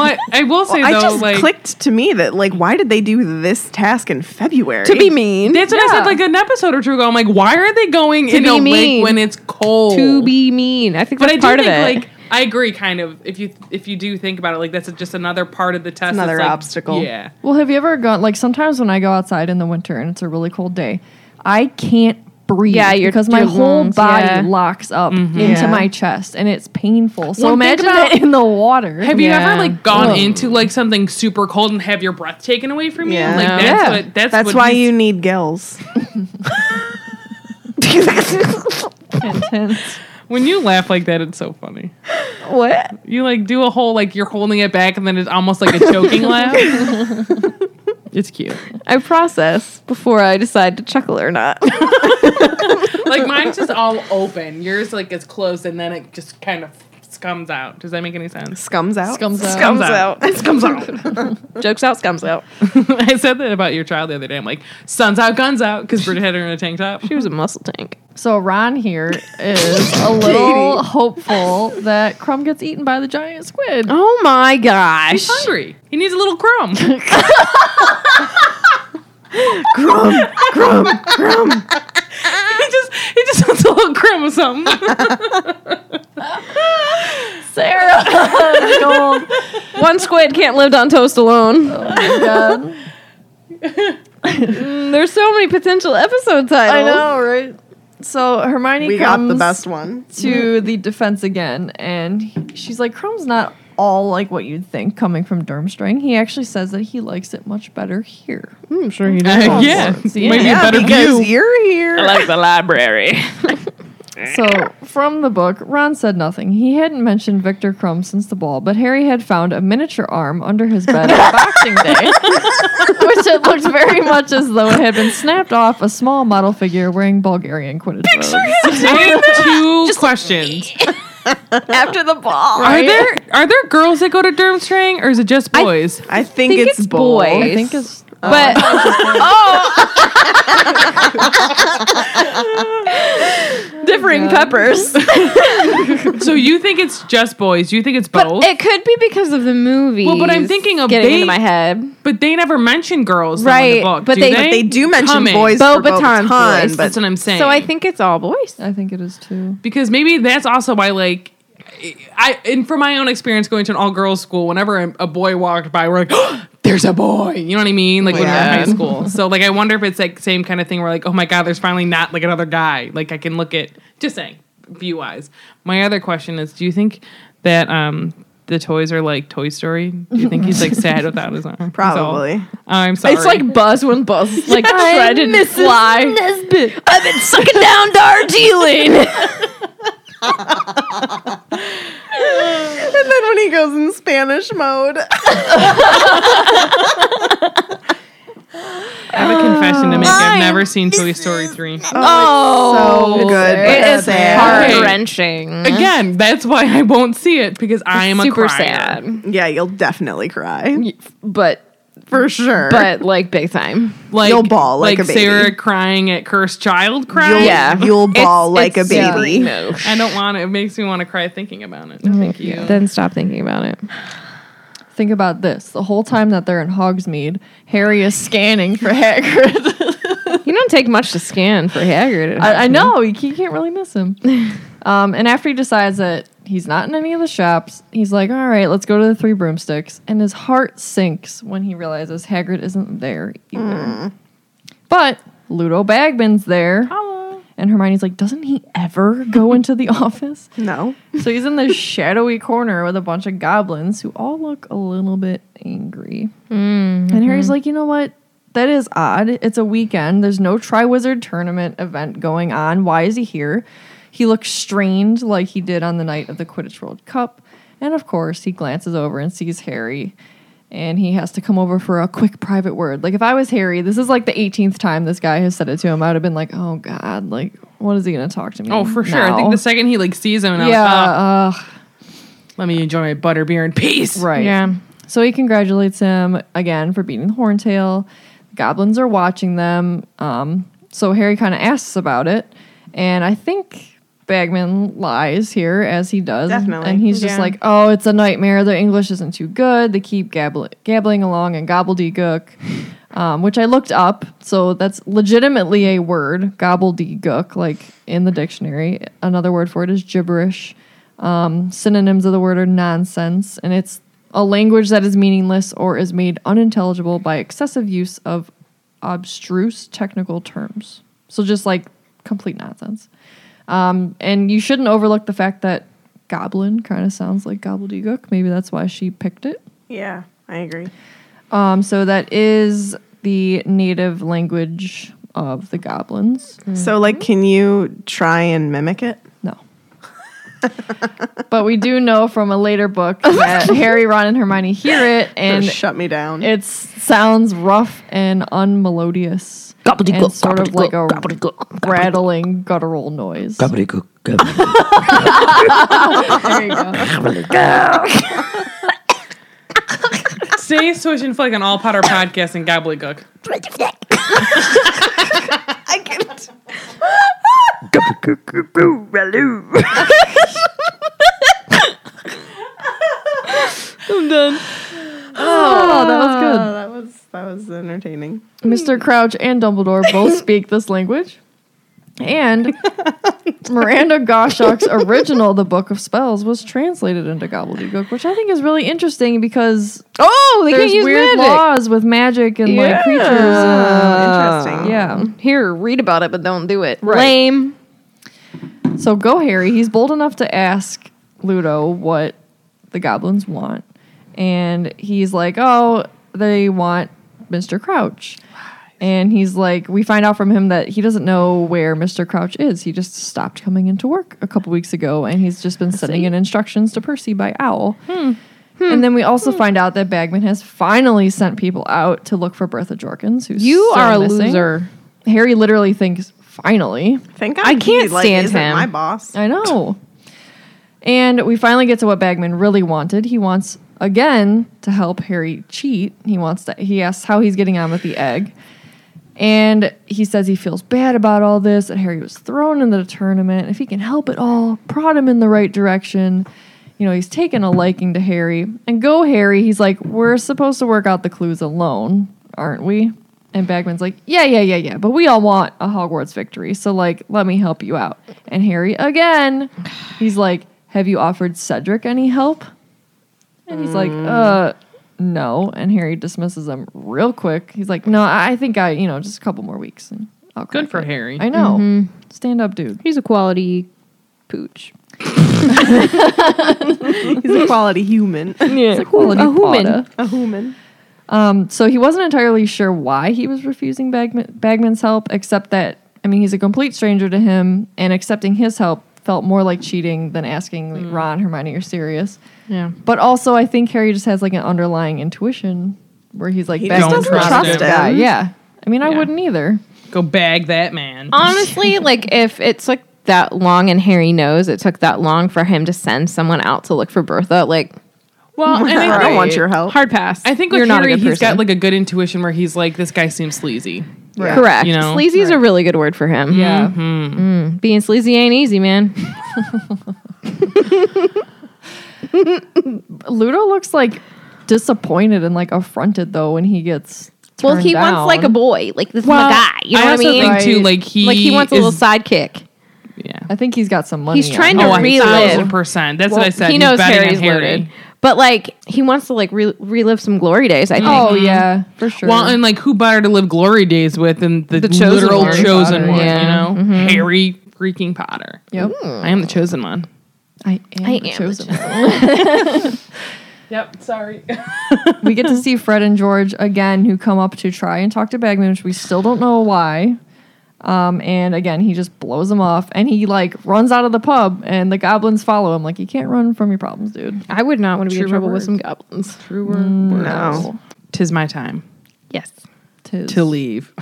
[SPEAKER 1] I, I will say
[SPEAKER 4] I
[SPEAKER 1] though,
[SPEAKER 4] just
[SPEAKER 1] like
[SPEAKER 4] clicked to me that like, why did they do this task in February?
[SPEAKER 3] to be mean.
[SPEAKER 1] that's what I
[SPEAKER 5] Yeah.
[SPEAKER 1] said like an episode or two ago. I'm like, why are they going in
[SPEAKER 3] be
[SPEAKER 1] a
[SPEAKER 3] mean.
[SPEAKER 1] lake when it's cold?
[SPEAKER 3] to be mean. I think
[SPEAKER 1] but I
[SPEAKER 3] that's
[SPEAKER 1] do
[SPEAKER 3] part
[SPEAKER 1] think
[SPEAKER 3] of it.
[SPEAKER 1] like I agree, kind of. If you if you do think about it, like that's just another part of the test.
[SPEAKER 4] another
[SPEAKER 1] that's, like,
[SPEAKER 4] obstacle.
[SPEAKER 1] Yeah.
[SPEAKER 5] Well, have you ever gone like sometimes when I go outside in the winter and it's a really cold day, I can't breathe
[SPEAKER 3] Yeah, your-
[SPEAKER 5] because my
[SPEAKER 3] your
[SPEAKER 5] whole
[SPEAKER 3] lungs,
[SPEAKER 5] body
[SPEAKER 3] yeah.
[SPEAKER 5] locks up into
[SPEAKER 4] Yeah.
[SPEAKER 5] my chest and it's painful. So
[SPEAKER 1] Well, think
[SPEAKER 5] imagine
[SPEAKER 1] about-
[SPEAKER 5] that in the water.
[SPEAKER 1] Have you
[SPEAKER 3] Yeah.
[SPEAKER 1] ever like gone
[SPEAKER 5] Ugh.
[SPEAKER 1] into like something super cold and have your breath taken away from you?
[SPEAKER 4] Yeah.
[SPEAKER 1] Like
[SPEAKER 4] No.
[SPEAKER 1] that's
[SPEAKER 5] Yeah.
[SPEAKER 1] what that's,
[SPEAKER 4] That's
[SPEAKER 1] what
[SPEAKER 4] why
[SPEAKER 1] he's-
[SPEAKER 4] you need gills.
[SPEAKER 5] intense.
[SPEAKER 1] when you laugh like that, it's so funny.
[SPEAKER 3] what?
[SPEAKER 1] You like do a whole like you're holding it back and then it's almost like a choking laugh. It's cute.
[SPEAKER 3] I process before I decide to chuckle or not.
[SPEAKER 1] Like mine's just all open. Yours like is closed and then it just kind of comes out. Does that make any sense?
[SPEAKER 4] Scums out.
[SPEAKER 5] Comes out.
[SPEAKER 3] Scums out.
[SPEAKER 1] Comes out.
[SPEAKER 3] Jokes out, scums out.
[SPEAKER 1] I said that about your child the other day. I'm like, sun's out, guns out, because Bridget had her in a tank top.
[SPEAKER 3] She was a muscle tank.
[SPEAKER 5] So Ron here is a little hopeful that Crumb gets eaten by the giant squid.
[SPEAKER 3] Oh my gosh.
[SPEAKER 1] He's hungry. He needs a little crumb.
[SPEAKER 4] Grum, grum.
[SPEAKER 1] he just he just wants a little chromosome.
[SPEAKER 5] Sarah, gold.
[SPEAKER 3] One squid can't live on toast
[SPEAKER 5] Oh
[SPEAKER 3] alone.
[SPEAKER 5] God.
[SPEAKER 3] Mm, There's so many potential episode titles.
[SPEAKER 5] I know, right? So Hermione
[SPEAKER 4] We got
[SPEAKER 5] comes
[SPEAKER 4] the best one.
[SPEAKER 5] to the defense again, and he- she's like, "Crumb's not all like what you'd think coming from Durmstrang. He actually says that he likes it much better here."
[SPEAKER 3] I'm sure you
[SPEAKER 1] Uh, yeah,
[SPEAKER 5] Yeah,
[SPEAKER 1] maybe a better
[SPEAKER 4] because
[SPEAKER 1] view.
[SPEAKER 4] you're here.
[SPEAKER 1] like the library.
[SPEAKER 5] So, from the book, Ron said nothing. He hadn't mentioned Victor Crumb since the ball, but Harry had found a miniature arm under his bed on Boxing Day, which it looked very much as though it had been snapped off a small model figure wearing Bulgarian Quidditch robes.
[SPEAKER 1] I have two questions.
[SPEAKER 3] After the ball.
[SPEAKER 1] Are there are there girls that go to Durmstrang, or is it just boys?
[SPEAKER 4] I think,
[SPEAKER 3] think
[SPEAKER 4] it's,
[SPEAKER 3] it's
[SPEAKER 4] bold.
[SPEAKER 3] boy.
[SPEAKER 5] I think it's
[SPEAKER 3] But oh, differing peppers.
[SPEAKER 1] so you think it's just boys? You think it's both?
[SPEAKER 3] But it could be because of the movie.
[SPEAKER 1] Well, but I'm thinking of
[SPEAKER 3] getting
[SPEAKER 1] they-
[SPEAKER 3] into my head.
[SPEAKER 1] But they never mention girls though, in the
[SPEAKER 3] Right,
[SPEAKER 1] book.
[SPEAKER 3] but
[SPEAKER 1] do
[SPEAKER 3] they-
[SPEAKER 4] They do mention
[SPEAKER 1] Coming.
[SPEAKER 4] boys for
[SPEAKER 3] Beaubaton's
[SPEAKER 4] Beaubaton,
[SPEAKER 3] voice.
[SPEAKER 4] but
[SPEAKER 1] That's what I'm saying.
[SPEAKER 3] So I think it's all boys.
[SPEAKER 5] I think it is too.
[SPEAKER 1] because maybe that's also why like I and from my own experience going to an all girls school, whenever a, a boy walked by, we're like, "There's a boy," you know what I mean? Like when we we're in
[SPEAKER 4] Oh, Yeah.
[SPEAKER 1] high school. So like I wonder if it's like same kind of thing. where like, "Oh my god, there's finally not like another guy." Like I can look at just saying view wise. My other question is, do you think that um the toys are like Toy Story? Do you think he's like sad without his arm? That's all.
[SPEAKER 4] Probably.
[SPEAKER 1] I'm sorry.
[SPEAKER 3] Buzz when Buzz is like shredded and fly. I've been sucking down Darjeeling.
[SPEAKER 4] And then when he goes in Spanish mode,
[SPEAKER 1] I have a confession to make. I've never seen Toy Story three.
[SPEAKER 4] oh, so good.
[SPEAKER 3] It
[SPEAKER 4] but
[SPEAKER 3] is
[SPEAKER 4] sad.
[SPEAKER 3] heart wrenching.
[SPEAKER 1] Again, that's why I won't see it because I am
[SPEAKER 3] Super
[SPEAKER 1] a crier.
[SPEAKER 3] sad,
[SPEAKER 4] Yeah, you'll definitely cry
[SPEAKER 3] but
[SPEAKER 4] for sure.
[SPEAKER 3] but like big time.
[SPEAKER 1] Like
[SPEAKER 4] You'll bawl like a baby.
[SPEAKER 1] Sarah crying at cursed child
[SPEAKER 4] you'll,
[SPEAKER 1] crying.
[SPEAKER 3] Yeah.
[SPEAKER 4] you'll bawl
[SPEAKER 3] It's-
[SPEAKER 4] like
[SPEAKER 3] it's
[SPEAKER 4] a baby.
[SPEAKER 3] No.
[SPEAKER 1] I don't want it. It makes me want to cry thinking about
[SPEAKER 3] Mm,
[SPEAKER 1] it. No, thank you.
[SPEAKER 3] Then stop thinking about it.
[SPEAKER 5] Think about this: the whole time that they're in Hogsmeade, Harry is scanning for Hagrid.
[SPEAKER 3] You don't take much to scan for Hagrid.
[SPEAKER 5] I, I know you ca- you can't really miss him. Um, and after he decides that he's not in any of the shops, he's like, "All right, let's go to the Three Broomsticks." And his heart sinks when he realizes Hagrid isn't there either.
[SPEAKER 3] Mm.
[SPEAKER 5] But Ludo Bagman's there, and Hermione's like, "Doesn't he ever go into the office?"
[SPEAKER 4] No.
[SPEAKER 5] So he's in this shadowy corner with a bunch of goblins who all look a little bit angry.
[SPEAKER 1] Mm-hmm.
[SPEAKER 5] And Harry's like, you know what? That is odd. It's a weekend. There's no Triwizard tournament event going on. Why is he here? He looks strained like he did on the night of the Quidditch World Cup. And of course, he glances over and sees Harry. And he has to come over for a quick private word. Like, if I was Harry, this is like the 18th time this guy has said it to him. I would have been like, oh, God, like, what is he going to talk to me?
[SPEAKER 1] Oh, for sure. I think
[SPEAKER 5] now?"
[SPEAKER 1] the second he like sees him, and I'm
[SPEAKER 5] Yeah.
[SPEAKER 1] like, oh,
[SPEAKER 5] uh,
[SPEAKER 1] let me enjoy my butterbeer in peace.
[SPEAKER 5] Right.
[SPEAKER 3] Yeah.
[SPEAKER 5] So he congratulates him again for beating the Horntail. Goblins are watching them. Um, so Harry kind of asks about it, and I think Bagman lies here as he does,
[SPEAKER 4] Definitely.
[SPEAKER 5] and he's just
[SPEAKER 3] Yeah.
[SPEAKER 5] like, "Oh, it's a nightmare. Their English isn't too good. They keep gabble- gabbling along and gobbledygook." Um, which I looked up, so that's legitimately a word, gobbledygook, like in the dictionary. Another word for it is gibberish Um, synonyms of the word are nonsense, and it's a language that is meaningless or is made unintelligible by excessive use of obstruse technical terms. So just like complete nonsense. Um, and you shouldn't overlook the fact that goblin kind of sounds like gobbledygook. Maybe that's why she picked it.
[SPEAKER 4] Yeah, I agree.
[SPEAKER 5] Um, so that is the native language of the goblins.
[SPEAKER 4] So, like, can you try and mimic it?
[SPEAKER 5] No. but we do know from a later book that Harry, Ron, and Hermione hear it,
[SPEAKER 4] Or
[SPEAKER 5] and
[SPEAKER 4] shut me down.
[SPEAKER 5] it sounds rough and unmelodious. Gobbledygook, and sort of like a rattling, guttural noise.
[SPEAKER 2] Gobbledygook, gobbledygook,
[SPEAKER 5] There you go.
[SPEAKER 1] Say swish and flick on all Potter podcasts and gobbledygook.
[SPEAKER 4] I get it.
[SPEAKER 5] Oh, that was good.
[SPEAKER 4] that was that was entertaining.
[SPEAKER 3] Hmm.
[SPEAKER 5] Mr. Crouch and Dumbledore both speak this language. And Miranda Goshawk's original The Book of Spells was translated into Gobbledygook, which I think is really interesting because
[SPEAKER 3] Oh, they
[SPEAKER 5] there's
[SPEAKER 3] can't use
[SPEAKER 5] weird
[SPEAKER 3] magic.
[SPEAKER 5] laws with magic and like creatures.
[SPEAKER 4] Interesting.
[SPEAKER 5] And, yeah.
[SPEAKER 3] Here, read about it, but don't do it.
[SPEAKER 5] Right.
[SPEAKER 3] Lame.
[SPEAKER 5] So go, Harry. He's bold enough to ask Ludo what the goblins want. And he's like, oh, they want Mr. Crouch. And he's like, we find out from him that he doesn't know where Mr. Crouch is. He just stopped coming into work a couple weeks ago, and he's just been sending in instructions to Percy by owl.
[SPEAKER 3] Hmm.
[SPEAKER 5] And then we also find out that Bagman has finally sent people out to look for Bertha Jorkins, who's
[SPEAKER 3] You
[SPEAKER 5] still
[SPEAKER 3] are a
[SPEAKER 5] missing.
[SPEAKER 3] loser.
[SPEAKER 5] Harry literally thinks, finally.
[SPEAKER 4] Thank God
[SPEAKER 3] I can't
[SPEAKER 4] he, like,
[SPEAKER 3] stand
[SPEAKER 4] isn't
[SPEAKER 3] him.
[SPEAKER 4] My boss.
[SPEAKER 5] I know. And we finally get to what Bagman really wanted. He wants again to help Harry cheat. He wants to he asks how he's getting on with the egg. And he says he feels bad about all this, that Harry was thrown into the tournament. If he can help at all, prod him in the right direction. You know, he's taken a liking to Harry. And go, Harry. He's like, We're supposed to work out the clues alone, aren't we? And Bagman's like, Yeah, yeah, yeah, yeah. But we all want a Hogwarts victory. So, like, let me help you out. And Harry, again, he's like, Have you offered Cedric any help? And he's
[SPEAKER 3] Mm.
[SPEAKER 5] like, uh, no. And Harry dismisses him real quick. He's like, no, I I think I, you know, just a couple more weeks and I'll
[SPEAKER 1] Good
[SPEAKER 5] crack
[SPEAKER 1] for
[SPEAKER 5] it."
[SPEAKER 1] Harry.
[SPEAKER 5] I know. Stand up, dude.
[SPEAKER 3] Mm-hmm. He's a quality pooch.
[SPEAKER 4] He's a quality human.
[SPEAKER 5] Yeah, it's a quality
[SPEAKER 3] a human.
[SPEAKER 5] fodder.
[SPEAKER 4] a human.
[SPEAKER 5] Um, so he wasn't entirely sure why he was refusing Bagman, Bagman's help, except that, I mean, he's a complete stranger to him, and accepting his help felt more like cheating than asking like, Ron, Hermione, or Sirius.
[SPEAKER 1] Mm. Yeah.
[SPEAKER 5] But also, I think Harry just has like an underlying intuition where he's like,
[SPEAKER 4] He
[SPEAKER 5] "Bagman
[SPEAKER 1] just doesn't
[SPEAKER 5] trust
[SPEAKER 1] trust
[SPEAKER 5] that guy."
[SPEAKER 4] him.
[SPEAKER 5] Yeah. I mean, I
[SPEAKER 1] Yeah.
[SPEAKER 5] wouldn't either.
[SPEAKER 1] Go bag that man.
[SPEAKER 3] Honestly, like if it took that long and Harry knows it took that long for him to send someone out to look for Bertha, like
[SPEAKER 1] Well, and
[SPEAKER 4] I don't
[SPEAKER 1] I
[SPEAKER 4] want
[SPEAKER 1] think,
[SPEAKER 4] your help.
[SPEAKER 3] hard pass.
[SPEAKER 1] I think with
[SPEAKER 3] you're not
[SPEAKER 1] Harry,
[SPEAKER 3] a good
[SPEAKER 1] he's
[SPEAKER 3] person.
[SPEAKER 1] got like a good intuition where he's like, this guy seems sleazy.
[SPEAKER 4] Yeah.
[SPEAKER 3] correct.
[SPEAKER 1] you know?
[SPEAKER 3] sleazy is a really good word for him.
[SPEAKER 5] Yeah.
[SPEAKER 1] Mm-hmm.
[SPEAKER 3] being sleazy ain't easy, man.
[SPEAKER 5] Ludo looks like disappointed and like affronted though when he gets.
[SPEAKER 3] well, he
[SPEAKER 5] turned
[SPEAKER 3] wants like a
[SPEAKER 5] down.
[SPEAKER 3] boy, like this is Oh my guy. You
[SPEAKER 1] I
[SPEAKER 3] know what I
[SPEAKER 1] also
[SPEAKER 3] mean?
[SPEAKER 1] think too,
[SPEAKER 5] Right.
[SPEAKER 1] like he
[SPEAKER 3] like he wants a little
[SPEAKER 1] is-
[SPEAKER 3] sidekick.
[SPEAKER 1] Yeah.
[SPEAKER 5] I think he's got some money.
[SPEAKER 3] He's trying
[SPEAKER 5] on
[SPEAKER 3] to
[SPEAKER 1] Oh,
[SPEAKER 5] him.
[SPEAKER 1] a
[SPEAKER 3] relive.
[SPEAKER 1] thousand percent. That's what I said.
[SPEAKER 3] He
[SPEAKER 1] He's
[SPEAKER 3] knows
[SPEAKER 1] betting on
[SPEAKER 3] Harry's
[SPEAKER 1] Harry.
[SPEAKER 3] loaded, but like he wants to like re- relive some glory days. I think.
[SPEAKER 5] Oh yeah, for sure.
[SPEAKER 1] Well, and like who better to live glory days with than the,
[SPEAKER 3] chosen
[SPEAKER 1] literal
[SPEAKER 3] one.
[SPEAKER 1] chosen
[SPEAKER 5] Potter,
[SPEAKER 1] one? Mm-hmm.
[SPEAKER 3] yeah.
[SPEAKER 1] You know, Harry freaking Potter.
[SPEAKER 5] yep.
[SPEAKER 1] I am the chosen one.
[SPEAKER 5] I am,
[SPEAKER 3] I
[SPEAKER 5] the
[SPEAKER 3] am the
[SPEAKER 5] chosen one.
[SPEAKER 1] Yep. Sorry.
[SPEAKER 5] we get to see Fred and George again, who come up to try and talk to Bagman, which we still don't know why. Um, and again, he just blows him off, and he like runs out of the pub, and the goblins follow him. Like you can't run from your problems, dude.
[SPEAKER 3] I would not want to be in
[SPEAKER 1] True
[SPEAKER 3] trouble with
[SPEAKER 1] words.
[SPEAKER 3] some goblins.
[SPEAKER 1] True word.
[SPEAKER 4] No.
[SPEAKER 1] Tis my time
[SPEAKER 3] Yes.
[SPEAKER 5] Tis.
[SPEAKER 1] to leave.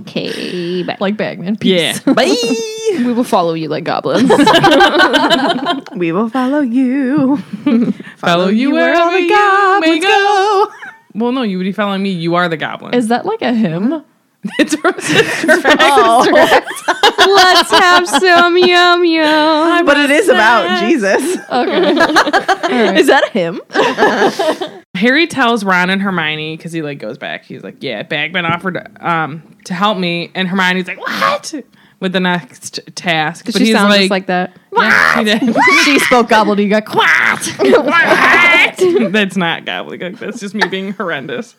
[SPEAKER 3] Okay. Bye.
[SPEAKER 5] like Bagman. Peace.
[SPEAKER 1] Yeah.
[SPEAKER 4] Bye.
[SPEAKER 3] we will follow you like goblins.
[SPEAKER 4] we will follow you.
[SPEAKER 1] Follow you wherever
[SPEAKER 4] the
[SPEAKER 1] you may
[SPEAKER 4] goblins
[SPEAKER 1] go. Well, no, you would be following me. You are the goblin.
[SPEAKER 5] Is that like a hymn?
[SPEAKER 1] it's from Sister Act.
[SPEAKER 3] Let's have some yum yum.
[SPEAKER 4] But it is about Jesus.
[SPEAKER 5] Uh,
[SPEAKER 3] Is that him?
[SPEAKER 1] Harry tells Ron and Hermione because he like goes back. He's like, "Yeah, Bagman offered um to help me," and Hermione's like, "What?" with the next task. But
[SPEAKER 3] she
[SPEAKER 1] he's
[SPEAKER 3] sounds
[SPEAKER 1] like,
[SPEAKER 3] just like that.
[SPEAKER 1] "Yeah, she did."
[SPEAKER 5] she spoke gobbledygook. Quack.
[SPEAKER 1] that's not gobbledygook. That's just me being horrendous.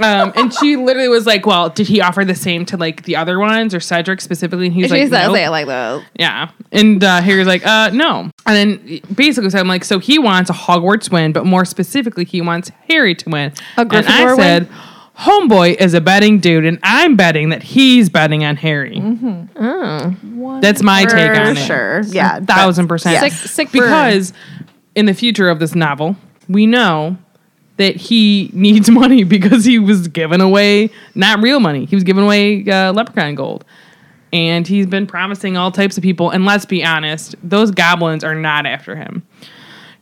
[SPEAKER 1] Um, and she literally was like, "Well, did he offer the same to like the other ones or Cedric specifically?" And he's
[SPEAKER 3] she
[SPEAKER 1] like,
[SPEAKER 3] says
[SPEAKER 1] "Nope."
[SPEAKER 3] it like that.
[SPEAKER 1] "Yeah." And uh, Harry's like, "Uh, no." And then basically, so I'm like, "So he wants a Hogwarts win, but more specifically, he wants Harry to win."
[SPEAKER 3] A
[SPEAKER 1] and I
[SPEAKER 3] Gryffindor win?
[SPEAKER 1] said, "Homeboy is a betting dude, and I'm betting that he's betting on Harry."
[SPEAKER 3] Mm-hmm.
[SPEAKER 1] That's my take on
[SPEAKER 4] For
[SPEAKER 1] it.
[SPEAKER 4] sure. Yeah.
[SPEAKER 1] thousand percent.
[SPEAKER 3] Sick- sick burn.
[SPEAKER 1] because in the future of this novel, we know that he needs money because he was giving away not real money. He was giving away uh, leprechaun gold. And he's been promising all types of people. And let's be honest, those goblins are not after him.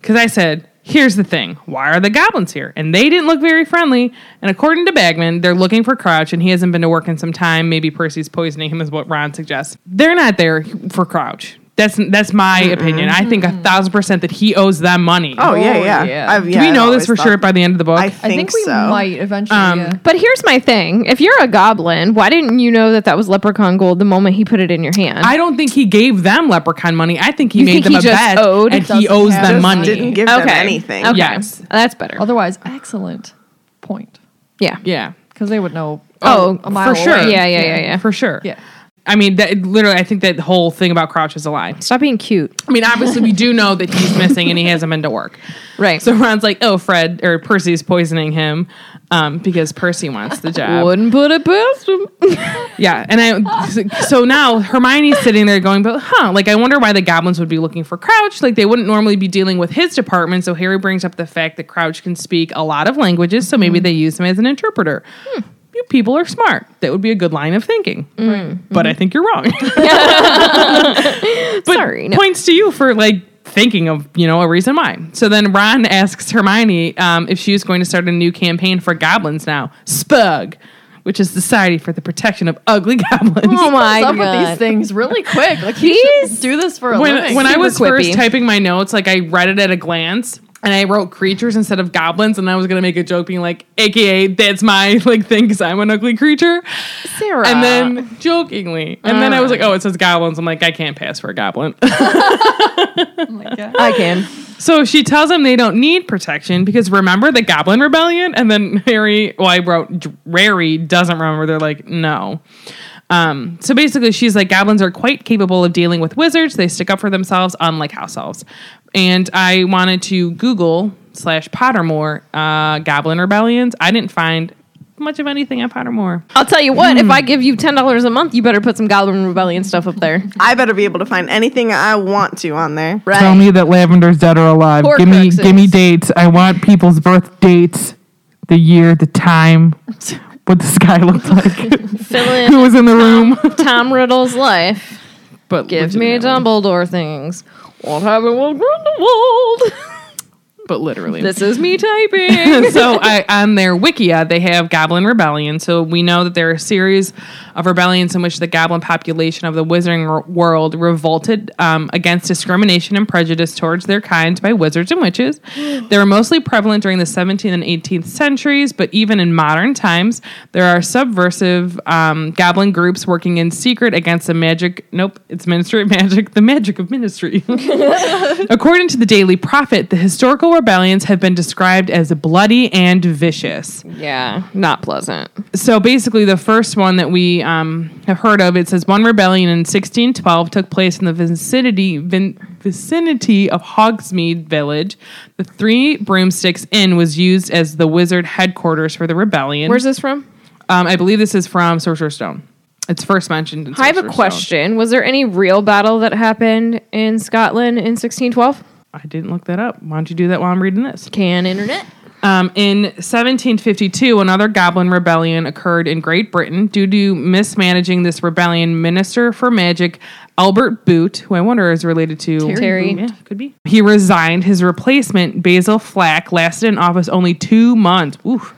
[SPEAKER 1] Because I said, Here's the thing. Why are the goblins here? And they didn't look very friendly. And according to Bagman, they're looking for Crouch, and he hasn't been to work in some time. Maybe Percy's poisoning him, is what Ron suggests. They're not there for Crouch. That's that's my opinion. I think a thousand percent that he owes them money.
[SPEAKER 4] Oh, yeah,
[SPEAKER 5] Oh,
[SPEAKER 4] yeah.
[SPEAKER 5] yeah.
[SPEAKER 4] I've-
[SPEAKER 1] do we
[SPEAKER 4] I've
[SPEAKER 1] know
[SPEAKER 4] always
[SPEAKER 1] this for
[SPEAKER 4] thought-
[SPEAKER 1] sure by the end of the book?
[SPEAKER 4] I think,
[SPEAKER 5] I think we
[SPEAKER 4] so.
[SPEAKER 5] might eventually. yeah.
[SPEAKER 3] But here's my thing: if you're a goblin, why didn't you know that that was leprechaun gold the moment he put it in your hand?
[SPEAKER 1] I don't think he gave them leprechaun money. I think he
[SPEAKER 3] You
[SPEAKER 1] made
[SPEAKER 3] think
[SPEAKER 1] them
[SPEAKER 3] he
[SPEAKER 1] a
[SPEAKER 3] just
[SPEAKER 1] bet
[SPEAKER 3] owed?
[SPEAKER 1] and he
[SPEAKER 5] Doesn't
[SPEAKER 1] owes
[SPEAKER 5] have
[SPEAKER 1] them
[SPEAKER 5] Just
[SPEAKER 1] money.
[SPEAKER 4] Didn't give them anything.
[SPEAKER 3] Okay,
[SPEAKER 1] Yes.
[SPEAKER 3] that's better.
[SPEAKER 5] Otherwise, excellent point
[SPEAKER 3] yeah.
[SPEAKER 1] yeah.
[SPEAKER 5] because they would know.
[SPEAKER 3] Oh,
[SPEAKER 5] a mile
[SPEAKER 1] for sure.
[SPEAKER 5] away.
[SPEAKER 3] Yeah, yeah, yeah, yeah.
[SPEAKER 1] For sure.
[SPEAKER 5] Yeah.
[SPEAKER 1] I mean, that, literally, I think that whole thing about Crouch is a lie.
[SPEAKER 3] Stop being cute.
[SPEAKER 1] I mean, obviously, we do know that he's missing and he hasn't been to work.
[SPEAKER 3] Right.
[SPEAKER 1] So Ron's like, oh, Fred or Percy's poisoning him um, because Percy wants the job.
[SPEAKER 3] Wouldn't put it past him.
[SPEAKER 1] Yeah, and I so now Hermione's sitting there going, but huh, like I wonder why the goblins would be looking for Crouch. Like they wouldn't normally be dealing with his department. So Harry brings up the fact that Crouch can speak a lot of languages, so maybe they use him as an interpreter. You people are smart. That would be a good line of thinking. But I think you're wrong. but
[SPEAKER 3] Sorry, no.
[SPEAKER 1] points to you for like thinking of you know a reason why. So then Ron asks Hermione um, if she is going to start a new campaign for goblins now. Spug. Which is Society for the Protection of Ugly Goblins.
[SPEAKER 3] Oh my
[SPEAKER 5] What's up with
[SPEAKER 3] god.
[SPEAKER 5] these things really quick? Like he
[SPEAKER 3] He's-
[SPEAKER 5] should do this for a
[SPEAKER 1] when,
[SPEAKER 5] living.
[SPEAKER 1] when I was
[SPEAKER 3] Super quippy.
[SPEAKER 1] first typing my notes, like I read it at a glance and I wrote creatures instead of goblins. And I was going to make a joke being like, AKA, that's my like thing because I'm an ugly creature.
[SPEAKER 3] Sarah.
[SPEAKER 1] And then jokingly. And then I was like,
[SPEAKER 3] Uh.
[SPEAKER 1] oh, it says goblins. I'm like, I can't pass for a goblin.
[SPEAKER 3] I can.
[SPEAKER 1] so she tells them they don't need protection because remember the goblin rebellion? And then Harry, well, I wrote, Dr- Rary doesn't remember. They're like, no. Um, so basically, she's like, goblins are quite capable of dealing with wizards. They stick up for themselves, unlike house elves. And I wanted to Google slash Pottermore uh, goblin rebellions. I didn't find much of anything at Pottermore.
[SPEAKER 3] I'll tell you what, if
[SPEAKER 6] Mm.
[SPEAKER 3] I give you ten dollars a month, you better put some Goblin Rebellion stuff up there.
[SPEAKER 4] I better be able to find anything I want to on there.
[SPEAKER 3] Right.
[SPEAKER 6] Tell me that Lavender's dead or alive.
[SPEAKER 3] Poor
[SPEAKER 6] give me
[SPEAKER 3] Crixus.
[SPEAKER 6] give me dates. I want people's birth dates, the year, the time, what the sky looked like,
[SPEAKER 3] Fill
[SPEAKER 6] who
[SPEAKER 3] in
[SPEAKER 6] was in the room.
[SPEAKER 3] Tom Riddle's life.
[SPEAKER 1] But
[SPEAKER 3] Give me
[SPEAKER 1] legitimately-
[SPEAKER 3] Dumbledore things. What happened with Grindelwald?
[SPEAKER 1] But literally,
[SPEAKER 3] this is me typing.
[SPEAKER 1] so I, on their wikia they have goblin rebellion so we know that there are a series of rebellions in which the goblin population of the wizarding wor- world revolted um, against discrimination and prejudice towards their kind by wizards and witches they were mostly prevalent during the 17th and 18th centuries but even in modern times there are subversive um, goblin groups working in secret against the magic nope it's ministry of magic the magic of ministry According to the Daily Prophet, the historical rebellions have been described as bloody and vicious.
[SPEAKER 3] yeah, not pleasant.
[SPEAKER 1] So basically, the first one that we um, have heard of, it says one rebellion in 1612 took place in the vicinity vin- vicinity of Hogsmeade Village. The Three Broomsticks Inn was used as the wizard headquarters for the rebellion.
[SPEAKER 3] Where's this from?
[SPEAKER 1] um, I believe this is from Sorcerer's Stone. It's first mentioned. In
[SPEAKER 3] I have a
[SPEAKER 1] Sorcerer's
[SPEAKER 3] question. Was there any real battle that happened in Scotland in 1612?
[SPEAKER 1] Stone. I didn't look that up. Why don't you do that while I'm reading this?
[SPEAKER 3] Can internet?
[SPEAKER 1] Um, in 1752, another Goblin rebellion occurred in Great Britain. Due to mismanaging this rebellion, Minister for Magic Albert Boot, who I wonder is related to
[SPEAKER 3] Terry.
[SPEAKER 1] yeah, could be. He resigned. His replacement, Basil Flack, lasted in office only two months. Oof.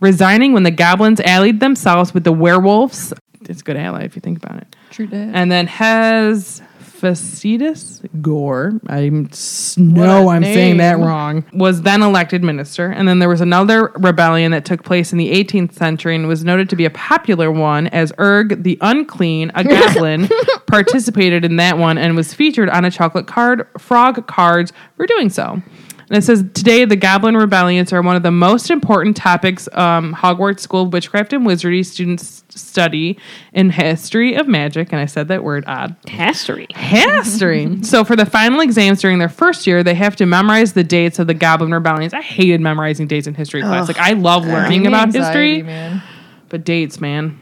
[SPEAKER 1] Resigning when the goblins allied themselves with the werewolves. It's a good ally if you think about it.
[SPEAKER 5] True dat.
[SPEAKER 1] And then has Facetus Gore. I'm s- no,
[SPEAKER 5] a
[SPEAKER 1] I'm saying that
[SPEAKER 5] name.
[SPEAKER 1] wrong. Was then elected minister, and then there was another rebellion that took place in the 18th century and was noted to be a popular one as Erg the Unclean, a goblin, participated in that one and was featured on a chocolate card frog cards for doing so. And it says today the Goblin rebellions are one of the most important topics um, Hogwarts School of Witchcraft and Wizardry students study in history of magic. And I said that word odd.
[SPEAKER 3] History.
[SPEAKER 1] History. so for the final exams during their first year, they have to memorize the dates of the Goblin rebellions. I hated memorizing dates in history class. Like I love learning about
[SPEAKER 5] Anxiety,
[SPEAKER 1] history,
[SPEAKER 5] man.
[SPEAKER 1] but dates, man.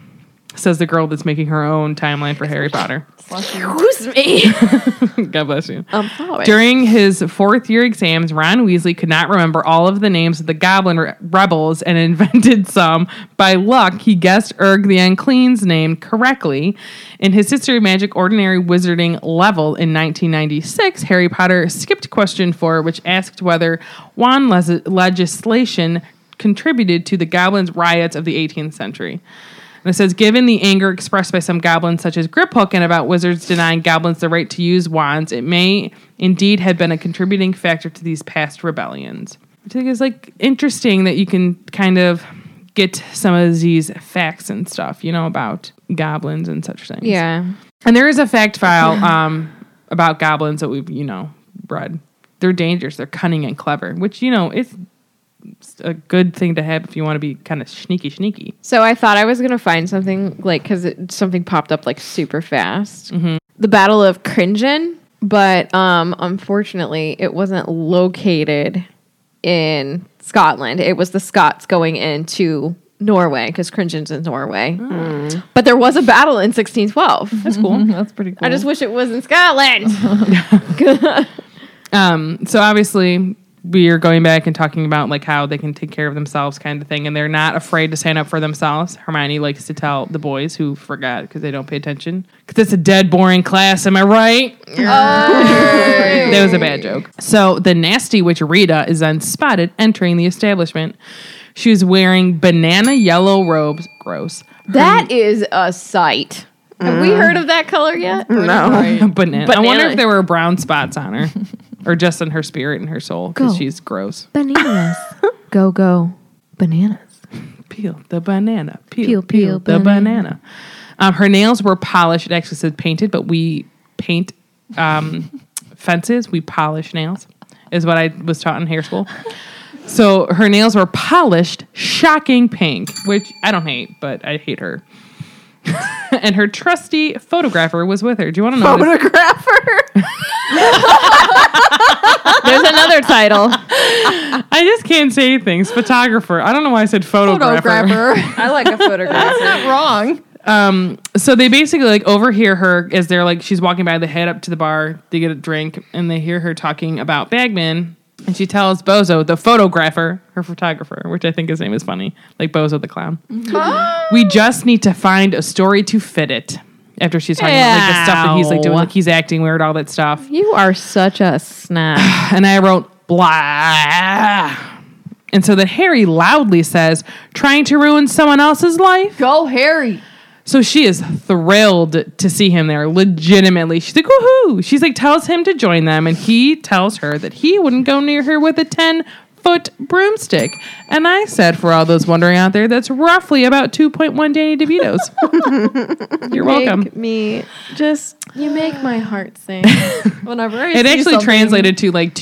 [SPEAKER 1] Says the girl that's making her own timeline for Harry Potter.
[SPEAKER 3] Who's me?
[SPEAKER 1] God bless you.
[SPEAKER 3] I'm following.
[SPEAKER 1] During his fourth year exams, Ron Weasley could not remember all of the names of the goblin re- rebels and invented some. By luck, he guessed Erg the Unclean's name correctly. In his History of Magic Ordinary Wizarding level in 1996, Harry Potter skipped question four, which asked whether wand les- legislation contributed to the goblins' riots of the 18th century. And it says, given the anger expressed by some goblins, such as Griphook, and about wizards denying goblins the right to use wands, it may indeed have been a contributing factor to these past rebellions. I think it's like interesting that you can kind of get some of these facts and stuff, you know, about goblins and such things.
[SPEAKER 3] yeah.
[SPEAKER 1] And there is a fact file um, about goblins that we've, you know, bred. They're dangerous. They're cunning and clever, which, you know, it's it's a good thing to have if you want to be kind of sneaky, sneaky.
[SPEAKER 3] So I thought I was gonna find something like because something popped up like super fast. The Battle of Cringen, but um, unfortunately, it wasn't located in Scotland. It was the Scots going into Norway because Cringen's in Norway. But there was a battle in 1612.
[SPEAKER 1] That's cool.
[SPEAKER 5] Mm-hmm, That's pretty cool.
[SPEAKER 3] I just wish it was in Scotland.
[SPEAKER 1] Um, so obviously we are going back and talking about like how they can take care of themselves kind of thing and they're not afraid to stand up for themselves hermione likes to tell the boys who forgot because they don't pay attention because it's a dead boring class am i right
[SPEAKER 3] Oh.
[SPEAKER 1] that was a bad joke so the nasty witch rita is then spotted entering the establishment she was wearing banana yellow robes gross
[SPEAKER 3] that
[SPEAKER 1] Mm.
[SPEAKER 3] is a sight. Have we heard of that color yet?
[SPEAKER 1] Mm.
[SPEAKER 4] No.
[SPEAKER 1] banana. i wonder
[SPEAKER 3] Banana.
[SPEAKER 1] if there were brown spots on her or just in her spirit and her soul because
[SPEAKER 3] Go.
[SPEAKER 1] she's gross
[SPEAKER 3] Bananas. go go bananas.
[SPEAKER 1] peel the banana, peel,
[SPEAKER 3] Peel,
[SPEAKER 1] peel,
[SPEAKER 3] peel,
[SPEAKER 1] the banana. Um, her nails were polished. It actually said painted, but we paint um, fences. We polish nails, is what I was taught in hair school. So her nails were polished, shocking pink, which I don't hate, but I hate her. and her trusty photographer was with her. Do you want to know? this?
[SPEAKER 4] Photographer.
[SPEAKER 3] There's another title.
[SPEAKER 1] I just can't say things. Photographer. I don't know why I said photographer.
[SPEAKER 5] I like a photographer. That's not wrong.
[SPEAKER 1] so they basically like overhear her as they're like she's walking by. They head up to the bar, they get a drink, and they hear her talking about Bagman. And she tells Bozo, the photographer, her photographer, which I think his name is funny, like Bozo the clown. we just need to find a story to fit it. After she's talking about like the stuff that he's like doing,
[SPEAKER 3] Ow.
[SPEAKER 1] like he's acting weird, all that stuff.
[SPEAKER 3] You are such a snap.
[SPEAKER 1] And I wrote blah. And so then Harry loudly says, "Trying to ruin someone else's life."
[SPEAKER 5] Go Harry.
[SPEAKER 1] So she is thrilled to see him there, legitimately. She's like, woohoo! She's like, tells him to join them, and he tells her that he wouldn't go near her with a 10 foot broomstick. And I said, for all those wondering out there, that's roughly about 2.1 Danny DeVito's. You're welcome.
[SPEAKER 3] Make me just you make my heart sing.
[SPEAKER 5] Whenever I
[SPEAKER 1] It
[SPEAKER 5] see
[SPEAKER 1] actually
[SPEAKER 5] something
[SPEAKER 1] translated to like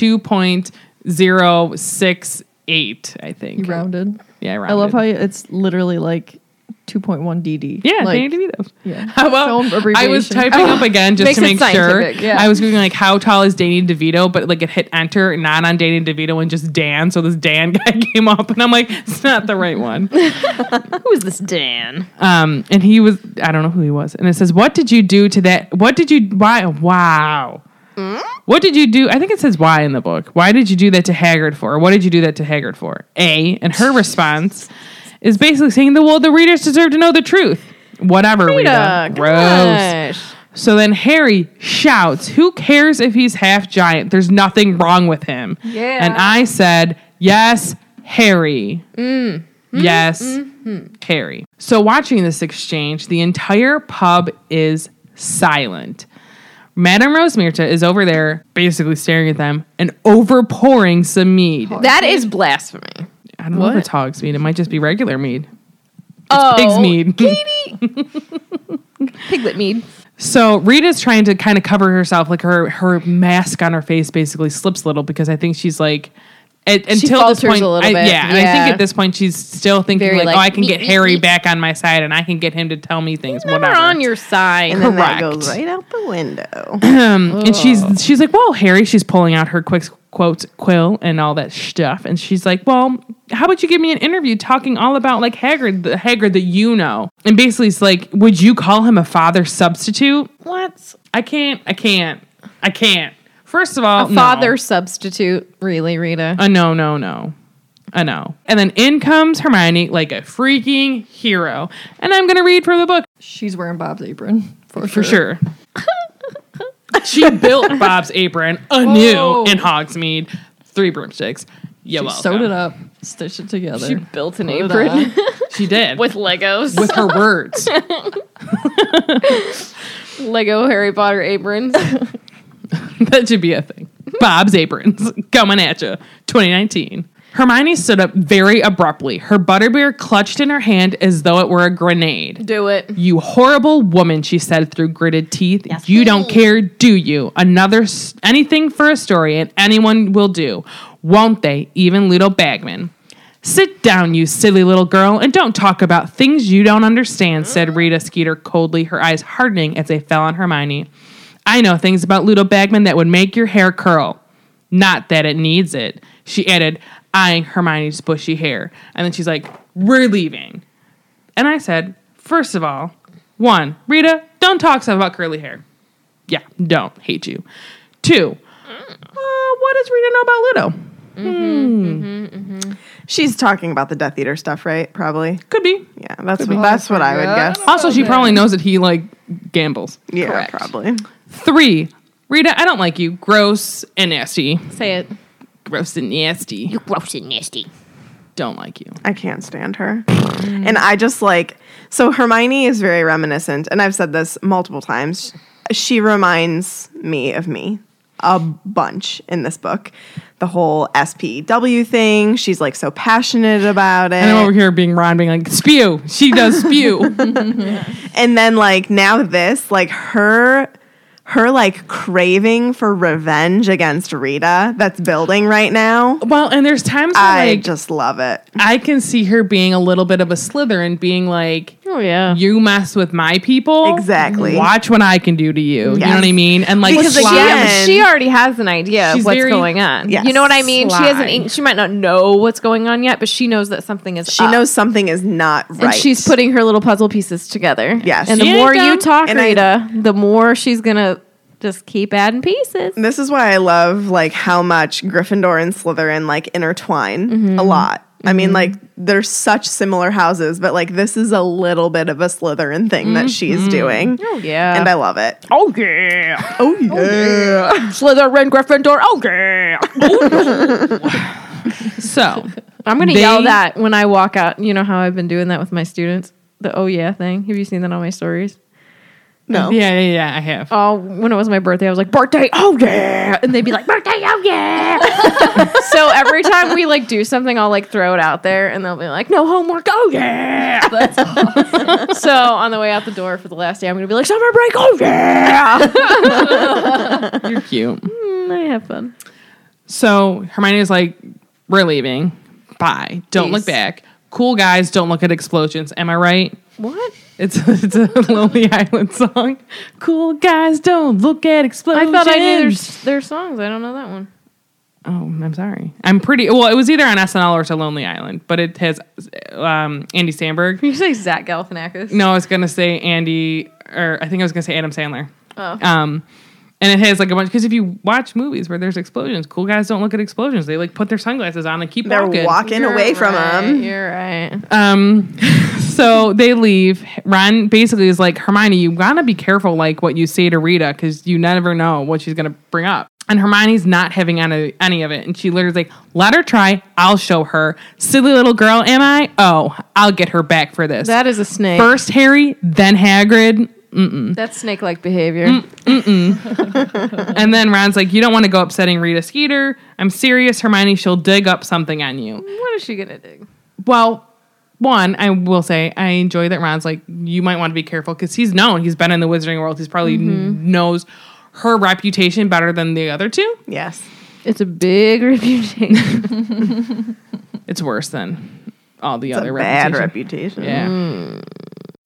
[SPEAKER 1] 2.068, I think.
[SPEAKER 5] rounded.
[SPEAKER 1] Yeah, rounded.
[SPEAKER 5] I love how you, it's literally like 2.1 DD.
[SPEAKER 1] Yeah,
[SPEAKER 5] like,
[SPEAKER 1] Danny DeVito's.
[SPEAKER 5] yeah.
[SPEAKER 1] Well,
[SPEAKER 5] Film
[SPEAKER 1] I was
[SPEAKER 5] abbreviation. Oh.
[SPEAKER 1] typing up again just
[SPEAKER 5] Makes
[SPEAKER 1] to
[SPEAKER 5] it
[SPEAKER 1] make sure.
[SPEAKER 5] scientific, yeah.
[SPEAKER 1] I was going like, how tall is Danny DeVito? But like, it hit enter, not on Danny DeVito, and just Dan. So this Dan guy came up, and I'm like, it's not the right one.
[SPEAKER 3] Who is this Dan?
[SPEAKER 1] Um, and he was, I don't know who he was. And it says, what did you do to that? What did you? Why? Wow.
[SPEAKER 5] Hmm?
[SPEAKER 1] What did you do? I think it says why in the book. Why did you do that to Haggard for? What did you do that to Haggard for? A and her response is basically saying, "The well, the readers deserve to know the truth." Whatever, Rita.
[SPEAKER 3] Rita,
[SPEAKER 1] Gross. So then Harry shouts, Who cares if he's half giant? There's nothing wrong with him.
[SPEAKER 5] Yeah.
[SPEAKER 1] And I said, Yes, Harry. Yes, Harry. So watching this exchange, the entire pub is silent. Madame Rosemirta is over there, basically staring at them and overpouring some mead.
[SPEAKER 3] That is blasphemy.
[SPEAKER 1] I don't know if it's hog's mead. It might just be regular mead.
[SPEAKER 3] Oh,
[SPEAKER 1] Pig's mead.
[SPEAKER 3] Piglet mead.
[SPEAKER 1] So Rita's trying to kind of cover herself, like her her mask on her face basically slips a little because I think she's like. At, until this
[SPEAKER 3] falters
[SPEAKER 1] point,
[SPEAKER 3] a little
[SPEAKER 1] I-
[SPEAKER 3] bit,
[SPEAKER 1] yeah, and I
[SPEAKER 3] yeah.
[SPEAKER 1] think at this point she's still thinking
[SPEAKER 3] Very
[SPEAKER 1] like,
[SPEAKER 3] like,
[SPEAKER 1] "Oh, I can
[SPEAKER 3] "Meep,
[SPEAKER 1] get
[SPEAKER 3] meep,
[SPEAKER 1] Harry
[SPEAKER 3] meep."
[SPEAKER 1] back on my side, and I can get him to tell me things."
[SPEAKER 3] Never
[SPEAKER 1] whatever.
[SPEAKER 3] on your side.
[SPEAKER 4] And then that
[SPEAKER 1] Correct.
[SPEAKER 4] goes right out the window.
[SPEAKER 1] Um, and she's she's like, "Whoa, Harry!" She's pulling out her quick quotes Quill and all that stuff. And she's like, Well, how about you give me an interview talking all about like Hagrid, the Hagrid that you know? And basically, it's like, Would you call him a father substitute? What? I can't. I can't. I can't. First of all, no.
[SPEAKER 3] Father substitute, really, Rita.
[SPEAKER 1] Uh, no, no, no. I know. And then in comes Hermione like a freaking hero. And I'm going to read from the book
[SPEAKER 5] She's wearing Bob's apron for,
[SPEAKER 1] for sure. she built Bob's apron anew
[SPEAKER 5] Whoa.
[SPEAKER 1] in Hogsmeade. Three broomsticks. Yeah,
[SPEAKER 5] She
[SPEAKER 1] well,
[SPEAKER 5] sewed it up, stitched it
[SPEAKER 1] Uh,
[SPEAKER 5] together.
[SPEAKER 3] She built an
[SPEAKER 5] Put it
[SPEAKER 3] apron
[SPEAKER 5] on.
[SPEAKER 1] She did
[SPEAKER 3] with Legos,
[SPEAKER 1] with her words.
[SPEAKER 3] Lego Harry Potter aprons.
[SPEAKER 1] that should be a thing. Bob's aprons coming at you. 2019. Hermione stood up very abruptly, her butterbeer clutched in her hand as though it were a grenade.
[SPEAKER 3] Do it.
[SPEAKER 1] You horrible woman, she said through gritted teeth. you don't care, do you? Another s- anything for a story, and anyone will do, won't they? Even Ludo Bagman. Sit down, you silly little girl, and don't talk about things you don't understand, said Rita Skeeter coldly, her eyes hardening as they fell on Hermione. I know things about Ludo Bagman that would make your hair curl. Not that it needs it, she added, eyeing Hermione's bushy hair. And then she's like, We're leaving. And I said, first of all, one, Rita, don't talk stuff about curly hair. Yeah, don't. Hate you. Two, uh, what does Rita know about Ludo?
[SPEAKER 4] She's talking about the Death Eater stuff, right? Probably.
[SPEAKER 1] Could be.
[SPEAKER 4] Yeah, that's that's what I would guess.
[SPEAKER 1] Also, she probably knows that he like gambles.
[SPEAKER 4] Yeah,
[SPEAKER 3] Correct.
[SPEAKER 4] probably.
[SPEAKER 1] Three, Rita, I don't like you. Gross and nasty.
[SPEAKER 3] Say it.
[SPEAKER 1] Gross and nasty.
[SPEAKER 3] Gross and nasty.
[SPEAKER 1] Don't like you.
[SPEAKER 4] I can't stand her.
[SPEAKER 1] Mm.
[SPEAKER 4] and I just like so Hermione is very reminiscent, and I've said this multiple times. She reminds me of me a bunch in this book. The whole SPW thing, she's like so passionate about it.
[SPEAKER 1] And I'm over here being Ron, being like, spew. She does spew.
[SPEAKER 4] and then like now this like her her like craving for revenge against Rita that's building right now.
[SPEAKER 1] well, and there's times where
[SPEAKER 4] I
[SPEAKER 1] like,
[SPEAKER 4] just love it.
[SPEAKER 1] I can see her being a little bit of a slither and being like,
[SPEAKER 3] Oh yeah.
[SPEAKER 1] you mess with my people.
[SPEAKER 4] Exactly.
[SPEAKER 1] Watch what I can do to you. You
[SPEAKER 4] Yes.
[SPEAKER 1] know what I mean? And like,
[SPEAKER 4] Because
[SPEAKER 3] She,
[SPEAKER 1] sly-
[SPEAKER 4] again-
[SPEAKER 3] yeah, but she already has an idea
[SPEAKER 1] She's
[SPEAKER 3] of what's
[SPEAKER 1] very-
[SPEAKER 3] going on.
[SPEAKER 4] Yes.
[SPEAKER 3] You know what I mean? She has an
[SPEAKER 1] Sly.
[SPEAKER 3] ink. She might not know what's going on yet, but she knows that something is.
[SPEAKER 4] She
[SPEAKER 3] up.
[SPEAKER 4] knows something is not
[SPEAKER 3] uh, and
[SPEAKER 4] right.
[SPEAKER 3] she's putting her little puzzle pieces together.
[SPEAKER 4] Yes.
[SPEAKER 3] And the
[SPEAKER 1] She ain't
[SPEAKER 3] more
[SPEAKER 1] dumb.
[SPEAKER 3] you talk,
[SPEAKER 4] And I-
[SPEAKER 3] Rita, the more she's gonna just keep adding pieces.
[SPEAKER 4] this is why I love like how much Gryffindor and Slytherin like intertwine
[SPEAKER 3] Mm-hmm.
[SPEAKER 4] a lot. I mean, like they're such similar houses, but like this is a little bit of a Slytherin thing that she's doing,
[SPEAKER 3] Mm-hmm. Oh yeah.
[SPEAKER 4] and I love it.
[SPEAKER 1] oh yeah.
[SPEAKER 4] Oh yeah,
[SPEAKER 3] Slytherin, Gryffindor. Oh yeah.
[SPEAKER 1] So
[SPEAKER 3] I'm gonna yell
[SPEAKER 1] They-
[SPEAKER 3] that when I walk out. You know how I've been doing that with my students. The oh yeah thing. Have you seen that on my stories?
[SPEAKER 4] no,
[SPEAKER 1] yeah, yeah, yeah. I have.
[SPEAKER 3] Oh, when it was my birthday, I was like birthday. Oh yeah, and they'd be like birthday. Oh yeah. so every time we like do something, I'll like throw it out there, and they'll be like no homework. Oh yeah. so on the way out the door for the last day, I'm gonna be like summer break. Oh yeah.
[SPEAKER 1] You're cute.
[SPEAKER 3] Mm, I have fun.
[SPEAKER 1] So Hermione's like, we're leaving. Bye. Don't look
[SPEAKER 3] Peace.
[SPEAKER 1] back. Cool guys, don't look at explosions. Am I right?
[SPEAKER 3] What?
[SPEAKER 1] It's it's a Lonely Island song. Cool guys, don't look at
[SPEAKER 3] I
[SPEAKER 1] explosions.
[SPEAKER 3] thought I knew their, their songs. I don't know that one.
[SPEAKER 1] Oh, I'm sorry. I'm pretty. Well, it was either on SNL or to Lonely Island, but it has um, Andy Samberg.
[SPEAKER 3] You say Zach Galifianakis?
[SPEAKER 1] No, I was gonna say Andy, or I think I was gonna say Adam Sandler.
[SPEAKER 3] Oh.
[SPEAKER 1] Um, and it has like a bunch because if you watch movies where there's explosions, cool guys don't look at explosions. They like put their sunglasses on and keep
[SPEAKER 4] they're
[SPEAKER 1] walking.
[SPEAKER 4] walking
[SPEAKER 3] You're
[SPEAKER 4] away from
[SPEAKER 3] right,
[SPEAKER 4] him.
[SPEAKER 3] You're right.
[SPEAKER 1] Um, so they leave. Ron basically is like Hermione, you gotta be careful like what you say to Rita because you never know what she's gonna bring up. And Hermione's not having any any of it, and she literally is like, "Let her try. I'll show her. Silly little girl, am I? Oh, I'll get her back for this."
[SPEAKER 3] That is a snake.
[SPEAKER 1] First Harry, then Hagrid.
[SPEAKER 3] That's snake-like behavior.
[SPEAKER 1] And then Ron's like, You don't want to go upsetting Rita Skeeter. I'm serious, Hermione. She'll dig up something on you.
[SPEAKER 3] What is she gonna do?
[SPEAKER 1] Well, one, I will say, I enjoy that Ron's like, You might want to be careful because he's known. He's been in the wizarding world. He's probably
[SPEAKER 4] Mm-hmm.
[SPEAKER 1] knows her reputation better than the other two.
[SPEAKER 4] Yes,
[SPEAKER 3] It's a big reputation.
[SPEAKER 1] It's worse than all the
[SPEAKER 4] it's
[SPEAKER 1] other
[SPEAKER 4] a bad
[SPEAKER 1] reputation.
[SPEAKER 4] reputation.
[SPEAKER 1] Yeah. Mm.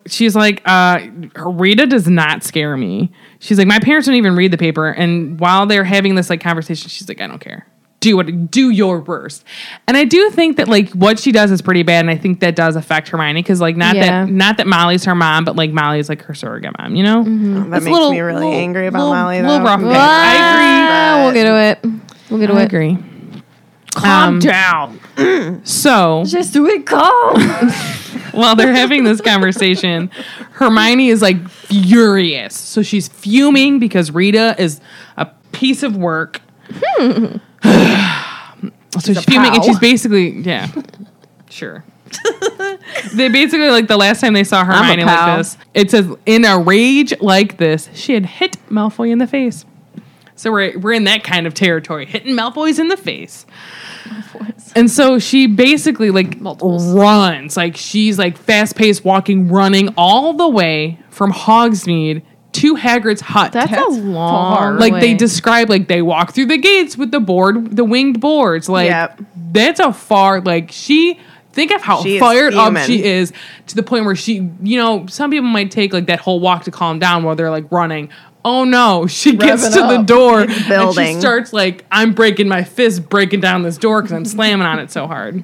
[SPEAKER 1] She's like, uh, Rita does not scare me. She's like, my parents don't even read the paper. And while they're having this like conversation, she's like, I don't care. do what do your worst. And I do think that like what she does is pretty bad, and I think that does affect Hermione because like not
[SPEAKER 3] Yeah.
[SPEAKER 1] that not that Molly's her mom, but like Molly's like her surrogate mom. You know,
[SPEAKER 4] That
[SPEAKER 1] It's a
[SPEAKER 4] makes me really angry about
[SPEAKER 1] little-
[SPEAKER 4] Molly. Though.
[SPEAKER 1] Little rough.
[SPEAKER 3] Wow,
[SPEAKER 1] I
[SPEAKER 3] Ah, We'll get to it. We'll get to
[SPEAKER 1] agree. I
[SPEAKER 3] it.
[SPEAKER 1] agree. Calm down. so
[SPEAKER 5] Just do it calm.
[SPEAKER 1] while they're having this conversation, Hermione is like furious. So she's fuming because Rita is a piece of work. so she's, fuming and
[SPEAKER 3] pal.
[SPEAKER 1] she's basically, yeah, sure. they basically like the last time they saw Hermione like
[SPEAKER 4] pal.
[SPEAKER 1] this, it says, in a rage like this, she had hit Malfoy in the face. So we're, we're in that kind of territory, hitting Malfoys in the face. And so she basically like runs, like she's like fast paced walking, running all the way from Hogsmeade to Hagrid's hut.
[SPEAKER 3] That's a long
[SPEAKER 1] like they
[SPEAKER 3] way.
[SPEAKER 1] describe like they walk through the gates with the board, the winged boards. Like
[SPEAKER 4] Yep.
[SPEAKER 1] that's a far like she. Think of how
[SPEAKER 4] She is
[SPEAKER 1] fired up
[SPEAKER 4] fuming.
[SPEAKER 1] she is to the point where she, you know, some people might take like that whole walk to calm down while they're like running. Oh no, she gets
[SPEAKER 5] Revving
[SPEAKER 1] to the
[SPEAKER 5] up.
[SPEAKER 1] door and she
[SPEAKER 4] building.
[SPEAKER 1] starts like, I'm breaking my fist, breaking down this door because I'm slamming on it so hard.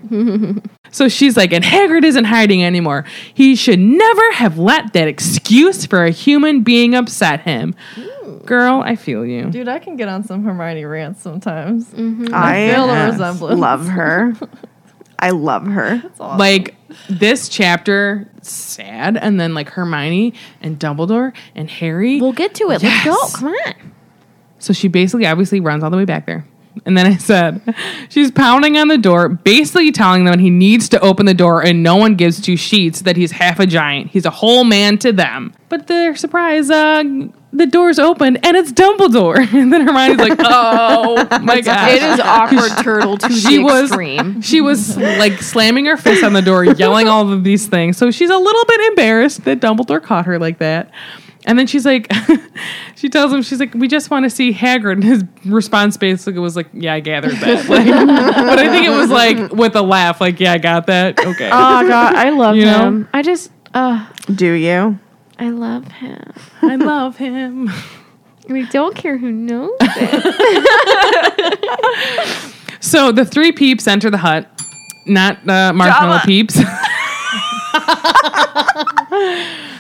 [SPEAKER 1] So she's like, and Haggard isn't hiding anymore. He should never have let that excuse for a human being upset him. Girl, I feel you.
[SPEAKER 5] Dude, I can get on some Hermione rants sometimes.
[SPEAKER 4] I
[SPEAKER 5] feel the
[SPEAKER 4] uh,
[SPEAKER 5] resemblance.
[SPEAKER 4] love her. I love her.
[SPEAKER 1] Like this chapter, sad, and then like Hermione and Dumbledore and Harry.
[SPEAKER 3] We'll get to it.
[SPEAKER 1] Yes.
[SPEAKER 3] Let's go. Come on.
[SPEAKER 1] So she basically obviously runs all the way back there. And then I said, she's pounding on the door, basically telling them he needs to open the door, and no one gives two sheets that he's half a giant. He's a whole man to them. But their surprise, uh, the door's opened and it's Dumbledore. And then Hermione's like, oh my god.
[SPEAKER 3] It is awkward turtle to
[SPEAKER 1] She
[SPEAKER 3] the
[SPEAKER 1] was-
[SPEAKER 3] extreme.
[SPEAKER 1] She was like slamming her fist on the door, yelling all of these things. So she's a little bit embarrassed that Dumbledore caught her like that. And then she's like, she tells him, she's like, we just want to see Hagrid. And his response basically was like, yeah, I gathered that. Like, but I think it was like with a laugh, like, yeah, I got that. Okay.
[SPEAKER 3] Oh god, I love
[SPEAKER 1] You know?
[SPEAKER 3] him. I just uh
[SPEAKER 4] Do you?
[SPEAKER 3] I love him.
[SPEAKER 1] I love him.
[SPEAKER 3] We don't care who knows.
[SPEAKER 1] So the three peeps enter the hut, not uh, marshmallow peeps.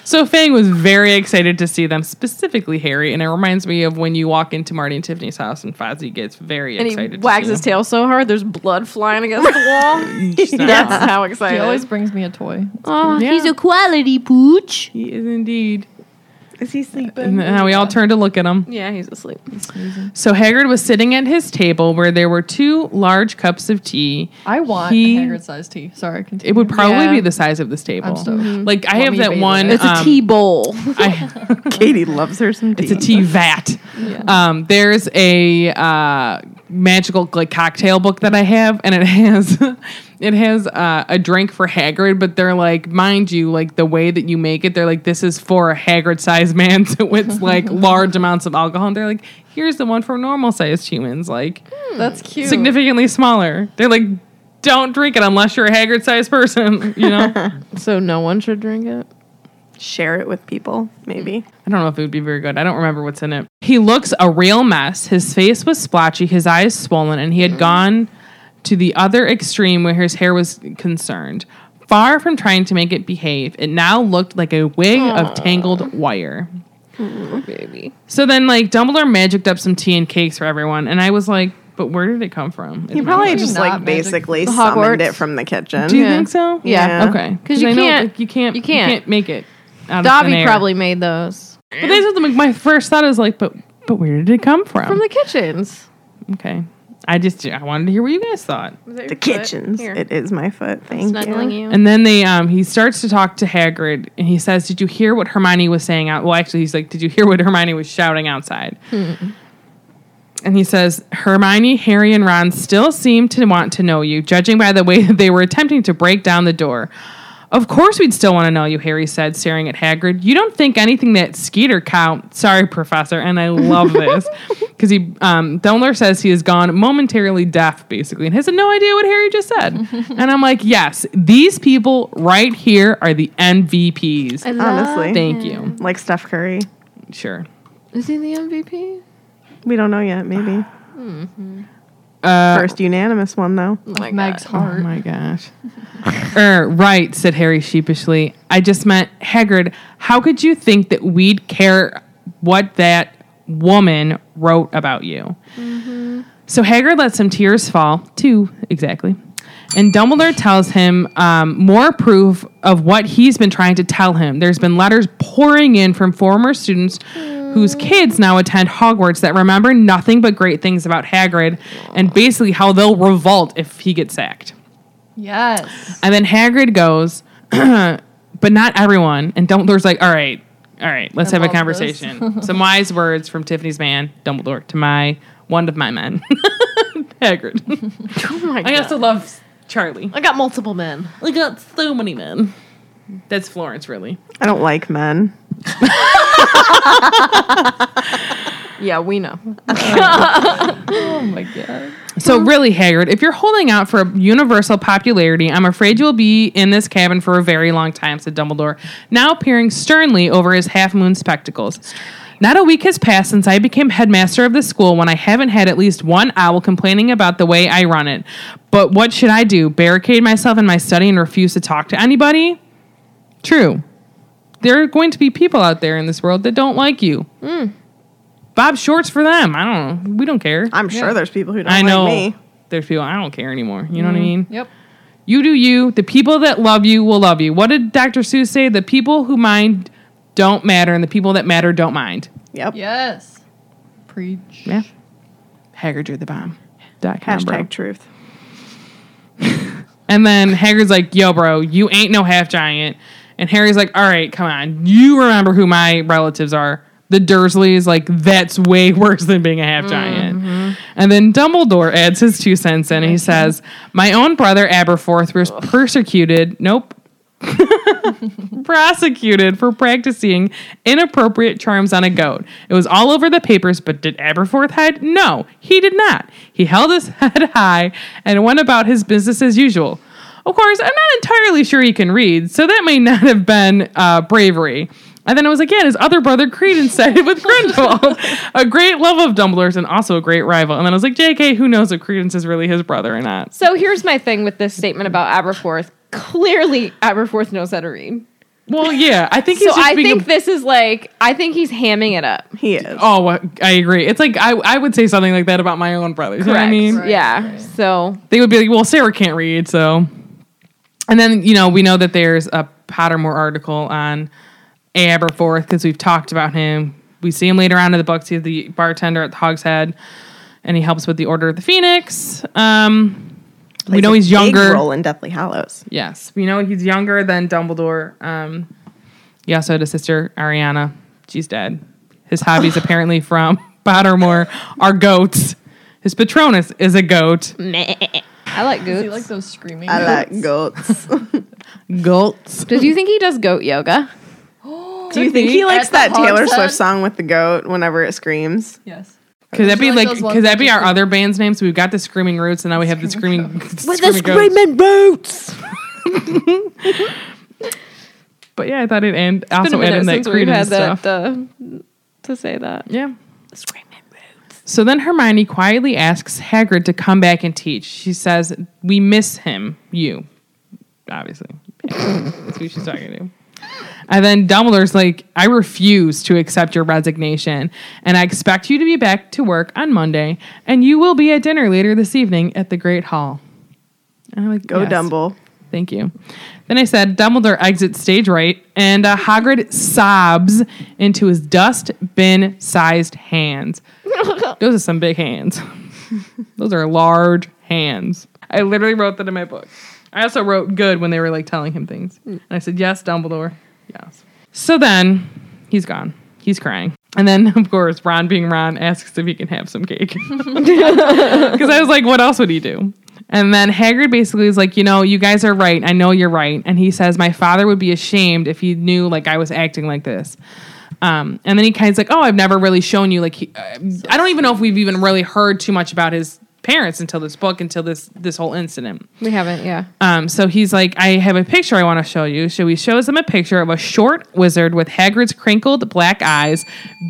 [SPEAKER 1] so Fang was very excited to see them, specifically Harry, and it reminds me of when you walk into Marty and Tiffany's house and Fozzie gets very
[SPEAKER 3] and
[SPEAKER 1] excited.
[SPEAKER 3] he wags
[SPEAKER 1] to
[SPEAKER 3] his
[SPEAKER 1] see
[SPEAKER 3] tail so hard there's blood flying against the wall.
[SPEAKER 1] him. She's not wrong.
[SPEAKER 3] That's how
[SPEAKER 5] He
[SPEAKER 3] excited.
[SPEAKER 5] always brings me a toy.
[SPEAKER 3] oh,
[SPEAKER 1] Yeah.
[SPEAKER 3] he's a quality pooch.
[SPEAKER 1] He is indeed.
[SPEAKER 4] Is he sleeping?
[SPEAKER 1] And now we all turn to look at him.
[SPEAKER 3] Yeah, he's asleep.
[SPEAKER 1] So Hagrid was sitting at his table where there were two large cups of tea.
[SPEAKER 5] I want
[SPEAKER 1] He-
[SPEAKER 5] a Hagrid sized tea. Sorry, continue.
[SPEAKER 1] It would probably
[SPEAKER 3] Yeah.
[SPEAKER 1] be the size of this table.
[SPEAKER 5] stoked. Mhm.
[SPEAKER 1] Like I
[SPEAKER 5] Want
[SPEAKER 1] have
[SPEAKER 5] me
[SPEAKER 1] that
[SPEAKER 5] bathing
[SPEAKER 1] one.
[SPEAKER 5] in it?
[SPEAKER 3] It's a
[SPEAKER 1] um,
[SPEAKER 3] tea bowl.
[SPEAKER 1] I-
[SPEAKER 4] Katie loves her some tea.
[SPEAKER 1] It's a tea vat. Um, there's a uh, magical like cocktail book that I have, and it has it has uh, a drink for Hagrid, but they're like, mind you, like the way that you make it, they're like, this is for a Hagrid-sized man, so it's like large amounts of alcohol. And they're like, here's the one for normal-sized humans, like
[SPEAKER 5] Hmm, That's cute.
[SPEAKER 1] significantly smaller. They're like, don't drink it unless you're a Hagrid-sized person, you know.
[SPEAKER 3] so no one should drink it.
[SPEAKER 4] Share it with people, maybe.
[SPEAKER 1] I don't know if it would be very good. I don't remember what's in it. He looks a real mess. His face was splotchy, his eyes swollen, and he
[SPEAKER 3] Mm-hmm.
[SPEAKER 1] had gone to the other extreme where his hair was concerned. Far from trying to make it behave, it now looked like a wig of tangled wire.
[SPEAKER 3] Baby.
[SPEAKER 1] So then, like, Dumbledore magicked up some tea and cakes for everyone, and I was like, but where did it come from?
[SPEAKER 4] He probably just
[SPEAKER 5] not
[SPEAKER 4] like
[SPEAKER 5] magic.
[SPEAKER 4] basically
[SPEAKER 3] Hogwarts.
[SPEAKER 4] summoned it from the kitchen.
[SPEAKER 1] Do you
[SPEAKER 3] Yeah.
[SPEAKER 1] think so?
[SPEAKER 3] Yeah.
[SPEAKER 4] Yeah.
[SPEAKER 1] Okay.
[SPEAKER 3] 'Cause you
[SPEAKER 1] I know,
[SPEAKER 3] can't-
[SPEAKER 1] like, you can't.
[SPEAKER 3] you can't.
[SPEAKER 1] make it. Out of thin
[SPEAKER 3] Dobby
[SPEAKER 1] air.
[SPEAKER 3] probably made those.
[SPEAKER 1] But that's what the- my first thought is like, but but where did it come from?
[SPEAKER 3] From the kitchens.
[SPEAKER 1] Okay. I just I wanted to hear what you guys thought.
[SPEAKER 4] The kitchens.
[SPEAKER 3] Here.
[SPEAKER 4] It is my foot. Thank
[SPEAKER 3] Snuggling
[SPEAKER 4] you.
[SPEAKER 3] you.
[SPEAKER 1] And then they um he starts to talk to Hagrid and he says, "Did you hear what Hermione was saying out?" Well, actually, he's like, "Did you hear what Hermione was shouting outside?" And he says, "Hermione, Harry, and Ron still seem to want to know you, judging by the way that they were attempting to break down the door." Of course, we'd still want to know you, Harry said, staring at Hagrid. You don't think anything that Skeeter count? Sorry, Professor, and I love this because he um, Dumbledore says he has gone momentarily deaf, basically, and has no idea what Harry just said. and I'm like, yes, these people right here are the MVPs.
[SPEAKER 4] Honestly.
[SPEAKER 1] Thank you.
[SPEAKER 4] Like Steph Curry.
[SPEAKER 1] Sure.
[SPEAKER 3] Is he the MVP?
[SPEAKER 4] Mm-hmm. We don't know yet, maybe. First unanimous one though.
[SPEAKER 5] Meg's
[SPEAKER 1] Oh
[SPEAKER 5] heart.
[SPEAKER 1] my gosh. er, right, said Harry sheepishly. I just meant, Haggard, how could you think that we'd care what that woman wrote about you? So Hagrid lets some tears fall, two exactly. And Dumbledore tells him um, more proof of what he's been trying to tell him. There's been letters pouring in from former students whose kids now attend Hogwarts that remember nothing but great things about Hagrid and basically how they'll revolt if he gets sacked.
[SPEAKER 5] Yes.
[SPEAKER 1] And then Hagrid goes, but not everyone. And Dumbledore's like, all right, all right, let's
[SPEAKER 5] I
[SPEAKER 1] have a
[SPEAKER 5] love
[SPEAKER 1] conversation. Some wise words from Tiffany's man, Dumbledore, to my one of my men, Hagrid. I also love Charlie.
[SPEAKER 3] I got multiple men.
[SPEAKER 1] I got so many men. That's Florence, really.
[SPEAKER 4] I don't like men.
[SPEAKER 5] Yeah, we know. oh my god.
[SPEAKER 1] So really, Haggard, if you're holding out for universal popularity, I'm afraid you'll be in this cabin for a very long time, said Dumbledore, now peering sternly over his half moon spectacles. Not a week has passed since I became headmaster of the school when I haven't had at least one owl complaining about the way I run it. But what should I do? Barricade myself in my study and refuse to talk to anybody? True. There are going to be people out there in this world that don't like you. Bob Shorts for them. I don't know. We don't care.
[SPEAKER 4] I'm sure there's people who don't
[SPEAKER 1] I
[SPEAKER 4] like
[SPEAKER 1] know
[SPEAKER 4] me.
[SPEAKER 1] there's people I don't care anymore. You know what I mean?
[SPEAKER 5] Yep.
[SPEAKER 1] You do you. The people that love you will love you. What did Dr. Seuss say? The people who mind don't matter, and the people that matter don't mind.
[SPEAKER 4] Yep.
[SPEAKER 5] Yes. Preach.
[SPEAKER 1] Yeah. Haggard, you're the bomb. Dot com,
[SPEAKER 4] Hashtag
[SPEAKER 1] bro.
[SPEAKER 4] truth.
[SPEAKER 1] And then Haggard's like, "Yo, bro, you ain't no half giant." And Harry's like, "All right, come on. You remember who my relatives are." The Dursleys, like, that's way worse than being a half giant. And then Dumbledore adds his two cents in. And he says, My own brother Aberforth was persecuted. Nope. prosecuted for practicing inappropriate charms on a goat. It was all over the papers, but did Aberforth hide? No, he did not. He held his head high and went about his business as usual. Of course, I'm not entirely sure he can read, so that may not have been uh, bravery. And then I was like, yeah, his other brother Credence sided with Grindelwald, a great love of Dumbledore's and also a great rival. And then I was like, JK, who knows if Credence is really his brother or not?
[SPEAKER 3] So here's my thing with this statement about Aberforth. Clearly, Aberforth knows how to read.
[SPEAKER 1] Well, yeah, I think he's
[SPEAKER 3] So
[SPEAKER 1] just
[SPEAKER 3] I
[SPEAKER 1] being a
[SPEAKER 3] think this is like I think he's hamming it up.
[SPEAKER 4] He is.
[SPEAKER 1] Oh, uh, I agree. It's like I, I would say something like that about my own brothers. You know what I
[SPEAKER 3] Correct.
[SPEAKER 1] mean?
[SPEAKER 3] yeah. So
[SPEAKER 1] They would be like, well, Sarah can't read, so. And then, you know, we know that there's a Pottermore article on Aberforth because we've talked about him. We see him later on in the books. He's the bartender at the Hogshead and he helps with the Order of the Phoenix. Um, we
[SPEAKER 4] Plays
[SPEAKER 1] know
[SPEAKER 4] a
[SPEAKER 1] he's
[SPEAKER 4] big
[SPEAKER 1] younger.
[SPEAKER 4] Role in Deathly Hallows.
[SPEAKER 1] Yes, we know he's younger than Dumbledore. Um, he also had a sister, Ariana. She's dead. His hobbies, apparently from Pottermore, are goats. His Patronus is a goat.
[SPEAKER 3] I like
[SPEAKER 5] You like
[SPEAKER 3] goats.
[SPEAKER 5] those screaming?
[SPEAKER 4] I like goats.
[SPEAKER 1] Goats.
[SPEAKER 3] Does you think he does goat yoga?
[SPEAKER 4] Do you think he likes
[SPEAKER 5] At
[SPEAKER 4] that
[SPEAKER 5] the
[SPEAKER 4] Taylor
[SPEAKER 5] Hogshead?
[SPEAKER 4] Swift song with the goat whenever it screams?
[SPEAKER 5] Yes.
[SPEAKER 1] Could that
[SPEAKER 5] Those
[SPEAKER 1] be
[SPEAKER 5] are like
[SPEAKER 1] like?
[SPEAKER 5] those ones
[SPEAKER 1] Could that
[SPEAKER 5] that
[SPEAKER 1] be
[SPEAKER 5] just
[SPEAKER 1] our
[SPEAKER 5] like-
[SPEAKER 1] other band's names? We've got the Screaming Roots, and now we have the Screaming. With
[SPEAKER 4] roots.
[SPEAKER 1] But yeah, I thought it and
[SPEAKER 3] Been
[SPEAKER 1] also
[SPEAKER 3] a minute
[SPEAKER 1] added that
[SPEAKER 3] since we've had
[SPEAKER 1] credence
[SPEAKER 3] that
[SPEAKER 1] stuff.
[SPEAKER 3] uh, to say that.
[SPEAKER 1] yeah. So then Hermione quietly asks Hagrid to come back and teach. She says, "We miss him, you." Obviously, that's who she's talking to. And then Dumbledore's like, "I refuse to accept your resignation, and I expect you to be back to work on Monday, and you will be at dinner later this evening at the Great Hall." And I'm like,
[SPEAKER 4] Go
[SPEAKER 1] "Yes."
[SPEAKER 4] Dumble.
[SPEAKER 1] Thank you. Then I said, Dumbledore exits stage right, and uh, Hagrid sobs into his dustbin sized hands. Those are some big hands. Those are large hands. I literally wrote that in my book. I also wrote good when they were like telling him things. And I said, Yes, Dumbledore. Yes. So then he's gone. He's crying. And then, of course, Ron, being Ron, asks if he can have some cake. Because I was like, what else would he do? And then Hagrid basically is like, you know, you guys are right. I know you're right. And he says, my father would be ashamed if he knew like I was acting like this. Um, and then he kind of like, oh, I've never really shown you. Like, he, uh, I don't even know if we've even really heard too much about his parents until this book, until this this whole incident.
[SPEAKER 3] We haven't. Yeah.
[SPEAKER 1] Um, so he's like, I have a picture I want to show you. So he shows them a picture of a short wizard with Hagrid's crinkled black eyes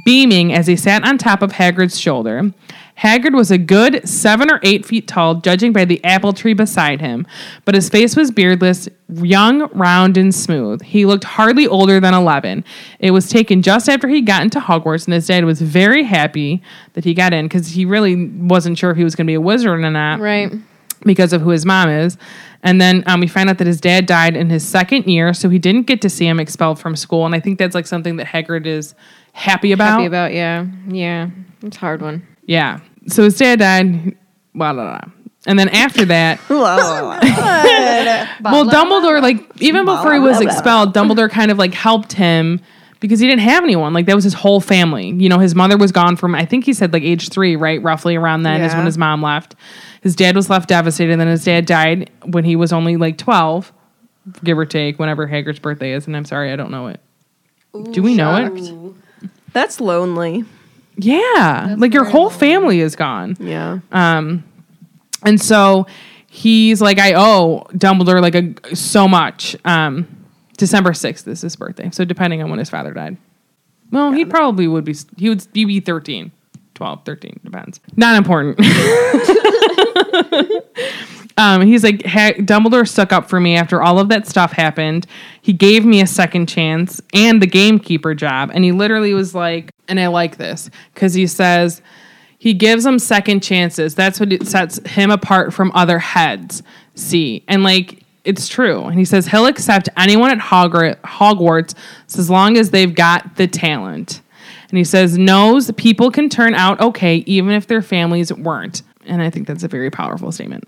[SPEAKER 1] beaming as he sat on top of Hagrid's shoulder. Hagrid was a good seven or eight feet tall, judging by the apple tree beside him, but his face was beardless, young, round, and smooth. He looked hardly older than 11. It was taken just after he got into Hogwarts, and his dad was very happy that he got in because he really wasn't sure if he was going to be a wizard or not
[SPEAKER 3] Right.
[SPEAKER 1] because of who his mom is. And then um, we find out that his dad died in his second year, so he didn't get to see him expelled from school. And I think that's like something that Hagrid is happy about.
[SPEAKER 3] Happy about yeah. Yeah. It's a hard one.
[SPEAKER 1] yeah. So his dad died. Blah, blah, blah. And then after that, well, Dumbledore, like even before he was expelled, Dumbledore kind of like helped him because he didn't have anyone. Like that was his whole family. You know, his mother was gone from I think he said like age three, right? Roughly around then is
[SPEAKER 4] Yeah.
[SPEAKER 1] when his mom left. His dad was left devastated. Then his dad died when he was only like twelve, give or take, whenever Hagrid's birthday is. And I'm sorry, I don't know it. Do we know it?
[SPEAKER 4] That's lonely.
[SPEAKER 1] Yeah, like your whole family is gone.
[SPEAKER 4] Yeah.
[SPEAKER 1] And so he's like, I owe Dumbledore like a, so much. Um, December 6th is his birthday. So depending on when his father died. Well, he probably would be, he would he'd be 13, 12, 13, depends. Not important. Um, he's like, ha- Dumbledore stuck up for me after all of that stuff happened. He gave me a second chance and the gamekeeper job. And he literally was like, and I like this because he says, he gives them second chances. That's what it sets him apart from other heads. See, and like, it's true. And he says he'll accept anyone at Hogr- Hogwarts as long as they've got the talent. And he says, knows people can turn out okay even if their families weren't. And I think that's a very powerful statement.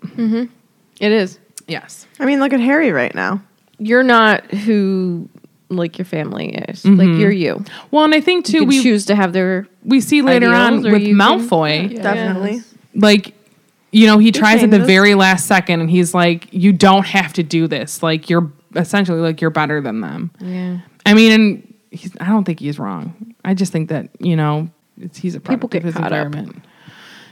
[SPEAKER 3] It is.
[SPEAKER 1] Yes.
[SPEAKER 4] I mean, look at Harry right now.
[SPEAKER 3] You're not who like your family is. Like you're you.
[SPEAKER 1] Well, and I think too
[SPEAKER 3] You can
[SPEAKER 1] we
[SPEAKER 3] choose to have their
[SPEAKER 1] we see later on
[SPEAKER 3] ideals, or
[SPEAKER 1] with
[SPEAKER 3] you can-
[SPEAKER 1] Malfoy,
[SPEAKER 4] Definitely.
[SPEAKER 1] like you know he tries at the
[SPEAKER 4] changes.
[SPEAKER 1] very last second, and he's like, "You don't have to do this. Like you're essentially like you're better than them."
[SPEAKER 3] Yeah.
[SPEAKER 1] I mean, and he's, I don't think he's wrong. I just think that you know it's, he's a product
[SPEAKER 3] get
[SPEAKER 1] of his
[SPEAKER 3] caught up.
[SPEAKER 1] environment.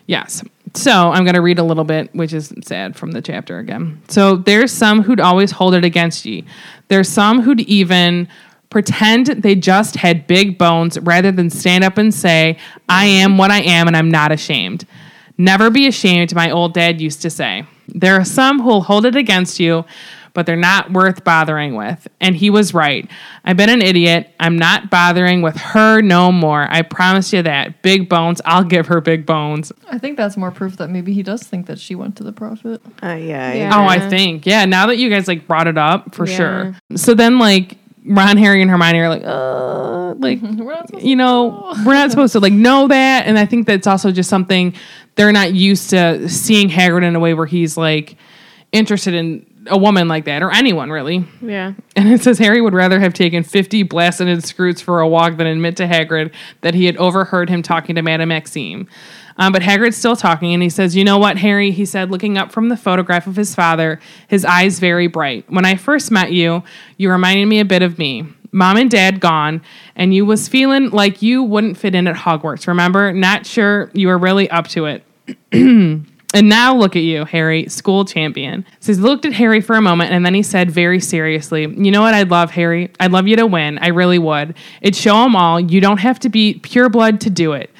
[SPEAKER 1] Yes. So I'm going to read a little bit, which is sad from the chapter again. So there's some who'd always hold it against ye. There's some who'd even pretend they just had big bones rather than stand up and say, I am what I am and I'm not ashamed. Never be ashamed, my old dad used to say. There are some who'll hold it against you, but they're not worth bothering with. And he was right. I've been an idiot. I'm not bothering with her no more. I promise you that. Big bones. I'll give her big bones.
[SPEAKER 5] I think that's more proof that maybe he does think that she went to the prophet.
[SPEAKER 4] Uh, yeah.
[SPEAKER 3] Yeah.
[SPEAKER 1] Oh, I think. Yeah, now that you guys like brought it up, for
[SPEAKER 3] Yeah.
[SPEAKER 1] sure. So then like Ron, Harry, and Hermione are like, uh, like,
[SPEAKER 5] We're not supposed
[SPEAKER 1] you know, we're not supposed to like know that. And I think that's also just something they're not used to seeing Hagrid in a way where he's like interested in a woman like that or anyone really.
[SPEAKER 3] Yeah.
[SPEAKER 1] And it says Harry would rather have taken 50 blasted scroots for a walk than admit to Hagrid that he had overheard him talking to Madame Maxime. Um, but Hagrid's still talking, and he says, You know what, Harry? He said, looking up from the photograph of his father, his eyes very bright. When I first met you, you reminded me a bit of me. Mom and dad gone, and you was feeling like you wouldn't fit in at Hogwarts, remember? Not sure you were really up to it. And now look at you, Harry, school champion. So he looked at Harry for a moment and then he said very seriously, You know what I'd love, Harry? I'd love you to win. I really would. It'd show 'em all you don't have to be pure blood to do it.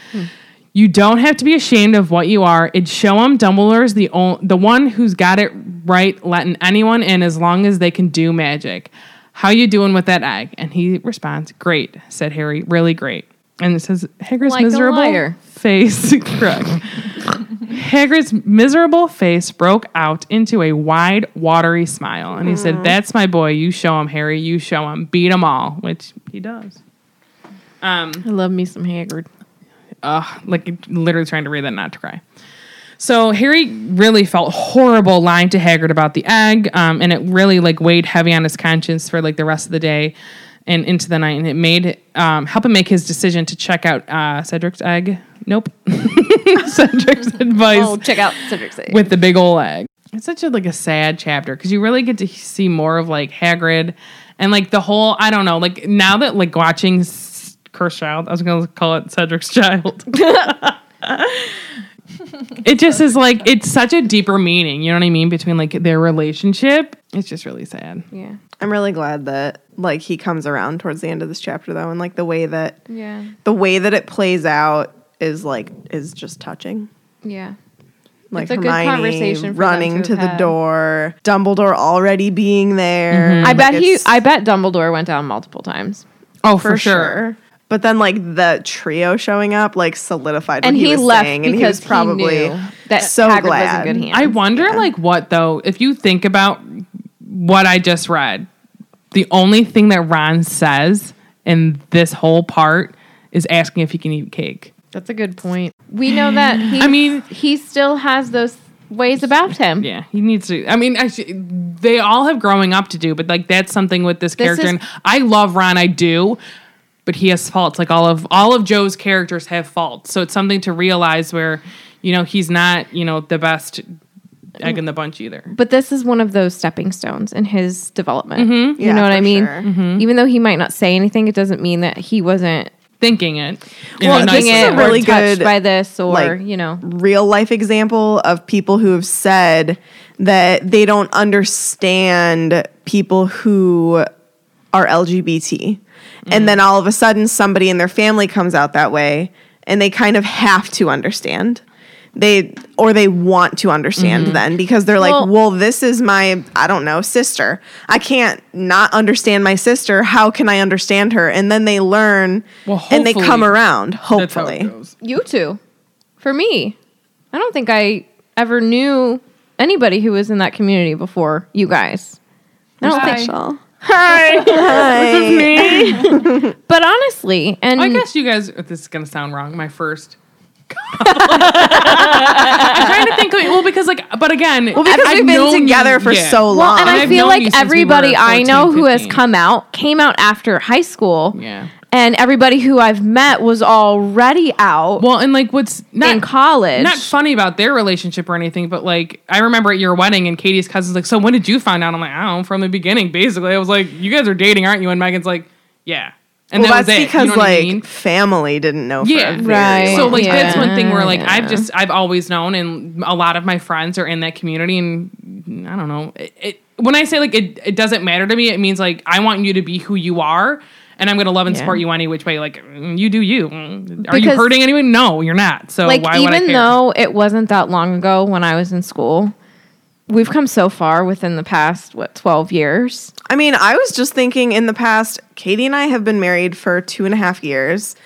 [SPEAKER 1] You don't have to be ashamed of what you are. It'd show 'em Dumbledore's the, ol- the one who's got it right, letting anyone in as long as they can do magic. How you doing with that egg? And he responds, Great, said Harry, really great. And it says, Hagrid's
[SPEAKER 3] Like a
[SPEAKER 1] miserable
[SPEAKER 3] liar.
[SPEAKER 1] face. Correct. Hagrid's miserable face broke out into a wide, watery smile, and he said, "That's my boy. You show him, Harry. You show him. Beat 'em all," which he does.
[SPEAKER 3] I love me some Haggard.
[SPEAKER 1] Like literally trying to read that not to cry. So Harry really felt horrible lying to Hagrid about the egg, um, and it really like weighed heavy on his conscience for like the rest of the day and into the night, and it made um, help him make his decision to check out uh, Cedric's egg. Nope, Cedric's advice.
[SPEAKER 3] Oh, check out Cedric's Egg.
[SPEAKER 1] with the big old egg. It's such a like a sad chapter because you really get to see more of like Hagrid and like the whole I don't know like now that like watching S- Cursed Child I was gonna call it Cedric's Child. it just is like it's such a deeper meaning. You know what I mean between like their relationship. It's just really sad.
[SPEAKER 3] yeah.
[SPEAKER 4] I'm really glad that like he comes around towards the end of this chapter though, and like the way that
[SPEAKER 3] Yeah.
[SPEAKER 4] the way that it plays out is like is just touching.
[SPEAKER 3] Yeah.
[SPEAKER 4] Like
[SPEAKER 3] It's a good
[SPEAKER 4] Hermione
[SPEAKER 3] conversation for them
[SPEAKER 4] running
[SPEAKER 3] to
[SPEAKER 4] to, the
[SPEAKER 3] have.
[SPEAKER 4] door, Dumbledore already being there.
[SPEAKER 3] I
[SPEAKER 4] Like,
[SPEAKER 3] bet he.
[SPEAKER 4] it's-
[SPEAKER 3] I bet Dumbledore went down multiple times,
[SPEAKER 1] Oh, for, sure.
[SPEAKER 4] But then, like the trio showing up, like solidified.
[SPEAKER 3] and
[SPEAKER 4] what
[SPEAKER 3] he,
[SPEAKER 4] he, was
[SPEAKER 3] left
[SPEAKER 4] saying,
[SPEAKER 3] because
[SPEAKER 4] and he was probably
[SPEAKER 3] knew that
[SPEAKER 4] so
[SPEAKER 3] Hagrid was
[SPEAKER 4] glad.
[SPEAKER 3] in good hands.
[SPEAKER 1] I wonder, like, what though, if you think about what I just read, the only thing that Ron says in this whole part is asking if he can eat cake.
[SPEAKER 3] That's a good point. We know that. He,
[SPEAKER 1] I mean-
[SPEAKER 3] he still has those ways about him.
[SPEAKER 1] Yeah, he needs to. I mean, actually, they all have growing up to do, but like that's something with this,
[SPEAKER 3] This
[SPEAKER 1] character. and
[SPEAKER 3] is-
[SPEAKER 1] I love Ron, I do, but he has faults. Like all of all of Joe's characters have faults, so it's something to realize where, you know, he's not you know the best egg in the bunch either.
[SPEAKER 3] But this is one of those stepping stones in his development. You
[SPEAKER 4] Yeah,
[SPEAKER 3] know what
[SPEAKER 4] for
[SPEAKER 3] I mean?
[SPEAKER 4] sure.
[SPEAKER 3] Even though he might not say anything, it doesn't mean that he wasn't
[SPEAKER 1] Thinking it, in
[SPEAKER 4] Well,
[SPEAKER 1] a nice
[SPEAKER 4] this
[SPEAKER 1] way.
[SPEAKER 3] doing
[SPEAKER 4] is a
[SPEAKER 3] it
[SPEAKER 4] really
[SPEAKER 3] or touched
[SPEAKER 4] good,
[SPEAKER 3] by this or
[SPEAKER 4] like,
[SPEAKER 3] you know.
[SPEAKER 4] real life example of people who have said that they don't understand people who are LGBT. And then all of a sudden, somebody in their family comes out that way and they kind of have to understand. They or they want to understand
[SPEAKER 1] Mm-hmm.
[SPEAKER 4] then because they're like,
[SPEAKER 3] Well-
[SPEAKER 4] well, this is my, I don't know, sister. I can't not understand my sister. How can I understand her? And then they learn
[SPEAKER 1] Well,
[SPEAKER 4] and they come
[SPEAKER 1] hopefully-
[SPEAKER 4] around,
[SPEAKER 1] That's how it
[SPEAKER 4] hopefully.
[SPEAKER 1] goes.
[SPEAKER 3] You two. For me. I don't think I ever knew anybody who was in that community before you guys. I don't think
[SPEAKER 4] Special.
[SPEAKER 3] Hi. but honestly, and
[SPEAKER 4] Mm.
[SPEAKER 1] I guess you guys. This is gonna sound wrong. My first. I'm trying to think. Like, well, because like, but again, well,
[SPEAKER 4] because we've been together for so long.
[SPEAKER 3] Well, and I
[SPEAKER 1] I've
[SPEAKER 3] feel
[SPEAKER 1] known you since
[SPEAKER 3] like
[SPEAKER 1] we
[SPEAKER 3] everybody
[SPEAKER 1] were
[SPEAKER 3] I know
[SPEAKER 1] 14,
[SPEAKER 3] who has
[SPEAKER 1] 15.
[SPEAKER 3] come out came out after high school.
[SPEAKER 1] Yeah.
[SPEAKER 3] And everybody who I've met was already out
[SPEAKER 1] Well, and like, what's not
[SPEAKER 3] in college.
[SPEAKER 1] not funny about their relationship or anything, but like, I remember at your wedding, and Katie's cousin's like, "So when did you find out?" I'm like, "I don't know, from the beginning." Basically, I was like, "You guys are dating, aren't you?" And Megan's like, "Yeah." And
[SPEAKER 4] well,
[SPEAKER 1] that was
[SPEAKER 4] that's
[SPEAKER 1] it. You
[SPEAKER 4] because
[SPEAKER 1] know what I
[SPEAKER 4] like
[SPEAKER 1] mean?
[SPEAKER 4] family didn't know. For
[SPEAKER 1] yeah
[SPEAKER 4] a very
[SPEAKER 3] Right.
[SPEAKER 4] long
[SPEAKER 1] so like
[SPEAKER 3] Yeah.
[SPEAKER 1] that's one thing where like
[SPEAKER 3] Yeah.
[SPEAKER 1] i've just i've always known and a lot of my friends are in that community and i don't know it, it, when i say like it, it doesn't matter to me it means like i want you to be who you are and i'm gonna love and
[SPEAKER 3] Yeah.
[SPEAKER 1] support you any which way like mm, you do you Mm. are you
[SPEAKER 3] Because-
[SPEAKER 1] hurting anyone no you're not so
[SPEAKER 3] like
[SPEAKER 1] why would I
[SPEAKER 3] even
[SPEAKER 1] care?
[SPEAKER 3] though it wasn't that long ago when I was in school, we've come so far within the past what twelve years.
[SPEAKER 4] I mean, I was just thinking in the past, Katie and I have been married for two and a half years.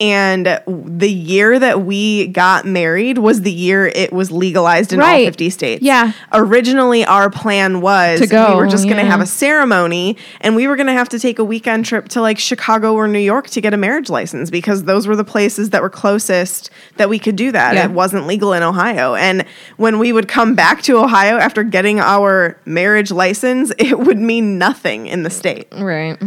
[SPEAKER 4] And the year that we got married was the year it was legalized in all
[SPEAKER 3] Right.
[SPEAKER 4] 50 states.
[SPEAKER 3] Yeah.
[SPEAKER 4] Originally, our plan was
[SPEAKER 3] To go,
[SPEAKER 4] we were just going to
[SPEAKER 3] yeah.
[SPEAKER 4] have a ceremony and we were going to have to take a weekend trip to like Chicago or New York to get a marriage license because those were the places that were closest that we could do that.
[SPEAKER 3] Yeah.
[SPEAKER 4] It wasn't legal in Ohio. And when we would come back to Ohio after getting our marriage license, it would mean nothing in the state.
[SPEAKER 3] Right.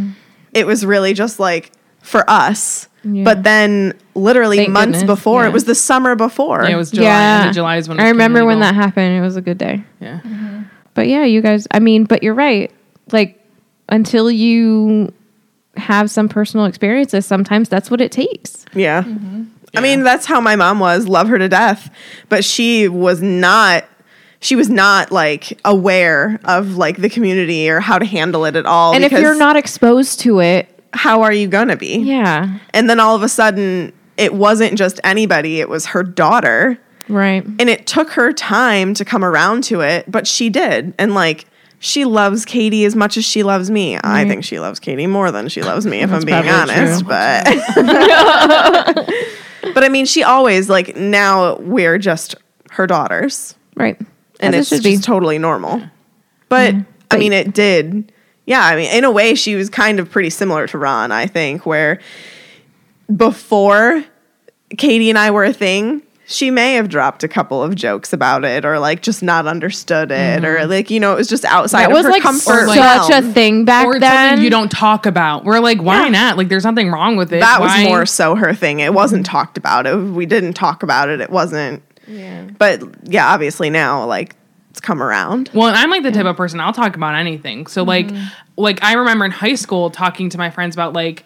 [SPEAKER 4] It was really just like for us.
[SPEAKER 3] Yeah.
[SPEAKER 4] But then literally
[SPEAKER 3] Thank
[SPEAKER 4] months
[SPEAKER 3] goodness,
[SPEAKER 4] before,
[SPEAKER 3] yeah.
[SPEAKER 4] it was the summer before.
[SPEAKER 1] yeah, it was july yeah.
[SPEAKER 3] yeah.
[SPEAKER 1] july is when it
[SPEAKER 3] I
[SPEAKER 1] became
[SPEAKER 3] remember when
[SPEAKER 1] legal.
[SPEAKER 3] that happened. It was a good day.
[SPEAKER 1] yeah
[SPEAKER 3] Mm-hmm. But yeah, you guys I mean, but you're right. Like until you have some personal experiences, sometimes that's what it takes.
[SPEAKER 4] Yeah.
[SPEAKER 3] Mm-hmm.
[SPEAKER 4] I mean, that's how my mom was. Love her to death, but she was not she was not like aware of like the community or how to handle it at all
[SPEAKER 3] And if
[SPEAKER 4] because
[SPEAKER 3] you're not exposed to it,
[SPEAKER 4] how are you going to be?
[SPEAKER 3] yeah.
[SPEAKER 4] And then all of a sudden it wasn't just anybody, it was her daughter.
[SPEAKER 3] Right.
[SPEAKER 4] And it took her time to come around to it, but she did. And like she loves Katie as much as she loves me. I think she loves Katie more than she loves me, if I'm being
[SPEAKER 1] probably
[SPEAKER 4] honest. But but I mean, she always like now we're just her daughters,
[SPEAKER 3] Right.
[SPEAKER 4] and
[SPEAKER 3] As
[SPEAKER 4] it's
[SPEAKER 3] it
[SPEAKER 4] just
[SPEAKER 3] should be. Mm-hmm.
[SPEAKER 4] totally normal. But I mean, it did. Yeah, I mean, in a way, she was kind of pretty similar to Ron. I think where before Katie and I were a thing, she may have dropped a couple of jokes about it or like just not understood it or like, you know, it was just outside
[SPEAKER 3] Mm-hmm. That was
[SPEAKER 4] of her
[SPEAKER 3] like
[SPEAKER 4] comfort.
[SPEAKER 3] such
[SPEAKER 4] realm.
[SPEAKER 3] a thing back
[SPEAKER 1] or it's
[SPEAKER 3] then.
[SPEAKER 1] something you don't talk about we're like why not like there's nothing wrong with it
[SPEAKER 4] that
[SPEAKER 1] Why-
[SPEAKER 4] was more so her thing. It wasn't talked about. It, we didn't talk about it. It wasn't.
[SPEAKER 3] Yeah.
[SPEAKER 4] But yeah, obviously now like it's come around.
[SPEAKER 1] Well, and I'm like the type of person
[SPEAKER 4] Mm-hmm.
[SPEAKER 1] I'll talk about anything. So like like I remember in high school talking to my friends about like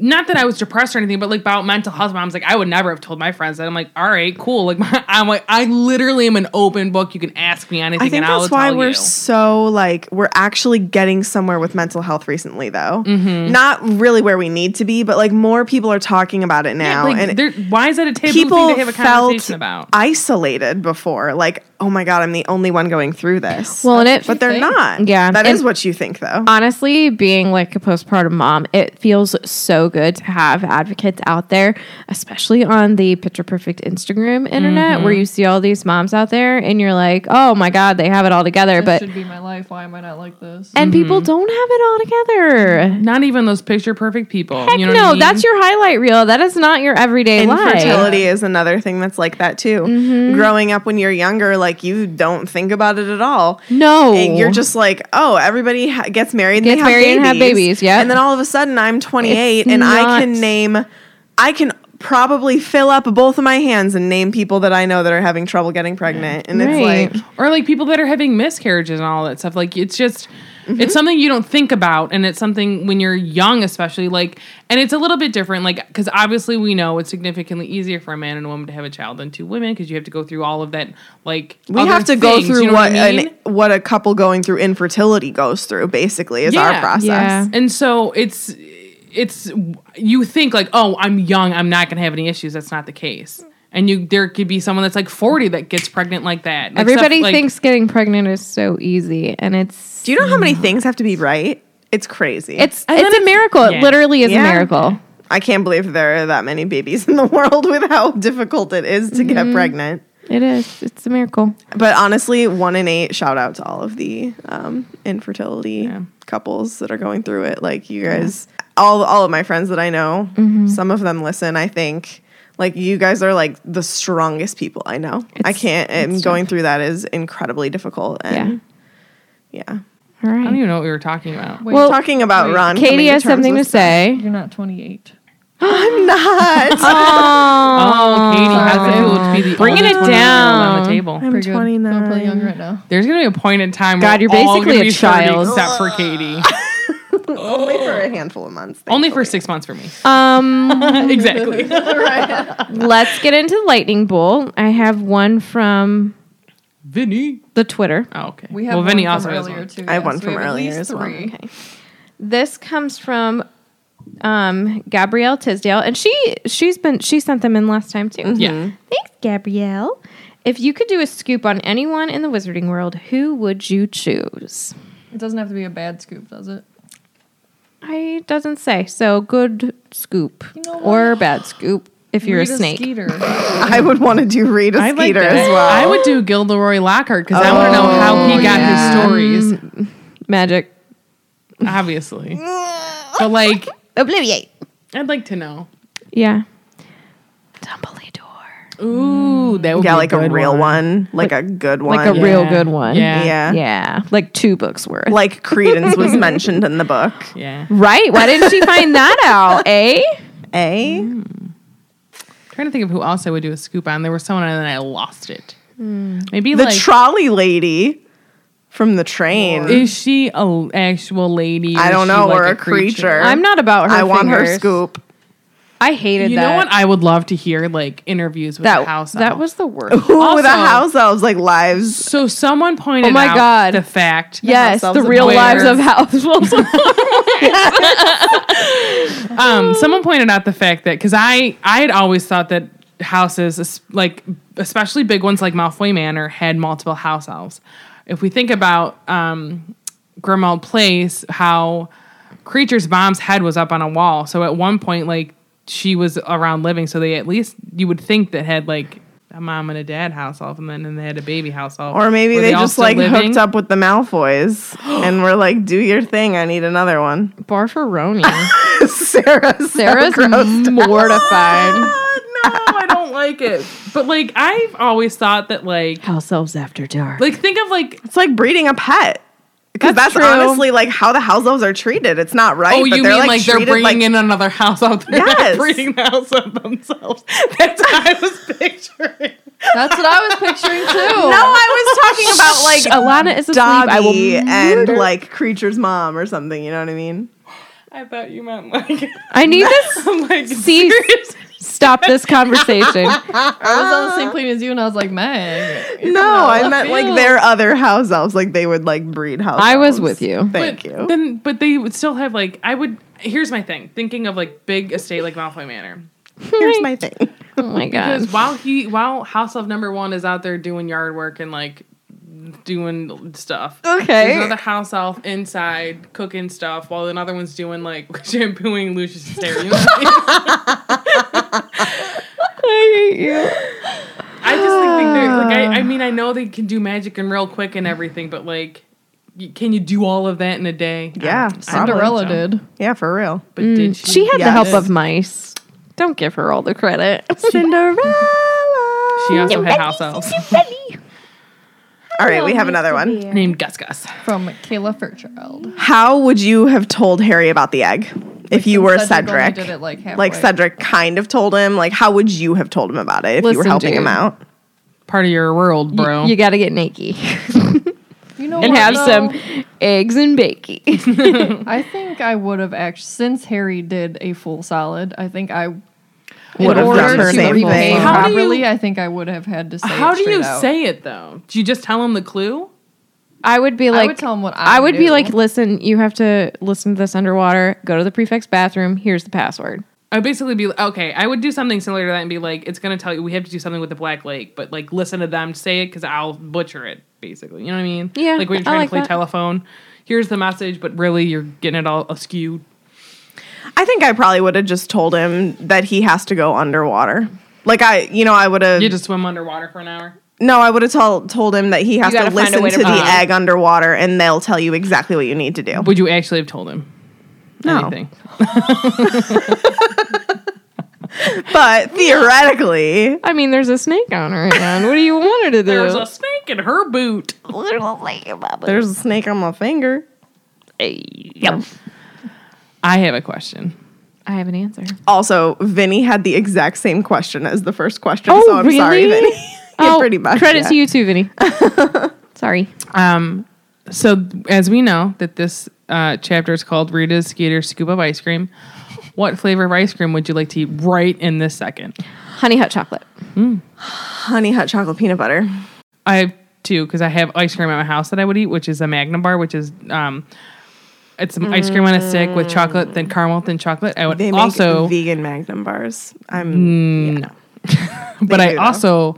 [SPEAKER 1] not that I was depressed or anything, but like about mental health. Mom's like, I would never have told my friends that. I'm like, all right, cool. Like, my, I'm like, I literally am an open book. You can ask me anything,
[SPEAKER 4] I think
[SPEAKER 1] and I'll
[SPEAKER 4] that's why
[SPEAKER 1] tell
[SPEAKER 4] we're
[SPEAKER 1] you.
[SPEAKER 4] so like we're actually getting somewhere with mental health recently, though.
[SPEAKER 1] Mm-hmm.
[SPEAKER 4] Not really where we need to be, but like more people are talking about it
[SPEAKER 1] Yeah,
[SPEAKER 4] now,
[SPEAKER 1] like,
[SPEAKER 4] and
[SPEAKER 1] there- why is that a table
[SPEAKER 4] people
[SPEAKER 1] thing to have a
[SPEAKER 4] felt
[SPEAKER 1] conversation about?
[SPEAKER 4] isolated before. Like, oh my god, I'm the only one going through this.
[SPEAKER 3] Well, and it
[SPEAKER 4] but they're not.
[SPEAKER 3] Yeah,
[SPEAKER 4] that
[SPEAKER 3] and-
[SPEAKER 4] is what you think, though.
[SPEAKER 3] honestly, being like a postpartum mom, it feels so good to have advocates out there, especially on the picture perfect Instagram internet where you see all these moms out there and you're like, oh my God, they have it all together.
[SPEAKER 5] This
[SPEAKER 3] But
[SPEAKER 5] should be my life. Why am I not like this?
[SPEAKER 3] and people don't have it all together.
[SPEAKER 1] Not even those picture perfect people.
[SPEAKER 3] Heck
[SPEAKER 1] Mm-hmm. you know what
[SPEAKER 3] no,
[SPEAKER 1] I mean?
[SPEAKER 3] that's your highlight reel. That is not your everyday life.
[SPEAKER 4] Infertility is another thing that's like that too.
[SPEAKER 1] Mm-hmm.
[SPEAKER 4] Growing up when you're younger, like you don't think about it at all.
[SPEAKER 3] No.
[SPEAKER 4] And you're just like, oh, everybody ha- gets married, and
[SPEAKER 3] Gets
[SPEAKER 4] they have
[SPEAKER 3] married
[SPEAKER 4] babies.
[SPEAKER 3] and have babies, yep.
[SPEAKER 4] And then all of a sudden, I'm 28,
[SPEAKER 3] It's
[SPEAKER 4] and
[SPEAKER 3] not-
[SPEAKER 4] I can name, I can probably fill up both of my hands and name people that I know that are having trouble getting pregnant. And
[SPEAKER 3] Right.
[SPEAKER 4] it's like,
[SPEAKER 1] or like people that are having miscarriages and all that stuff like it's just
[SPEAKER 4] Mm-hmm.
[SPEAKER 1] it's something you don't think about and it's something when you're young especially like and it's a little bit different like because obviously we know it's significantly easier for a man and a woman to have a child than two women because you have to go through all of that like
[SPEAKER 4] we
[SPEAKER 1] other
[SPEAKER 4] have to go
[SPEAKER 1] things,
[SPEAKER 4] through
[SPEAKER 1] you know
[SPEAKER 4] what
[SPEAKER 1] I mean?
[SPEAKER 4] an, what a couple going through infertility goes through. Basically, is
[SPEAKER 1] Yeah,
[SPEAKER 4] our process.
[SPEAKER 3] yeah.
[SPEAKER 1] and so it's it's you think like oh i'm young i'm not going to have any issues that's not the case and you there could be someone that's like 40 that gets pregnant like that Like, stuff
[SPEAKER 3] Everybody
[SPEAKER 1] like-
[SPEAKER 3] thinks getting pregnant is so easy, and it's
[SPEAKER 4] Do you know how many things have to be right? It's crazy.
[SPEAKER 3] Mm. it's
[SPEAKER 1] And
[SPEAKER 3] it's
[SPEAKER 1] then
[SPEAKER 3] a miracle. It
[SPEAKER 1] yeah.
[SPEAKER 3] literally is
[SPEAKER 4] Yeah.
[SPEAKER 3] a miracle.
[SPEAKER 4] I can't believe there are that many babies in the world with how difficult it is to
[SPEAKER 3] Mm-hmm.
[SPEAKER 4] get pregnant.
[SPEAKER 3] It is. It's a miracle.
[SPEAKER 4] But honestly, one in eight. Shout out to all of the um, infertility couples that are going through it. Like you guys, all all of my friends that I know,
[SPEAKER 3] Mm-hmm.
[SPEAKER 4] some of them listen. I think like you guys are like the strongest people I know. I
[SPEAKER 3] It's-
[SPEAKER 4] can't. And going through that is incredibly difficult. And yeah,
[SPEAKER 3] All
[SPEAKER 1] i don't
[SPEAKER 3] right.
[SPEAKER 1] even know what we were talking about
[SPEAKER 5] Wait,
[SPEAKER 3] Well,
[SPEAKER 4] talking about
[SPEAKER 5] wait.
[SPEAKER 4] Ron. coming
[SPEAKER 3] Katie has
[SPEAKER 4] terms
[SPEAKER 3] something to
[SPEAKER 4] with-
[SPEAKER 3] say.
[SPEAKER 5] you're not 28.
[SPEAKER 4] Not.
[SPEAKER 1] Oh, Katie, how's it feel to be the
[SPEAKER 3] Bringing
[SPEAKER 1] oldest
[SPEAKER 3] it
[SPEAKER 1] woman in the room on the
[SPEAKER 3] down.
[SPEAKER 1] table?
[SPEAKER 4] I'm
[SPEAKER 5] Pretty good.
[SPEAKER 4] twenty
[SPEAKER 5] Feel pretty young
[SPEAKER 4] nine.
[SPEAKER 5] right now.
[SPEAKER 1] There's gonna be a point in time.
[SPEAKER 3] God,
[SPEAKER 1] where
[SPEAKER 3] you're
[SPEAKER 1] we're all
[SPEAKER 3] basically
[SPEAKER 1] gonna
[SPEAKER 3] a
[SPEAKER 1] be 30
[SPEAKER 3] child.
[SPEAKER 1] except for Katie.
[SPEAKER 4] Only for a handful of months.
[SPEAKER 1] Only for
[SPEAKER 4] thankfully.
[SPEAKER 1] six months for me.
[SPEAKER 3] Um,
[SPEAKER 1] exactly.
[SPEAKER 3] let's get into lightning bolt. I have one from
[SPEAKER 1] Vinny.
[SPEAKER 3] the Twitter.
[SPEAKER 1] Oh, okay.
[SPEAKER 5] We have
[SPEAKER 1] well,
[SPEAKER 5] one
[SPEAKER 1] Vinny
[SPEAKER 5] from
[SPEAKER 1] also has
[SPEAKER 5] earlier
[SPEAKER 1] one.
[SPEAKER 5] too.
[SPEAKER 4] I have
[SPEAKER 5] yes.
[SPEAKER 4] one
[SPEAKER 5] We
[SPEAKER 4] from
[SPEAKER 5] at
[SPEAKER 4] earlier
[SPEAKER 5] least
[SPEAKER 4] as well.
[SPEAKER 5] three.
[SPEAKER 3] This comes from um, Gabrielle Tisdale, and she she's been she sent them in last time too.
[SPEAKER 1] Yeah.
[SPEAKER 3] Thanks, Gabrielle. If you could do a scoop on anyone in the wizarding world, who would you choose?
[SPEAKER 5] It doesn't have to be a bad scoop, does it?
[SPEAKER 3] I doesn't say. So good scoop
[SPEAKER 5] know
[SPEAKER 3] or bad scoop if you're
[SPEAKER 5] Rita
[SPEAKER 3] a snake.
[SPEAKER 5] Skeeter.
[SPEAKER 4] I would want to do Rita
[SPEAKER 1] I like
[SPEAKER 4] Skeeter
[SPEAKER 1] that.
[SPEAKER 4] as well.
[SPEAKER 1] I would do Gilderoy Lockhart because I want to
[SPEAKER 3] Oh,
[SPEAKER 1] know how he got his stories.
[SPEAKER 3] Magic.
[SPEAKER 1] Obviously, but like,
[SPEAKER 3] Obliviate.
[SPEAKER 1] I'd like to know.
[SPEAKER 3] Yeah. Dumbledore.
[SPEAKER 1] Ooh, that would
[SPEAKER 4] yeah,
[SPEAKER 1] be
[SPEAKER 4] like a,
[SPEAKER 1] good
[SPEAKER 4] real one. like, a good one.
[SPEAKER 3] Like a
[SPEAKER 1] Yeah.
[SPEAKER 3] real good one.
[SPEAKER 1] Yeah.
[SPEAKER 4] Yeah.
[SPEAKER 3] Yeah. Like two books worth.
[SPEAKER 4] Like Credence was mentioned in the book.
[SPEAKER 1] Yeah.
[SPEAKER 3] right? Why didn't she find that out, eh?
[SPEAKER 4] A
[SPEAKER 1] Mm. trying to think of who else I would do a scoop on. There was someone and then I lost it.
[SPEAKER 3] Hmm.
[SPEAKER 1] Maybe
[SPEAKER 4] the
[SPEAKER 1] like.
[SPEAKER 4] trolley lady from the train.
[SPEAKER 1] is she a actual lady?
[SPEAKER 4] I
[SPEAKER 1] is
[SPEAKER 4] don't
[SPEAKER 1] she,
[SPEAKER 4] know,
[SPEAKER 1] like,
[SPEAKER 4] or a creature.
[SPEAKER 3] I'm not about her.
[SPEAKER 4] I want her
[SPEAKER 3] fingers.
[SPEAKER 4] scoop.
[SPEAKER 3] I hated
[SPEAKER 1] You
[SPEAKER 3] that.
[SPEAKER 1] know what? I would love to hear like interviews with
[SPEAKER 3] that
[SPEAKER 1] the house.
[SPEAKER 3] that
[SPEAKER 1] elf.
[SPEAKER 3] was the worst.
[SPEAKER 4] Who
[SPEAKER 1] Also-
[SPEAKER 4] the house elves like lives?
[SPEAKER 1] so. Someone pointed.
[SPEAKER 3] Oh my
[SPEAKER 1] out
[SPEAKER 3] God.
[SPEAKER 1] The fact.
[SPEAKER 3] yes,
[SPEAKER 4] House
[SPEAKER 3] the
[SPEAKER 4] elves
[SPEAKER 3] real
[SPEAKER 1] and
[SPEAKER 3] lives of
[SPEAKER 1] bears.
[SPEAKER 3] households.
[SPEAKER 1] Um. Someone pointed out the fact that because I I had always thought that houses es- like especially big ones like Malfoy Manor had multiple house elves. If we think about um, Grimald Place, how creature's mom's head was up on a wall, so at one point like she was around living, so they at least you would think that had like. A mom and a dad house elf, and then and they had a baby house elf.
[SPEAKER 4] Or maybe
[SPEAKER 1] Were
[SPEAKER 4] they,
[SPEAKER 1] all
[SPEAKER 4] just
[SPEAKER 1] still
[SPEAKER 4] like
[SPEAKER 1] living?
[SPEAKER 4] hooked up with the Malfoys and were like, "Do your thing. I need another one."
[SPEAKER 3] Barfaroni.
[SPEAKER 4] Sarah's
[SPEAKER 3] Sarah's mortified.
[SPEAKER 1] no, I don't like it. But like I've always thought that like
[SPEAKER 3] House elves after dark.
[SPEAKER 1] like think of like
[SPEAKER 4] It's like breeding a pet. Because that's,
[SPEAKER 3] true.
[SPEAKER 4] honestly like how the house elves are treated. It's not right.
[SPEAKER 1] oh you mean like, they're
[SPEAKER 4] treated
[SPEAKER 1] bringing in another house out there
[SPEAKER 4] Yes.
[SPEAKER 1] breeding the house of themselves. That's what I was picturing.
[SPEAKER 5] That's what I was picturing too.
[SPEAKER 4] No, I was talking about like
[SPEAKER 3] Alana is asleep.
[SPEAKER 4] Dobby
[SPEAKER 3] I will
[SPEAKER 4] and like Creature's mom or something. You know what I mean?
[SPEAKER 1] I I thought you meant like.
[SPEAKER 3] I need this.
[SPEAKER 1] I'm like,
[SPEAKER 3] Cease. Stop this conversation.
[SPEAKER 5] I was on
[SPEAKER 4] Uh-huh.
[SPEAKER 5] the same plane as you, and I was like, man.
[SPEAKER 4] No, I meant like
[SPEAKER 5] field.
[SPEAKER 4] their other house elves. Like they would like breed house.
[SPEAKER 3] I was
[SPEAKER 4] elves.
[SPEAKER 3] with you.
[SPEAKER 4] Thank
[SPEAKER 1] but
[SPEAKER 4] you.
[SPEAKER 1] Then, but they would still have like I would. Here's my thing. Thinking of like big estate like Malfoy Manor.
[SPEAKER 4] Here's my thing.
[SPEAKER 3] Oh my god.
[SPEAKER 1] Because while he while House of Number One is out there doing yard work and like doing stuff. There's
[SPEAKER 3] Okay.
[SPEAKER 1] another house elf inside cooking stuff while another one's doing like shampooing Lucius' hair. You know what I mean?
[SPEAKER 3] I hate you.
[SPEAKER 1] I just think, think they're like I, I mean I know they can do magic and real quick and everything, but like y- can you do all of that in a day?
[SPEAKER 4] Yeah,
[SPEAKER 5] Cinderella
[SPEAKER 1] probably so.
[SPEAKER 5] did.
[SPEAKER 4] Yeah, for real.
[SPEAKER 1] But did she?
[SPEAKER 3] Mm. She had the
[SPEAKER 4] Yes.
[SPEAKER 3] help of mice. Don't give her all the credit.
[SPEAKER 1] she also had house elves
[SPEAKER 4] All right, we have another one.
[SPEAKER 1] named Gus Gus.
[SPEAKER 5] From Kayla Fairchild.
[SPEAKER 4] How would you have told Harry about the egg if you were
[SPEAKER 5] only
[SPEAKER 4] Cedric?
[SPEAKER 5] Did it like halfway.
[SPEAKER 4] like Cedric kind of told him. Like, how would you have told him about it if you were
[SPEAKER 3] Listen,
[SPEAKER 4] helping
[SPEAKER 3] dude.
[SPEAKER 4] him out?
[SPEAKER 1] Part of your world, bro.
[SPEAKER 3] You gotta get naked
[SPEAKER 5] You know
[SPEAKER 3] and
[SPEAKER 5] what,
[SPEAKER 3] have
[SPEAKER 5] though?
[SPEAKER 3] some eggs and bacon.
[SPEAKER 5] I think I would have actually since Harry did a full solid. I think I
[SPEAKER 4] Would have
[SPEAKER 5] order
[SPEAKER 4] done the
[SPEAKER 5] to
[SPEAKER 4] same
[SPEAKER 5] repay
[SPEAKER 4] thing.
[SPEAKER 5] him
[SPEAKER 1] How do you-
[SPEAKER 5] properly. I think I would have had to say.
[SPEAKER 1] How
[SPEAKER 5] it
[SPEAKER 1] do you
[SPEAKER 5] straight out.
[SPEAKER 1] say it though? Do you just tell him the clue?
[SPEAKER 3] I would be like,
[SPEAKER 5] I would tell him what I,
[SPEAKER 3] I would be
[SPEAKER 5] knew.
[SPEAKER 3] like, listen, you have to listen to this underwater. Go to the prefect's bathroom. Here's the password.
[SPEAKER 1] I would basically be okay. I would do something similar to that and be like, it's gonna tell you we have to do something with the Black Lake, but like listen to them say it because I'll butcher it. Basically, you know what I mean?
[SPEAKER 3] Yeah,
[SPEAKER 1] Like when
[SPEAKER 3] I
[SPEAKER 1] you're trying
[SPEAKER 3] like
[SPEAKER 1] to play
[SPEAKER 3] that.
[SPEAKER 1] telephone, here's the message, but really you're getting it all askew.
[SPEAKER 4] I think I probably would have just told him that he has to go underwater. Like I, you know, I would have.
[SPEAKER 1] You just swim underwater for an hour.
[SPEAKER 4] no, I would have told told him that he has to
[SPEAKER 3] gotta find a
[SPEAKER 4] listen
[SPEAKER 3] way
[SPEAKER 4] to,
[SPEAKER 3] to
[SPEAKER 4] the
[SPEAKER 3] bond.
[SPEAKER 4] egg underwater, and they'll tell you exactly what you need to do.
[SPEAKER 1] Would you actually have told him
[SPEAKER 4] No.
[SPEAKER 1] anything?
[SPEAKER 4] But theoretically,
[SPEAKER 3] I mean, there's a snake on her hand. What do you want her to do?
[SPEAKER 1] There's a snake in her boot.
[SPEAKER 4] there's a snake on my finger.
[SPEAKER 1] I have a question.
[SPEAKER 3] I have an answer.
[SPEAKER 4] Also, Vinny had the exact same question as the first question,
[SPEAKER 3] Oh,
[SPEAKER 4] so I'm sorry,
[SPEAKER 3] really? Oh,
[SPEAKER 4] Vinny. yeah, pretty much.
[SPEAKER 3] Credit
[SPEAKER 4] yeah.
[SPEAKER 3] to you too, Vinny. Sorry.
[SPEAKER 1] Um, so th- as we know that this uh, chapter is called Rita's Skeeter Scoop of Ice Cream. What flavor of ice cream would you like to eat right in this second?
[SPEAKER 3] Honey hot chocolate.
[SPEAKER 4] Honey Hot Chocolate Peanut Butter.
[SPEAKER 1] I have two because I have ice cream at my house that I would eat, which is a Magna bar, which is um, it's some ice cream on a stick with chocolate, then caramel, then chocolate. I would
[SPEAKER 4] They make
[SPEAKER 1] also,
[SPEAKER 4] vegan Magnum bars. I'm
[SPEAKER 3] Hmm.
[SPEAKER 1] but I
[SPEAKER 4] do, though.
[SPEAKER 1] also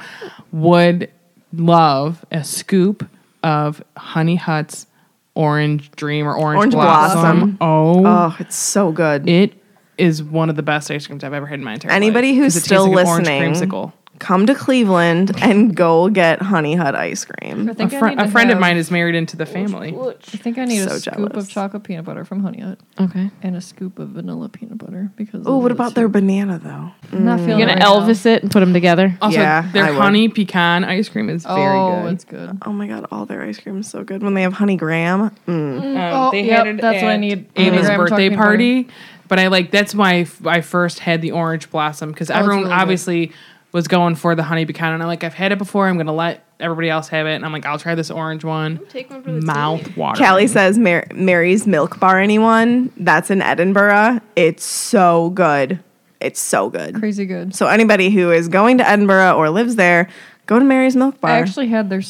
[SPEAKER 1] would love a scoop of Honey Hut's orange dream or orange,
[SPEAKER 4] Orange
[SPEAKER 1] blossom.
[SPEAKER 4] Blossom.
[SPEAKER 1] Oh,
[SPEAKER 4] oh, it's so good.
[SPEAKER 1] it is one of the best ice creams I've ever had in my entire
[SPEAKER 4] Anybody
[SPEAKER 1] life,
[SPEAKER 4] who's
[SPEAKER 1] 'cause it tastes
[SPEAKER 4] still
[SPEAKER 1] like an orange
[SPEAKER 4] listening,
[SPEAKER 1] creamsicle.
[SPEAKER 4] Come to Cleveland and go get Honey Hut ice cream.
[SPEAKER 5] I think
[SPEAKER 1] A,
[SPEAKER 5] I
[SPEAKER 1] fri-
[SPEAKER 5] need to
[SPEAKER 1] a friend of
[SPEAKER 5] have-
[SPEAKER 1] mine is married into the family.
[SPEAKER 5] I think I need
[SPEAKER 4] So
[SPEAKER 5] a scoop
[SPEAKER 4] jealous.
[SPEAKER 5] of chocolate peanut butter from Honey Hut
[SPEAKER 3] Okay.
[SPEAKER 5] and a scoop of vanilla peanut butter because.
[SPEAKER 4] Oh, what about Mm. their banana though?
[SPEAKER 5] I'm not feeling
[SPEAKER 3] You're gonna
[SPEAKER 5] it right now.
[SPEAKER 3] Elvis it and put them together.
[SPEAKER 1] Also,
[SPEAKER 4] Yeah,
[SPEAKER 1] their
[SPEAKER 4] I would.
[SPEAKER 1] honey pecan ice cream is very
[SPEAKER 5] Oh,
[SPEAKER 1] good.
[SPEAKER 5] it's good.
[SPEAKER 4] Oh my god, all their ice cream is so good. When they have honey graham, mm.
[SPEAKER 1] Um,
[SPEAKER 5] Oh,
[SPEAKER 1] they
[SPEAKER 5] yep,
[SPEAKER 1] had it
[SPEAKER 5] that's
[SPEAKER 1] at
[SPEAKER 5] what I need.
[SPEAKER 1] Ava's
[SPEAKER 5] Graham
[SPEAKER 1] birthday
[SPEAKER 5] talking about
[SPEAKER 1] party, but I like that's why I f- I first had the orange blossom because everyone
[SPEAKER 5] Oh, really good.
[SPEAKER 1] obviously was going for the honey pecan, and I'm like, I've had it before. I'm gonna let everybody else have it, and I'm like, I'll try this orange one. Mouth water.
[SPEAKER 4] Callie says Mar- Mary's Milk Bar. Anyone that's in Edinburgh, it's so good. It's so good.
[SPEAKER 5] Crazy good.
[SPEAKER 4] So anybody who is going to Edinburgh or lives there, go to Mary's Milk Bar
[SPEAKER 5] I actually had their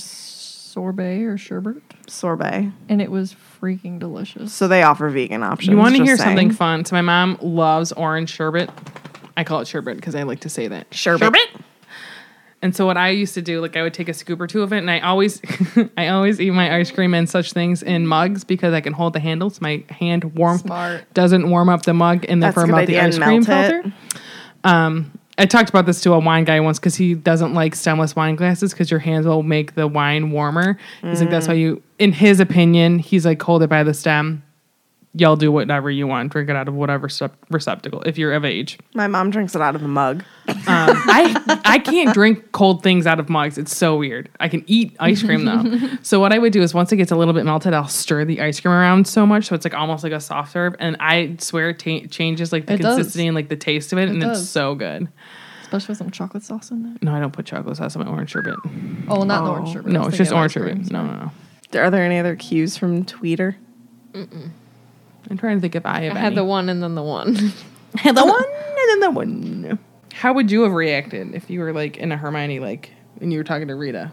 [SPEAKER 5] sorbet or sherbet,
[SPEAKER 4] sorbet.
[SPEAKER 5] and it was freaking delicious.
[SPEAKER 4] So they offer vegan options.
[SPEAKER 1] You want to
[SPEAKER 4] just
[SPEAKER 1] hear
[SPEAKER 4] saying.
[SPEAKER 1] something fun? So my mom loves orange sherbet. I call it sherbet because I like to say that
[SPEAKER 4] Sherbet.
[SPEAKER 1] And so what I used to do, like I would take a scoop or two of it, and I always, I always eat my ice cream and such things in mugs because I can hold the handles. My hand warmth
[SPEAKER 5] Smart.
[SPEAKER 1] doesn't warm up the mug and
[SPEAKER 4] That's a
[SPEAKER 1] therefore
[SPEAKER 4] good
[SPEAKER 1] melt the
[SPEAKER 4] idea.
[SPEAKER 1] ice
[SPEAKER 4] and
[SPEAKER 1] cream
[SPEAKER 4] melt
[SPEAKER 1] filter. Um,
[SPEAKER 4] it.
[SPEAKER 1] I talked about this to a wine guy once because he doesn't like stemless wine glasses because your hands will make the wine warmer. He's like, that's why you, in his opinion, he's like, hold it by the stem. Y'all do whatever you want. Drink it out of whatever sep- receptacle if you're of age.
[SPEAKER 4] My mom drinks it out of a mug.
[SPEAKER 1] I I can't drink cold things out of mugs. It's so weird. I can eat ice cream though. so what I would do is once it gets a little bit melted, I'll stir the ice cream around so much so it's like almost like a soft serve. And I swear it ta- changes like the
[SPEAKER 5] It does.
[SPEAKER 1] consistency and like the taste of it, and it's
[SPEAKER 5] does.
[SPEAKER 1] so good.
[SPEAKER 5] Especially with some chocolate sauce in there.
[SPEAKER 1] No, I don't put chocolate sauce on my orange sherbet.
[SPEAKER 5] Oh, well, not the orange sherbet. I
[SPEAKER 1] No,
[SPEAKER 5] was
[SPEAKER 1] it's just
[SPEAKER 5] thinking of
[SPEAKER 1] orange
[SPEAKER 5] ice cream.
[SPEAKER 1] sherbet. No, no, no.
[SPEAKER 4] Are there any other cues from Tweeter?
[SPEAKER 1] I'm trying to think if I have any.
[SPEAKER 3] I had the one and then the one.
[SPEAKER 4] the one and then the one.
[SPEAKER 1] How would you have reacted if you were like in a Hermione like and you were talking to Rita?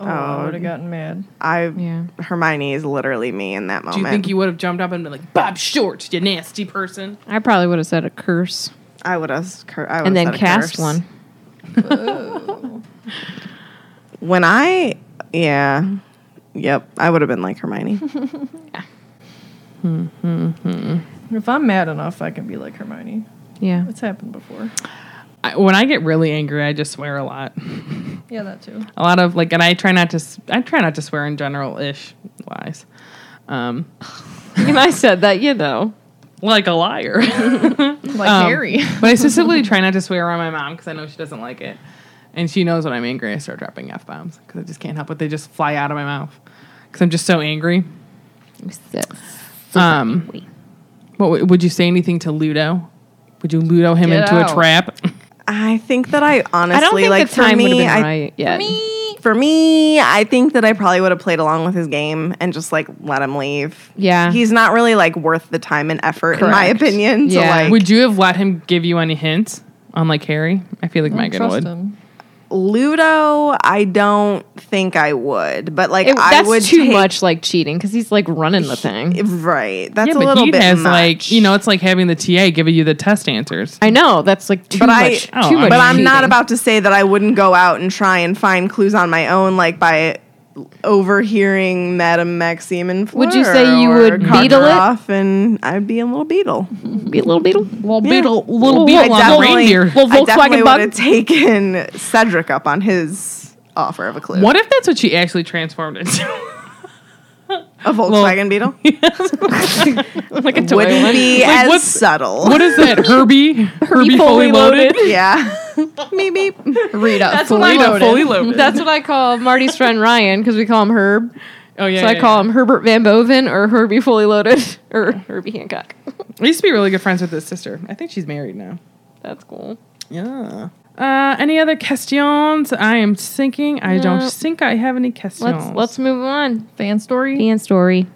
[SPEAKER 5] Oh, I would have gotten mad.
[SPEAKER 4] I
[SPEAKER 1] Yeah.
[SPEAKER 4] Hermione is literally me in that
[SPEAKER 1] Do
[SPEAKER 4] moment.
[SPEAKER 1] you think you would have jumped up and been like, Bob Short, you nasty person?
[SPEAKER 3] I probably would have said a curse
[SPEAKER 4] I would have cur- I would
[SPEAKER 3] and then
[SPEAKER 4] have said a
[SPEAKER 3] cast
[SPEAKER 4] curse.
[SPEAKER 3] one.
[SPEAKER 4] When I yeah. Yep, I would have been like Hermione.
[SPEAKER 5] If I'm mad enough, I can be like Hermione.
[SPEAKER 3] Yeah.
[SPEAKER 5] It's happened before.
[SPEAKER 1] I, when I get really angry, I just swear a lot.
[SPEAKER 5] Yeah, that too.
[SPEAKER 1] A lot of like, and I try not to. s- I try not to swear in general ish wise. Um,
[SPEAKER 3] and I said that, you know.
[SPEAKER 1] like a liar.
[SPEAKER 5] Like
[SPEAKER 1] Um,
[SPEAKER 5] Harry.
[SPEAKER 1] but I specifically try not to swear around my mom because I know she doesn't like it, and she knows when I'm angry. I start dropping f bombs because I just can't help it; they just fly out of my mouth because I'm just so angry. Um, what w- would you say anything to Ludo? Would you Ludo him
[SPEAKER 5] Get
[SPEAKER 1] into
[SPEAKER 5] out.
[SPEAKER 1] a trap?
[SPEAKER 4] I think that I honestly
[SPEAKER 3] I don't think
[SPEAKER 4] like
[SPEAKER 3] the time
[SPEAKER 4] for
[SPEAKER 3] would have
[SPEAKER 4] me
[SPEAKER 3] been
[SPEAKER 4] I
[SPEAKER 3] right yet.
[SPEAKER 4] for me, I think that I probably would have played along with his game and just like let him leave.
[SPEAKER 3] Yeah.
[SPEAKER 4] He's not really like worth the time and effort in my
[SPEAKER 3] Correct.
[SPEAKER 4] opinion.
[SPEAKER 3] Yeah.
[SPEAKER 4] To like
[SPEAKER 1] would you have let him give you any hints? Unlike Harry, I feel like Megan
[SPEAKER 5] Trust
[SPEAKER 1] would.
[SPEAKER 5] him.
[SPEAKER 4] Ludo, I don't think I would. But like
[SPEAKER 3] It-
[SPEAKER 4] I
[SPEAKER 3] that's
[SPEAKER 4] would
[SPEAKER 3] too
[SPEAKER 4] take-
[SPEAKER 3] much like cheating because he's like running the thing.
[SPEAKER 4] Right. That's
[SPEAKER 1] Yeah,
[SPEAKER 4] a
[SPEAKER 1] but
[SPEAKER 4] little
[SPEAKER 1] he
[SPEAKER 4] bit
[SPEAKER 1] has
[SPEAKER 4] much.
[SPEAKER 1] like you know, it's like having the TA giving you the test answers.
[SPEAKER 3] I know that's like too
[SPEAKER 4] But I-
[SPEAKER 3] much.
[SPEAKER 1] Oh,
[SPEAKER 3] too
[SPEAKER 1] I
[SPEAKER 3] much.
[SPEAKER 4] But I'm
[SPEAKER 3] cheating.
[SPEAKER 4] not about to say that I wouldn't go out and try and find clues on my own, like by overhearing Madame Maxime and Fleur.
[SPEAKER 3] Would you say you would
[SPEAKER 4] or Cock
[SPEAKER 3] beetle
[SPEAKER 4] Her
[SPEAKER 3] it?
[SPEAKER 4] Off and I'd be a little beetle.
[SPEAKER 3] Be a little beetle, little
[SPEAKER 4] Yeah. beetle-
[SPEAKER 1] little beetle
[SPEAKER 4] I
[SPEAKER 1] on
[SPEAKER 4] definitely,
[SPEAKER 1] reindeer.
[SPEAKER 3] Little
[SPEAKER 4] I
[SPEAKER 3] Volkswagen
[SPEAKER 4] definitely would
[SPEAKER 3] bug.
[SPEAKER 4] have taken Cedric up on his offer of a clue.
[SPEAKER 1] What if that's what she actually transformed into?
[SPEAKER 4] A Volkswagen Beetle
[SPEAKER 1] like a toy.
[SPEAKER 4] wouldn't be
[SPEAKER 1] Like,
[SPEAKER 4] as
[SPEAKER 1] what's-
[SPEAKER 4] subtle.
[SPEAKER 1] What is that? Herbie? Herbie fully loaded?
[SPEAKER 4] yeah, maybe.
[SPEAKER 5] Rita. That's
[SPEAKER 1] Fully loaded. Fully loaded.
[SPEAKER 3] That's what I call Marty's friend Ryan because we call him Herb.
[SPEAKER 1] oh yeah.
[SPEAKER 3] so I call him Herbert Van Boven or Herbie Fully Loaded or Herbie Hancock.
[SPEAKER 1] I used to be really good friends with his sister. I think she's married now.
[SPEAKER 3] That's cool.
[SPEAKER 1] Yeah. Uh, any other questions? I am thinking. I
[SPEAKER 3] No.
[SPEAKER 1] don't think I have any questions.
[SPEAKER 3] Let's let's move on.
[SPEAKER 5] Fan story.
[SPEAKER 3] Fan story.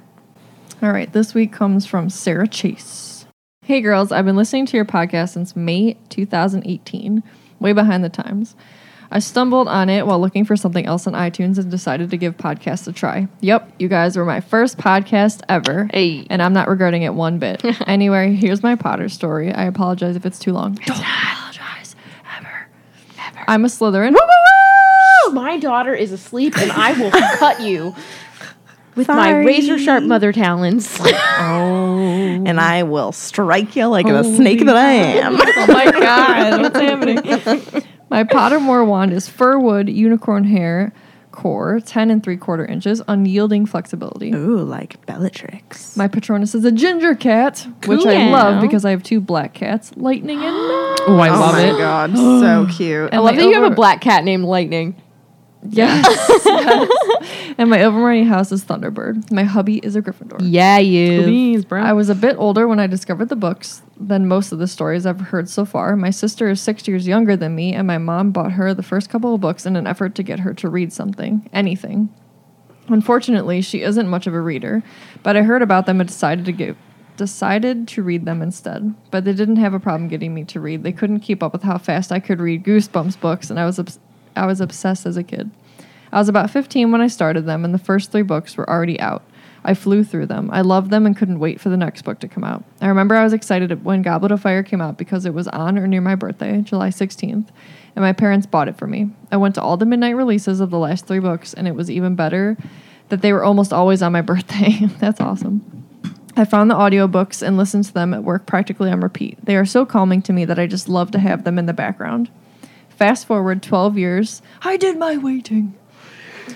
[SPEAKER 5] All right, this week comes from Sarah Chase. Hey girls, I've been listening to your podcast since May 2018, way behind the times. I stumbled on it while looking for something else on iTunes and decided to give podcasts a try. Yep, you guys were my first podcast ever,
[SPEAKER 3] Hey.
[SPEAKER 5] and I'm not regretting it one bit. anyway, here's my Potter story. I apologize if it's too long. Don't apologize ever. Ever. I'm a Slytherin.
[SPEAKER 3] Oh, My daughter is asleep and I will cut you with my razor sharp mother talons.
[SPEAKER 4] and I will strike you like the snake that I am.
[SPEAKER 5] Oh my god, what's happening? My Pottermore wand is fir wood unicorn hair core, ten and three quarter inches, unyielding flexibility.
[SPEAKER 4] Ooh, like Bellatrix.
[SPEAKER 5] My Patronus is a ginger cat, which I
[SPEAKER 3] Cool.
[SPEAKER 5] love because I have two black cats, Lightning and Moon.
[SPEAKER 1] Oh, I
[SPEAKER 4] Oh
[SPEAKER 1] love
[SPEAKER 4] my
[SPEAKER 1] it.
[SPEAKER 4] god, so cute.
[SPEAKER 3] I
[SPEAKER 5] And
[SPEAKER 3] love
[SPEAKER 5] my
[SPEAKER 3] that you have
[SPEAKER 5] over-
[SPEAKER 3] a black cat named Lightning.
[SPEAKER 5] Yes. yes. And my Overmorning house is Thunderbird. My hubby is a Gryffindor.
[SPEAKER 3] Yeah, you.
[SPEAKER 1] Please, bro.
[SPEAKER 5] I was a bit older when I discovered the books than most of the stories I've heard so far. My sister is six years younger than me, and my mom bought her the first couple of books in an effort to get her to read something, anything. Unfortunately, she isn't much of a reader, but I heard about them and decided to give decided to read them instead. But they didn't have a problem getting me to read. They couldn't keep up with how fast I could read Goosebumps books, and I was obs- I was obsessed as a kid. I was about 15 when I started them, and the first three books were already out. I flew through them. I loved them and couldn't wait for the next book to come out. I remember I was excited when Goblet of Fire came out because it was on or near my birthday, July 16th, and my parents bought it for me. I went to all the midnight releases of the last three books, and it was even better that they were almost always on my birthday. That's awesome. I found the audiobooks and listened to them at work practically on repeat. They are so calming to me that I just love to have them in the background. Fast forward 12 years, I did my waiting.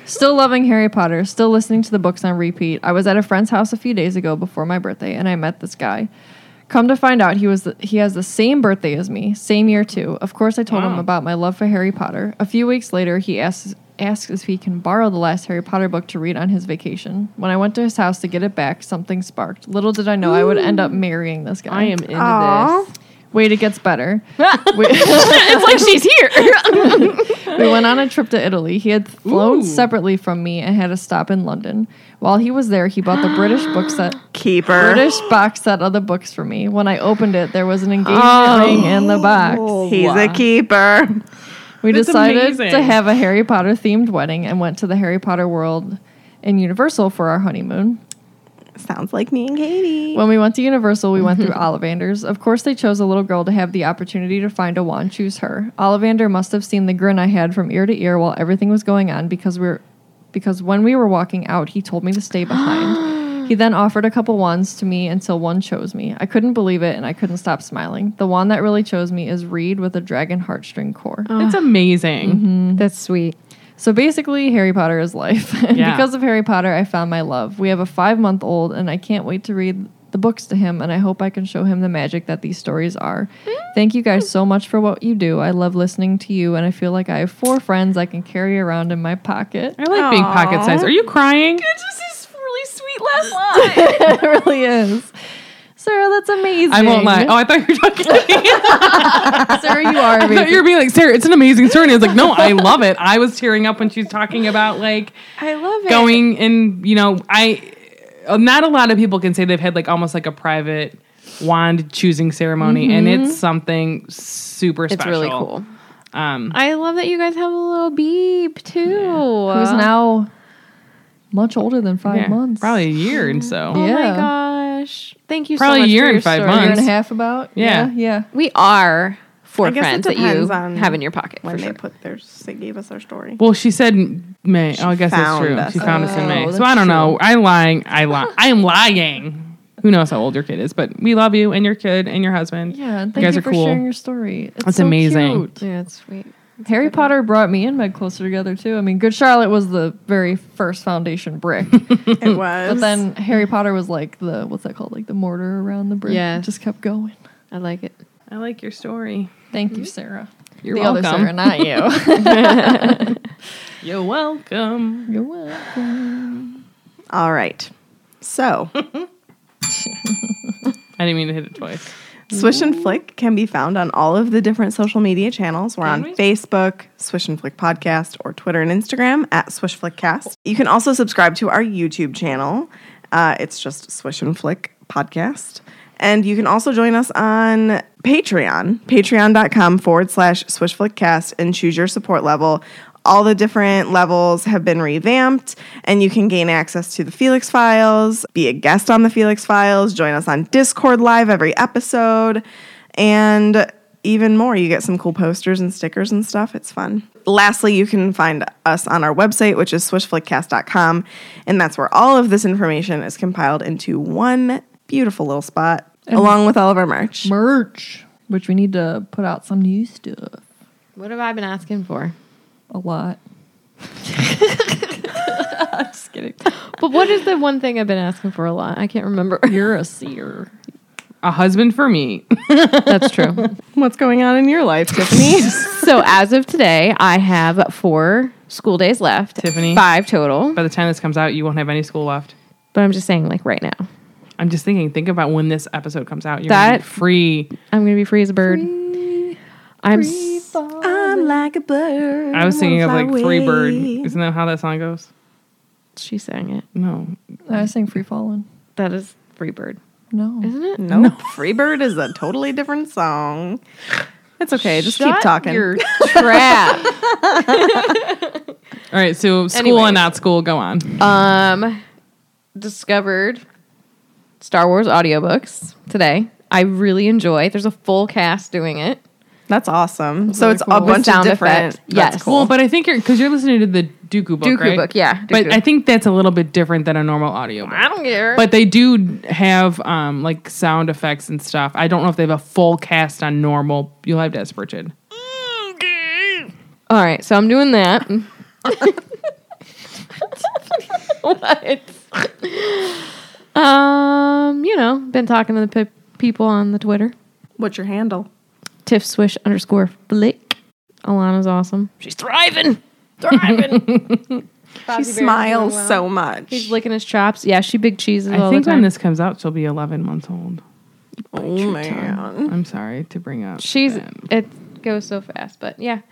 [SPEAKER 5] Still loving Harry Potter, still listening to the books on repeat. I was at a friend's house a few days ago before my birthday and I met this guy. Come to find out he was the, he has the same birthday as me, same year too. Of course I told him about my love for Harry Potter. A few weeks later he asks asks if he can borrow the last Harry Potter book to read on his vacation. When I went to his house to get it back, something sparked. Little did I know I would end up marrying this guy.
[SPEAKER 3] I am into
[SPEAKER 4] Aw.
[SPEAKER 3] this.
[SPEAKER 5] Wait, it gets better.
[SPEAKER 3] it's like she's here.
[SPEAKER 5] We went on a trip to Italy. He had flown
[SPEAKER 1] Ooh.
[SPEAKER 5] separately from me and had a stop in London. While he was there, he bought the British book set.
[SPEAKER 4] Keeper.
[SPEAKER 5] British box set of the books for me. When I opened it, there was an engagement
[SPEAKER 1] Oh.
[SPEAKER 5] ring in the box.
[SPEAKER 4] He's a keeper.
[SPEAKER 5] We
[SPEAKER 1] That's
[SPEAKER 5] decided
[SPEAKER 1] amazing.
[SPEAKER 5] to have a Harry Potter themed wedding and went to the Harry Potter World in Universal for our honeymoon.
[SPEAKER 4] Sounds like me and Katie.
[SPEAKER 5] When we went to Universal, we went through Ollivander's. Of course, they chose a little girl to have the opportunity to find a wand, choose her. Ollivander must have seen the grin I had from ear to ear while everything was going on because we're because when we were walking out, he told me to stay behind. he then offered a couple wands to me until one chose me. I couldn't believe it and I couldn't stop smiling. The wand that really chose me is Reed with a dragon heartstring core.
[SPEAKER 1] It's amazing.
[SPEAKER 3] That's sweet.
[SPEAKER 5] So basically, Harry Potter is life. And
[SPEAKER 1] Yeah.
[SPEAKER 5] because of Harry Potter, I found my love. We have a five month old, and I can't wait to read the books to him, and I hope I can show him the magic that these stories are.
[SPEAKER 1] Mm.
[SPEAKER 5] Thank you guys so much for what you do. I love listening to you, and I feel like I have four friends I can carry around in my pocket.
[SPEAKER 1] I like being pocket sized. Are you crying?
[SPEAKER 3] This is really sweet last line.
[SPEAKER 5] it really is. Sarah, that's amazing.
[SPEAKER 1] I won't lie. Oh, I thought you were talking to me.
[SPEAKER 5] Sarah, you are
[SPEAKER 1] I thought
[SPEAKER 5] amazing.
[SPEAKER 1] you were being like, Sarah, it's an amazing story. And I was like, no, I love it. I was tearing up when she was talking about like
[SPEAKER 3] I love it.
[SPEAKER 1] going and you know, I uh, not a lot of people can say they've had like almost like a private wand choosing ceremony, and
[SPEAKER 5] Mm-hmm.
[SPEAKER 1] it's something super
[SPEAKER 3] It's
[SPEAKER 1] special.
[SPEAKER 3] really cool.
[SPEAKER 1] Um,
[SPEAKER 3] I love that you guys have a little beep too.
[SPEAKER 5] Who's now much older than five
[SPEAKER 1] yeah,
[SPEAKER 5] months.
[SPEAKER 1] probably a year and so.
[SPEAKER 3] Oh
[SPEAKER 5] Yeah.
[SPEAKER 3] my gosh! Thank you.
[SPEAKER 1] Probably
[SPEAKER 3] so
[SPEAKER 1] a
[SPEAKER 3] much
[SPEAKER 1] year
[SPEAKER 3] for
[SPEAKER 1] and
[SPEAKER 3] your
[SPEAKER 1] five
[SPEAKER 3] story.
[SPEAKER 5] A year and a
[SPEAKER 1] months.
[SPEAKER 5] half about.
[SPEAKER 1] Yeah.
[SPEAKER 5] Yeah. yeah.
[SPEAKER 3] We are four
[SPEAKER 4] I guess it
[SPEAKER 3] friends that you
[SPEAKER 4] depends on
[SPEAKER 3] have in your pocket for
[SPEAKER 4] When they
[SPEAKER 3] sure.
[SPEAKER 4] put theirs, they gave us our story.
[SPEAKER 1] Well, she said m- May. oh, I guess that's
[SPEAKER 4] found
[SPEAKER 1] true.
[SPEAKER 4] us.
[SPEAKER 1] She found us in
[SPEAKER 5] Oh,
[SPEAKER 1] May. So
[SPEAKER 5] that's
[SPEAKER 1] I don't
[SPEAKER 5] true.
[SPEAKER 1] know. I'm lying. I lie. I am lying. Who knows how old your kid is? But we love you and your kid and your husband.
[SPEAKER 5] Yeah, and
[SPEAKER 1] you
[SPEAKER 5] thank you,
[SPEAKER 1] guys are
[SPEAKER 5] for
[SPEAKER 1] cool.
[SPEAKER 5] sharing your story. It's
[SPEAKER 1] That's
[SPEAKER 5] so
[SPEAKER 1] amazing.
[SPEAKER 5] cute.
[SPEAKER 3] yeah, it's sweet.
[SPEAKER 5] Harry Potter brought me and Meg closer together too. I mean, Good Charlotte was the very first foundation brick,
[SPEAKER 4] It was.
[SPEAKER 5] but then Harry Potter was like the what's that called? Like the mortar around the brick.
[SPEAKER 3] Yeah.
[SPEAKER 5] It just kept going. Mm-hmm.
[SPEAKER 3] I like it.
[SPEAKER 1] I like your story.
[SPEAKER 5] Thank you, Sarah.
[SPEAKER 1] You're
[SPEAKER 5] the
[SPEAKER 1] welcome.
[SPEAKER 5] other Sarah, not you.
[SPEAKER 1] You're welcome.
[SPEAKER 5] You're welcome.
[SPEAKER 4] All right. So,
[SPEAKER 1] I didn't mean to hit it twice.
[SPEAKER 4] Swish and Flick can be found on all of the different social media channels. We're on
[SPEAKER 1] we?
[SPEAKER 4] Facebook, Swish and Flick Podcast, or Twitter and Instagram at Swish Flickcast. You can also subscribe to our YouTube channel. Uh, it's just Swish and Flick Podcast. And you can also join us on Patreon, patreon.com forward slash Swish Flickcast, and choose your support level. All the different levels have been revamped, and you can gain access to the Felix Files, be a guest on the Felix Files, join us on Discord Live every episode, and even more. You get some cool posters and stickers and stuff. It's fun. Lastly, you can find us on our website, which is swishflickcast.com, and that's where all of this information is compiled into one beautiful little spot, along with all of our merch.
[SPEAKER 5] Merch, which we need to put out some new stuff
[SPEAKER 3] What have I been asking for?
[SPEAKER 5] a lot.
[SPEAKER 3] Just kidding. but what is the one thing I've been asking for a lot? I can't remember.
[SPEAKER 5] You're a seer.
[SPEAKER 1] A husband for me.
[SPEAKER 3] That's true.
[SPEAKER 4] What's going on in your life, Tiffany?
[SPEAKER 3] so as of today, I have four school days left.
[SPEAKER 1] Tiffany.
[SPEAKER 3] Five total.
[SPEAKER 1] By the time this comes out, you won't have any school left.
[SPEAKER 3] But I'm just saying, like right now,
[SPEAKER 1] I'm just thinking. Think about when this episode comes out. You're
[SPEAKER 3] That-
[SPEAKER 1] gonna be free.
[SPEAKER 3] I'm gonna be free as a bird. I'm. s-
[SPEAKER 4] I'm like a bird.
[SPEAKER 1] I was thinking of like free bird.
[SPEAKER 4] away.
[SPEAKER 1] Isn't that how that song goes?
[SPEAKER 3] she sang it.
[SPEAKER 1] No,
[SPEAKER 5] I sang Free Fallen.
[SPEAKER 3] That is free bird,
[SPEAKER 5] No.
[SPEAKER 3] isn't it?
[SPEAKER 4] Nope. Free bird is a totally different song. It's okay. Just keep
[SPEAKER 3] Shut
[SPEAKER 4] talking.
[SPEAKER 3] Your trap.
[SPEAKER 1] All right, so school
[SPEAKER 3] Anyways.
[SPEAKER 1] and not school, go on.
[SPEAKER 3] um discovered Star Wars audiobooks today. I really enjoy. There's a full cast doing it.
[SPEAKER 4] That's awesome. so it's a
[SPEAKER 3] With
[SPEAKER 4] bunch of
[SPEAKER 3] sound
[SPEAKER 4] different.
[SPEAKER 3] effects. Yes.
[SPEAKER 4] That's
[SPEAKER 1] Well,
[SPEAKER 4] cool.
[SPEAKER 1] but I think you're because you're listening to the Dooku book,
[SPEAKER 3] Dooku
[SPEAKER 1] right?
[SPEAKER 3] book, yeah,
[SPEAKER 1] But
[SPEAKER 3] Dooku.
[SPEAKER 1] I think that's a little bit different than a normal audio.
[SPEAKER 3] I don't care.
[SPEAKER 1] But they do have um like sound effects and stuff. I don't know if they have a full cast on normal. You'll have to ask Bridget.
[SPEAKER 3] all right, so I'm doing that. what? Um, you know, been talking to the pe- people on the Twitter.
[SPEAKER 4] What's your handle?
[SPEAKER 3] Tiff Swish underscore flick. Alana's awesome. She's thriving. Thriving.
[SPEAKER 4] She smiles so much.
[SPEAKER 3] He's licking his chops. Yeah, she big cheeses.
[SPEAKER 1] I
[SPEAKER 3] all
[SPEAKER 1] think
[SPEAKER 3] the time.
[SPEAKER 1] when this comes out, she'll be 11 months old.
[SPEAKER 4] Oh man.
[SPEAKER 1] I'm sorry to bring up.
[SPEAKER 3] She's
[SPEAKER 1] that.
[SPEAKER 3] it goes so fast, but yeah,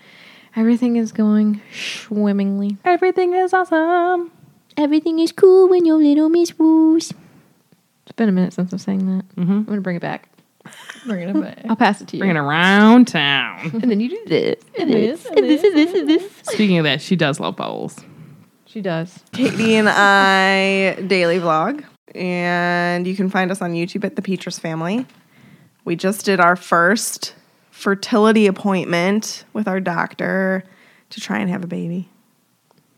[SPEAKER 3] everything is going swimmingly.
[SPEAKER 1] everything is awesome.
[SPEAKER 3] Everything is cool when your little miss woos. It's been a minute since I'm saying that.
[SPEAKER 1] Mm-hmm.
[SPEAKER 3] I'm gonna bring it back.
[SPEAKER 5] Bring it back.
[SPEAKER 3] I'll pass it to you.
[SPEAKER 1] Bringing around town.
[SPEAKER 3] And then you do this, and this, and this, and this, and this.
[SPEAKER 1] Speaking of that, she does love bowls.
[SPEAKER 3] She does.
[SPEAKER 4] Katie and I daily vlog, and you can find us on YouTube at the Petrus Family. We just did our first fertility appointment with our doctor to try and have a baby.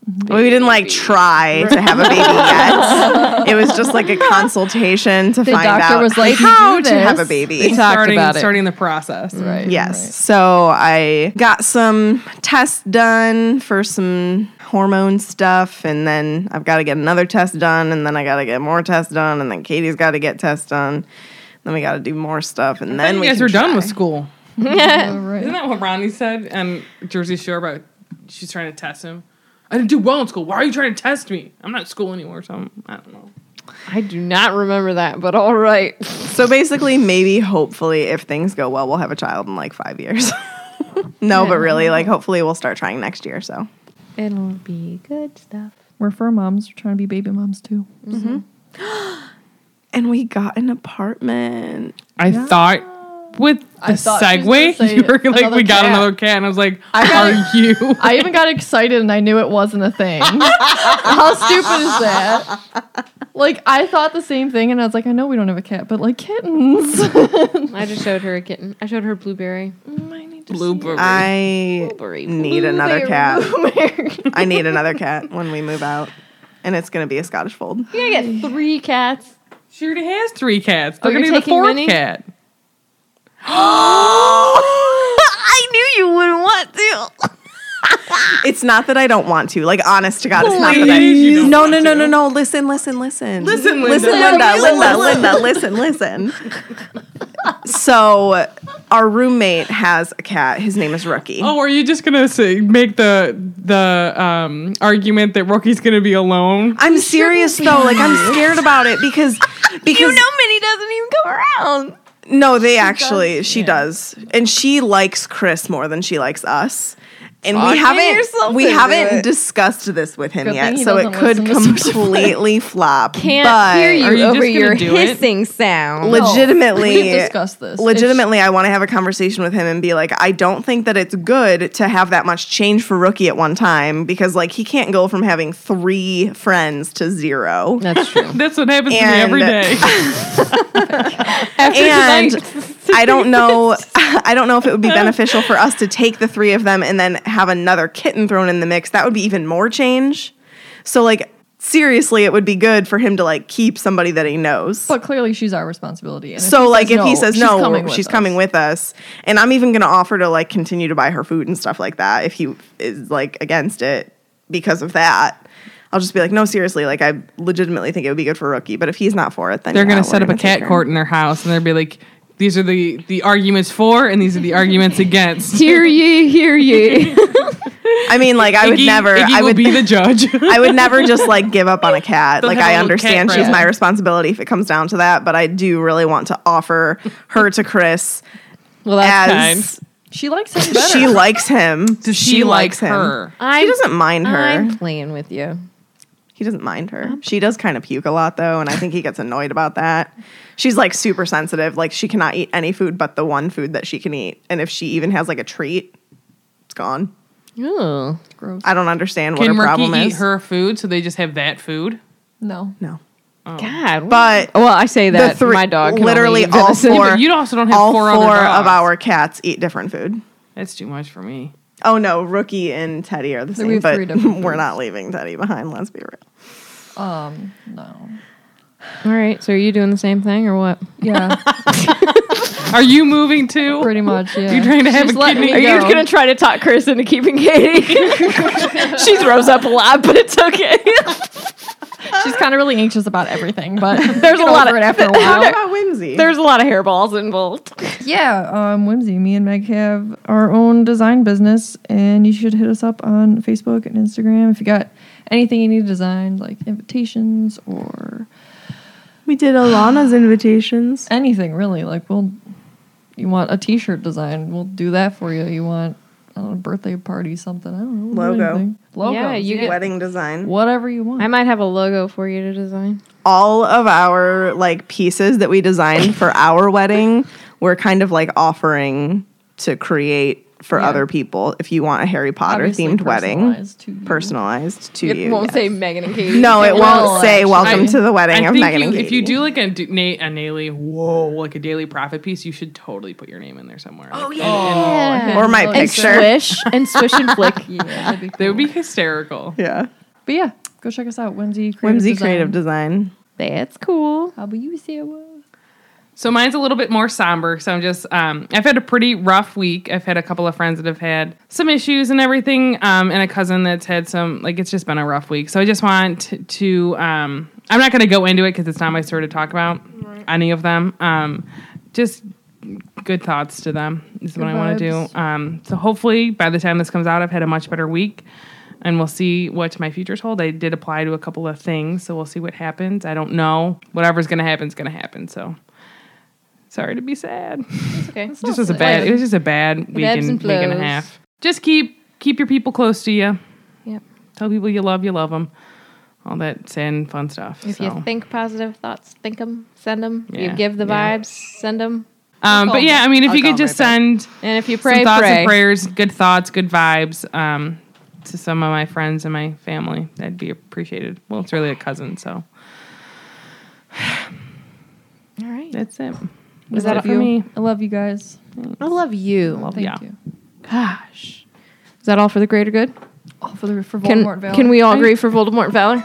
[SPEAKER 5] Mm-hmm.
[SPEAKER 4] Well, we didn't like try to have a baby yet. it was just like a consultation to find
[SPEAKER 5] doctor
[SPEAKER 4] out
[SPEAKER 5] was like, "You
[SPEAKER 4] how
[SPEAKER 5] do
[SPEAKER 4] to have a
[SPEAKER 5] this."
[SPEAKER 4] baby.
[SPEAKER 5] Talked
[SPEAKER 1] starting
[SPEAKER 5] about it.
[SPEAKER 1] starting the process.
[SPEAKER 5] Right.
[SPEAKER 4] Yes. So I got some tests done for some hormone stuff, and then I've got to get another test done, and then I got to get more tests done, and then Katie's got to get tests done. Then we got to do more stuff, and then
[SPEAKER 1] And
[SPEAKER 4] we
[SPEAKER 1] you guys
[SPEAKER 4] can
[SPEAKER 1] are done
[SPEAKER 4] try.
[SPEAKER 1] with school.
[SPEAKER 5] Right. All right.
[SPEAKER 1] Isn't that what Ronnie said on Jersey Shore about she's trying to test him? I didn't do well in school. Why are you trying to test me? I'm not in school anymore, so I'm, I don't know.
[SPEAKER 3] I do not remember that, but all right.
[SPEAKER 4] So basically, maybe hopefully, if things go well, we'll have a child in like five years. no, but really, like hopefully, we'll start trying next year. So
[SPEAKER 3] It'll be good stuff.
[SPEAKER 5] We're fur moms. We're trying to be baby moms too.
[SPEAKER 4] and we got an apartment.
[SPEAKER 1] I thought with the
[SPEAKER 5] thought she was gonna
[SPEAKER 1] segue,
[SPEAKER 5] say
[SPEAKER 1] you were like,
[SPEAKER 5] another
[SPEAKER 1] we got
[SPEAKER 5] cat."
[SPEAKER 1] another cat. And I was like,
[SPEAKER 5] got-
[SPEAKER 1] are you?
[SPEAKER 5] I even got excited and I knew it wasn't a thing. How stupid is that? Like I thought the same thing and I was like, I know we don't have a cat, but like kittens.
[SPEAKER 3] I just showed her a kitten. I showed her blueberry.
[SPEAKER 1] Blooper.
[SPEAKER 4] I need another cat.
[SPEAKER 5] Blueberry.
[SPEAKER 4] I need another cat when we move out. And it's gonna be a Scottish fold.
[SPEAKER 3] You're gonna get three cats.
[SPEAKER 1] she already has three cats. They're
[SPEAKER 3] Oh,
[SPEAKER 1] going to
[SPEAKER 3] you're
[SPEAKER 1] be the
[SPEAKER 3] taking
[SPEAKER 1] fourth
[SPEAKER 3] Minnie?
[SPEAKER 1] cat.
[SPEAKER 4] I knew you wouldn't want to. it's not that I don't want to. Like, honest to God, it's not that I.
[SPEAKER 1] Please, you don't
[SPEAKER 4] No,
[SPEAKER 1] want
[SPEAKER 4] no, no,
[SPEAKER 1] to.
[SPEAKER 4] no, no. Listen, listen, listen.
[SPEAKER 1] Listen, Linda.
[SPEAKER 4] Listen, Linda, Linda, Linda, listen, listen. So, our roommate has a cat. His name is Rookie.
[SPEAKER 1] Oh, are you just gonna say, make the the um, argument that Rookie's gonna be alone?
[SPEAKER 4] I'm serious though. Like, I'm scared about it because because
[SPEAKER 3] Minnie doesn't even come around.
[SPEAKER 4] No, they actually she does, and she likes Chris more than she likes us. And we haven't we haven't discussed this with him
[SPEAKER 5] Good
[SPEAKER 4] yet,
[SPEAKER 5] thing he
[SPEAKER 4] so it
[SPEAKER 5] doesn't
[SPEAKER 4] could
[SPEAKER 5] listen to Spotify.
[SPEAKER 4] completely flop.
[SPEAKER 3] Can't
[SPEAKER 4] but
[SPEAKER 3] hear
[SPEAKER 1] Are
[SPEAKER 3] you,
[SPEAKER 1] you just
[SPEAKER 3] over
[SPEAKER 1] gonna
[SPEAKER 3] your
[SPEAKER 1] do it?
[SPEAKER 3] hissing sound.
[SPEAKER 4] Legitimately,
[SPEAKER 5] We've discussed this.
[SPEAKER 4] Legitimately, I want to have a conversation with him and be like, I don't think that it's good to have that much change for rookie at one time because like he can't go from having three friends to zero.
[SPEAKER 3] That's true.
[SPEAKER 1] That's what happens to me
[SPEAKER 4] And-
[SPEAKER 1] every day.
[SPEAKER 4] and I don't know. I don't know if it would be beneficial for us to take the three of them and then have another kitten thrown in the mix. That would be even more change. So like seriously, it would be good for him to like keep somebody that he knows.
[SPEAKER 5] But clearly she's our responsibility. And
[SPEAKER 4] so like if he says
[SPEAKER 5] she's
[SPEAKER 4] no,
[SPEAKER 5] coming with
[SPEAKER 4] she's
[SPEAKER 5] us.
[SPEAKER 4] coming with us, and I'm even going to offer to like continue to buy her food and stuff like that if he is like against it because of that. I'll just be like, no, seriously, like I legitimately think it would be good for rookie, but if he's not for it, then
[SPEAKER 1] They're
[SPEAKER 4] yeah,
[SPEAKER 1] gonna
[SPEAKER 4] we're
[SPEAKER 1] set up a
[SPEAKER 4] take
[SPEAKER 1] cat
[SPEAKER 4] her.
[SPEAKER 1] court in their house, and they'll be like, "These are the the arguments for, and these are the arguments against."
[SPEAKER 3] Hear ye, hear ye.
[SPEAKER 4] I mean, like I would
[SPEAKER 1] Iggy-
[SPEAKER 4] never.
[SPEAKER 1] Iggy
[SPEAKER 4] I
[SPEAKER 1] will
[SPEAKER 4] would
[SPEAKER 1] be the judge.
[SPEAKER 4] I would never just like give up on a cat.
[SPEAKER 1] They'll
[SPEAKER 4] like
[SPEAKER 1] have a
[SPEAKER 4] I
[SPEAKER 1] little
[SPEAKER 4] understand
[SPEAKER 1] cat
[SPEAKER 4] she's
[SPEAKER 1] friend.
[SPEAKER 4] my responsibility if it comes down to that, but I do really want to offer her to Chris
[SPEAKER 3] well,
[SPEAKER 4] as
[SPEAKER 5] She likes him better.
[SPEAKER 4] she likes him.
[SPEAKER 1] Does she like her?
[SPEAKER 3] I'm,
[SPEAKER 4] He doesn't mind her.
[SPEAKER 3] I'm playing with you.
[SPEAKER 4] He doesn't mind her. She does kind of puke a lot though, and I think he gets annoyed about that. She's like super sensitive. Like she cannot eat any food but the one food that she can eat, and if she even has like a treat, it's gone.
[SPEAKER 3] Ooh.
[SPEAKER 5] Gross.
[SPEAKER 4] I don't understand what
[SPEAKER 1] Can
[SPEAKER 4] her problem
[SPEAKER 1] Rookie eat
[SPEAKER 4] is.
[SPEAKER 1] her food? So they just have that food.
[SPEAKER 5] No.
[SPEAKER 4] no,
[SPEAKER 3] God.
[SPEAKER 4] but
[SPEAKER 3] well, I say
[SPEAKER 4] the
[SPEAKER 3] that
[SPEAKER 4] three
[SPEAKER 3] my dog can
[SPEAKER 4] literally
[SPEAKER 3] only eat
[SPEAKER 4] all
[SPEAKER 3] venison.
[SPEAKER 1] Yeah,
[SPEAKER 4] four.
[SPEAKER 1] but you also don't have
[SPEAKER 4] all
[SPEAKER 1] four,
[SPEAKER 4] four,
[SPEAKER 1] other dogs.
[SPEAKER 4] of our cats eat different food.
[SPEAKER 1] That's too much for me.
[SPEAKER 4] Oh no, Rookie and Teddy are the
[SPEAKER 5] we
[SPEAKER 4] same,
[SPEAKER 5] have
[SPEAKER 4] but
[SPEAKER 5] three different
[SPEAKER 4] we're not leaving Teddy behind. Let's be real.
[SPEAKER 5] Um. No.
[SPEAKER 3] All right. So are you doing the same thing or what?
[SPEAKER 5] Yeah.
[SPEAKER 1] Are you moving too?
[SPEAKER 5] Pretty much. Yeah.
[SPEAKER 1] You're trying to have
[SPEAKER 5] She's
[SPEAKER 1] a
[SPEAKER 5] letting
[SPEAKER 1] kidney.
[SPEAKER 5] me go.
[SPEAKER 3] try to talk Chris into keeping Katie? she throws up a lot, but it's okay.
[SPEAKER 5] She's kind of really anxious about everything, but
[SPEAKER 3] There's a
[SPEAKER 5] get
[SPEAKER 3] lot
[SPEAKER 5] over
[SPEAKER 3] of-
[SPEAKER 5] it after a
[SPEAKER 4] What
[SPEAKER 5] while.
[SPEAKER 4] about Whimsy?
[SPEAKER 3] There's a lot of hairballs involved.
[SPEAKER 5] Yeah, um, Whimsy, me and Meg have our own design business, and you should hit us up on Facebook and Instagram if you got anything you need designed, like invitations or
[SPEAKER 7] We did Alana's invitations.
[SPEAKER 5] Anything really? Like, we'll. You want a T-shirt design? We'll do that for you. You want I don't know, a birthday party something? I don't know. we'll do
[SPEAKER 4] Logo.
[SPEAKER 5] anything. Logo.
[SPEAKER 3] Yeah, you get.
[SPEAKER 4] Wedding design.
[SPEAKER 5] whatever you want.
[SPEAKER 3] I might have a logo for you to design.
[SPEAKER 4] All of our like pieces that we designed for our wedding, we're kind of like offering to create for other people if you want a Harry Potter
[SPEAKER 5] Obviously
[SPEAKER 4] themed wedding
[SPEAKER 5] personalized to you.
[SPEAKER 4] personalized to you. yes.
[SPEAKER 3] Megan and Katie.
[SPEAKER 4] No, it won't say
[SPEAKER 5] actually.
[SPEAKER 4] welcome to the wedding
[SPEAKER 1] I
[SPEAKER 4] of
[SPEAKER 1] think
[SPEAKER 4] Megan
[SPEAKER 1] you-
[SPEAKER 4] and Katie.
[SPEAKER 1] if you do like a, d- na- a daily, whoa, like a daily profit piece, you should totally put your name in there somewhere. Oh yeah,
[SPEAKER 4] or my
[SPEAKER 5] And
[SPEAKER 3] and
[SPEAKER 4] picture.
[SPEAKER 3] swish and swish and flick.
[SPEAKER 5] Yeah, that'd be
[SPEAKER 1] they
[SPEAKER 5] cool.
[SPEAKER 1] would be hysterical.
[SPEAKER 4] Yeah.
[SPEAKER 5] But yeah, go check us out, Whimsy Creative
[SPEAKER 4] Whimsy
[SPEAKER 5] Design.
[SPEAKER 4] creative design.
[SPEAKER 3] That's cool.
[SPEAKER 5] How about you, Sarah?
[SPEAKER 1] So mine's a little bit more somber. So I'm just, um, I've had a pretty rough week. I've had a couple of friends that have had some issues and everything, um, and a cousin that's had some, like, it's just been a rough week. So I just want to, um, I'm not going to go into it because it's not my story to talk about any of them. Um, just good thoughts to them is what I want to
[SPEAKER 5] vibes.
[SPEAKER 1] do. Um, so hopefully by the time this comes out, I've had a much better week. And we'll see what my futures hold. I did apply to a couple of things, so we'll see what happens. I don't know. Whatever's going to happen is going to happen. So Sorry to be sad.
[SPEAKER 3] Okay.
[SPEAKER 1] It just was a bad. It was just a bad week
[SPEAKER 3] ebbs
[SPEAKER 1] and,
[SPEAKER 3] and
[SPEAKER 1] week and a
[SPEAKER 3] flows.
[SPEAKER 1] half. Just keep keep your people close to you.
[SPEAKER 3] Yep.
[SPEAKER 1] Tell people you love you love them. All that sad and fun stuff.
[SPEAKER 3] If
[SPEAKER 1] so.
[SPEAKER 3] you think positive thoughts, think them, send them.
[SPEAKER 1] Yeah.
[SPEAKER 3] You give the
[SPEAKER 1] Yeah.
[SPEAKER 3] vibes, send them.
[SPEAKER 1] um, but yeah, I mean, if you
[SPEAKER 4] call
[SPEAKER 1] could
[SPEAKER 4] them
[SPEAKER 1] just
[SPEAKER 4] right back.
[SPEAKER 1] send
[SPEAKER 3] And if you pray,
[SPEAKER 1] some thoughts
[SPEAKER 3] pray.
[SPEAKER 1] and prayers, good thoughts, good vibes um, to some of my friends and my family, that'd be appreciated. Well, it's really a cousin, so
[SPEAKER 3] All right.
[SPEAKER 1] that's it.
[SPEAKER 5] Was
[SPEAKER 1] that it for
[SPEAKER 5] you?
[SPEAKER 1] me?
[SPEAKER 5] I love you guys.
[SPEAKER 3] I love you.
[SPEAKER 5] Thank
[SPEAKER 1] Yeah.
[SPEAKER 5] you.
[SPEAKER 3] Gosh. Is that all for the greater good?
[SPEAKER 5] All Oh, for the for
[SPEAKER 3] Can,
[SPEAKER 5] Voldemort Valley.
[SPEAKER 3] can we all agree for Voldemort and Valor?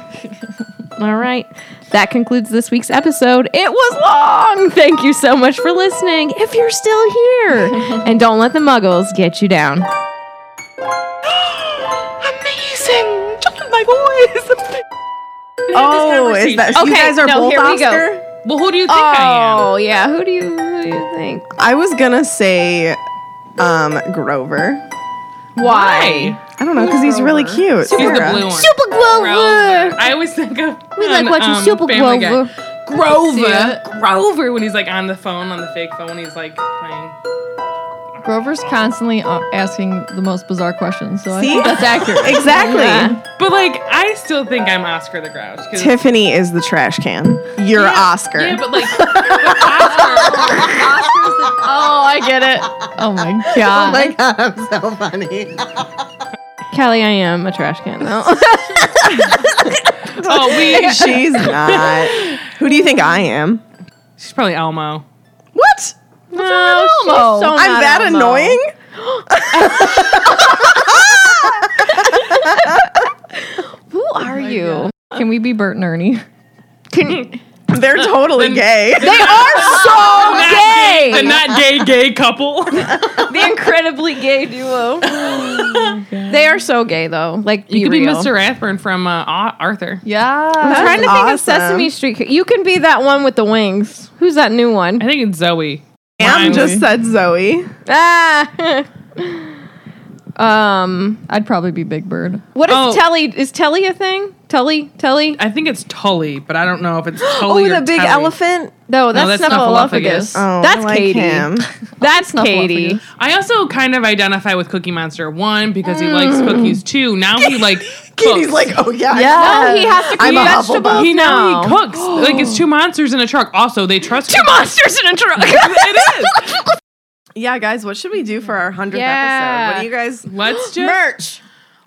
[SPEAKER 3] all right. That concludes this week's episode. It was long. Thank you so much for listening. If you're still here, and don't let the muggles get you down.
[SPEAKER 2] Amazing! Just my voice!
[SPEAKER 4] Oh, is that you
[SPEAKER 3] Okay,
[SPEAKER 4] guys are
[SPEAKER 3] no,
[SPEAKER 4] both
[SPEAKER 3] here we go.
[SPEAKER 4] Oscar?
[SPEAKER 1] Well, who do you think I am?
[SPEAKER 3] Oh, yeah. Who do you, who do you think?
[SPEAKER 4] I was gonna say um Grover.
[SPEAKER 1] Why?
[SPEAKER 4] I don't know because he's really cute.
[SPEAKER 1] He's the
[SPEAKER 4] Sarah.
[SPEAKER 1] blue one.
[SPEAKER 3] Super
[SPEAKER 1] Grover. I always think of
[SPEAKER 3] We like
[SPEAKER 1] on,
[SPEAKER 3] watching
[SPEAKER 1] um,
[SPEAKER 3] Super
[SPEAKER 1] Family Guy.
[SPEAKER 3] Grover.
[SPEAKER 1] Grover. Grover when he's like on the phone, on the fake phone, he's like playing.
[SPEAKER 5] Grover's constantly uh, asking the most bizarre questions, so I
[SPEAKER 4] See?
[SPEAKER 5] think that's accurate.
[SPEAKER 4] Exactly.
[SPEAKER 1] But like, I still think I'm Oscar the Grouch. 'cause-
[SPEAKER 4] Tiffany is the trash can. You're
[SPEAKER 1] Yeah,
[SPEAKER 4] Oscar.
[SPEAKER 1] Yeah, but like, but Oscar,
[SPEAKER 3] Oh, I get it.
[SPEAKER 5] Oh my god!
[SPEAKER 4] like
[SPEAKER 2] I'm so funny.
[SPEAKER 3] Callie, I am a trash can, though.
[SPEAKER 1] oh, we.
[SPEAKER 4] she's not. Who do you think I am?
[SPEAKER 1] She's probably Elmo.
[SPEAKER 4] What?
[SPEAKER 3] No, she's so
[SPEAKER 4] I'm
[SPEAKER 3] not
[SPEAKER 4] that
[SPEAKER 3] Elmo.
[SPEAKER 4] annoying?
[SPEAKER 3] Who are you?
[SPEAKER 5] Can we be Bert and Ernie?
[SPEAKER 4] They're totally gay.
[SPEAKER 3] They are so Oh, gay.
[SPEAKER 1] The not gay gay couple.
[SPEAKER 3] the incredibly gay duo. they are so gay though. Like be
[SPEAKER 1] you could be
[SPEAKER 3] real.
[SPEAKER 1] Mr. Rathburn from uh, Ar- Arthur.
[SPEAKER 5] Yeah.
[SPEAKER 3] I'm trying to think of
[SPEAKER 4] awesome.
[SPEAKER 3] Sesame Street. You can be that one with the wings. Who's that new
[SPEAKER 1] I
[SPEAKER 3] one?
[SPEAKER 1] think it's Zoe.
[SPEAKER 4] Sam just said Zoe.
[SPEAKER 3] Ah. um.
[SPEAKER 5] I'd probably be Big Bird.
[SPEAKER 3] What is
[SPEAKER 1] Oh.
[SPEAKER 3] Telly? Is Telly a thing? Telly? Telly?
[SPEAKER 1] I think it's Tully, but I don't know if it's
[SPEAKER 4] Oh,
[SPEAKER 1] Tully or
[SPEAKER 4] the big
[SPEAKER 1] Telly.
[SPEAKER 4] elephant.
[SPEAKER 3] No, that's,
[SPEAKER 1] that's
[SPEAKER 3] Snuffleupagus.
[SPEAKER 1] Snuffleupagus.
[SPEAKER 4] Oh,
[SPEAKER 3] that's
[SPEAKER 4] I like
[SPEAKER 3] Katie.
[SPEAKER 4] him.
[SPEAKER 3] That's Katie.
[SPEAKER 5] Snuffleupagus.
[SPEAKER 1] I also kind of identify with Cookie Monster one because he likes cookies too. Now he like cooks.
[SPEAKER 4] Katie's Mm. like, oh yeah.
[SPEAKER 3] No, he has to cook
[SPEAKER 4] I'm a
[SPEAKER 3] vegetables.
[SPEAKER 4] Hufflepuff.
[SPEAKER 1] He now
[SPEAKER 3] now.
[SPEAKER 1] he cooks like it's two monsters in a truck. Also, they trust two
[SPEAKER 3] monsters in a truck.
[SPEAKER 1] It is.
[SPEAKER 4] Yeah, guys, what should we do for our hundredth
[SPEAKER 3] Yeah.
[SPEAKER 4] episode? What do you guys?
[SPEAKER 1] Let's just
[SPEAKER 4] Merch.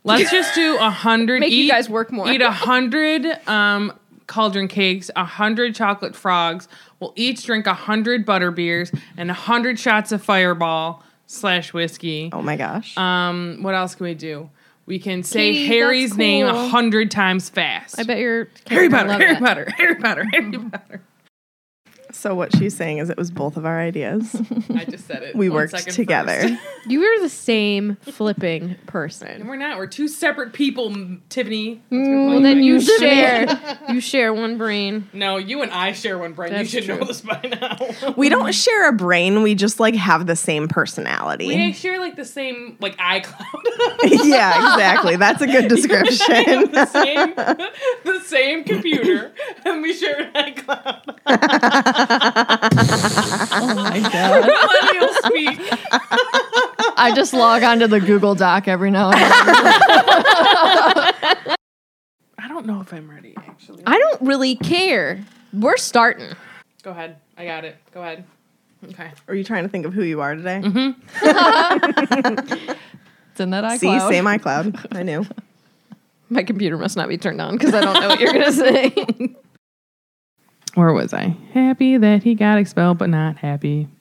[SPEAKER 1] let's just do a hundred.
[SPEAKER 3] Make you
[SPEAKER 1] eat,
[SPEAKER 3] guys work more.
[SPEAKER 1] Eat a hundred um, cauldron cakes, a hundred chocolate frogs. We'll each drink a hundred butter beers and a hundred shots of Fireball slash whiskey.
[SPEAKER 4] Oh my gosh.
[SPEAKER 1] Um, what else can we do? We can say
[SPEAKER 3] Katie,
[SPEAKER 1] Harry's
[SPEAKER 3] that's
[SPEAKER 1] name a
[SPEAKER 3] cool.
[SPEAKER 1] hundred times fast.
[SPEAKER 3] I bet you're
[SPEAKER 1] Harry Potter, Harry Potter, Harry Potter, Harry Potter.
[SPEAKER 4] So what she's saying is it was both of our ideas.
[SPEAKER 1] I just said it.
[SPEAKER 4] We
[SPEAKER 1] One
[SPEAKER 4] worked
[SPEAKER 1] second
[SPEAKER 4] together.
[SPEAKER 1] first.
[SPEAKER 3] You were the same flipping
[SPEAKER 1] And
[SPEAKER 3] person.
[SPEAKER 1] we're not. We're two separate people, m- Tiffany.
[SPEAKER 3] Well, then Mm. you share. You share one brain.
[SPEAKER 1] No, you and I share one brain.
[SPEAKER 3] That's
[SPEAKER 1] you should know
[SPEAKER 3] true.
[SPEAKER 1] this by now.
[SPEAKER 4] We don't share a brain. We just like have the same personality.
[SPEAKER 1] We share like the same like iCloud.
[SPEAKER 4] yeah, exactly. That's a good description.
[SPEAKER 1] the same the same computer and we share an iCloud.
[SPEAKER 5] Oh My God.
[SPEAKER 1] Millennial speak.
[SPEAKER 5] I just log on to the Google Doc every now and then.
[SPEAKER 1] I don't know if I'm ready actually.
[SPEAKER 3] I don't really care. We're starting.
[SPEAKER 1] Go ahead. I got it. Go ahead. Okay.
[SPEAKER 4] Are you trying to think of who you are today?
[SPEAKER 1] Mm-hmm.
[SPEAKER 5] It's in that iCloud.
[SPEAKER 4] See, same iCloud. I knew.
[SPEAKER 3] My computer must not be turned on because I don't know what you're gonna say.
[SPEAKER 1] Where was I? Happy that he got expelled, but not happy.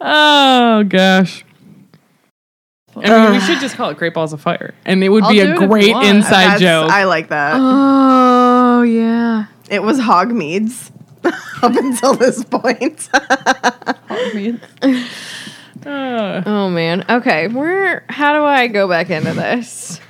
[SPEAKER 1] oh gosh. I mean, we should just call it Great Balls of Fire, and it would be
[SPEAKER 5] I'll
[SPEAKER 1] a
[SPEAKER 5] do it if you
[SPEAKER 1] great
[SPEAKER 5] want.
[SPEAKER 1] inside
[SPEAKER 4] That's-
[SPEAKER 1] joke.
[SPEAKER 4] I like that.
[SPEAKER 5] Oh yeah.
[SPEAKER 4] It was Hogmeads up until this point.
[SPEAKER 5] I mean,
[SPEAKER 1] Uh,
[SPEAKER 3] oh man. Okay. Where? How do I go back into this?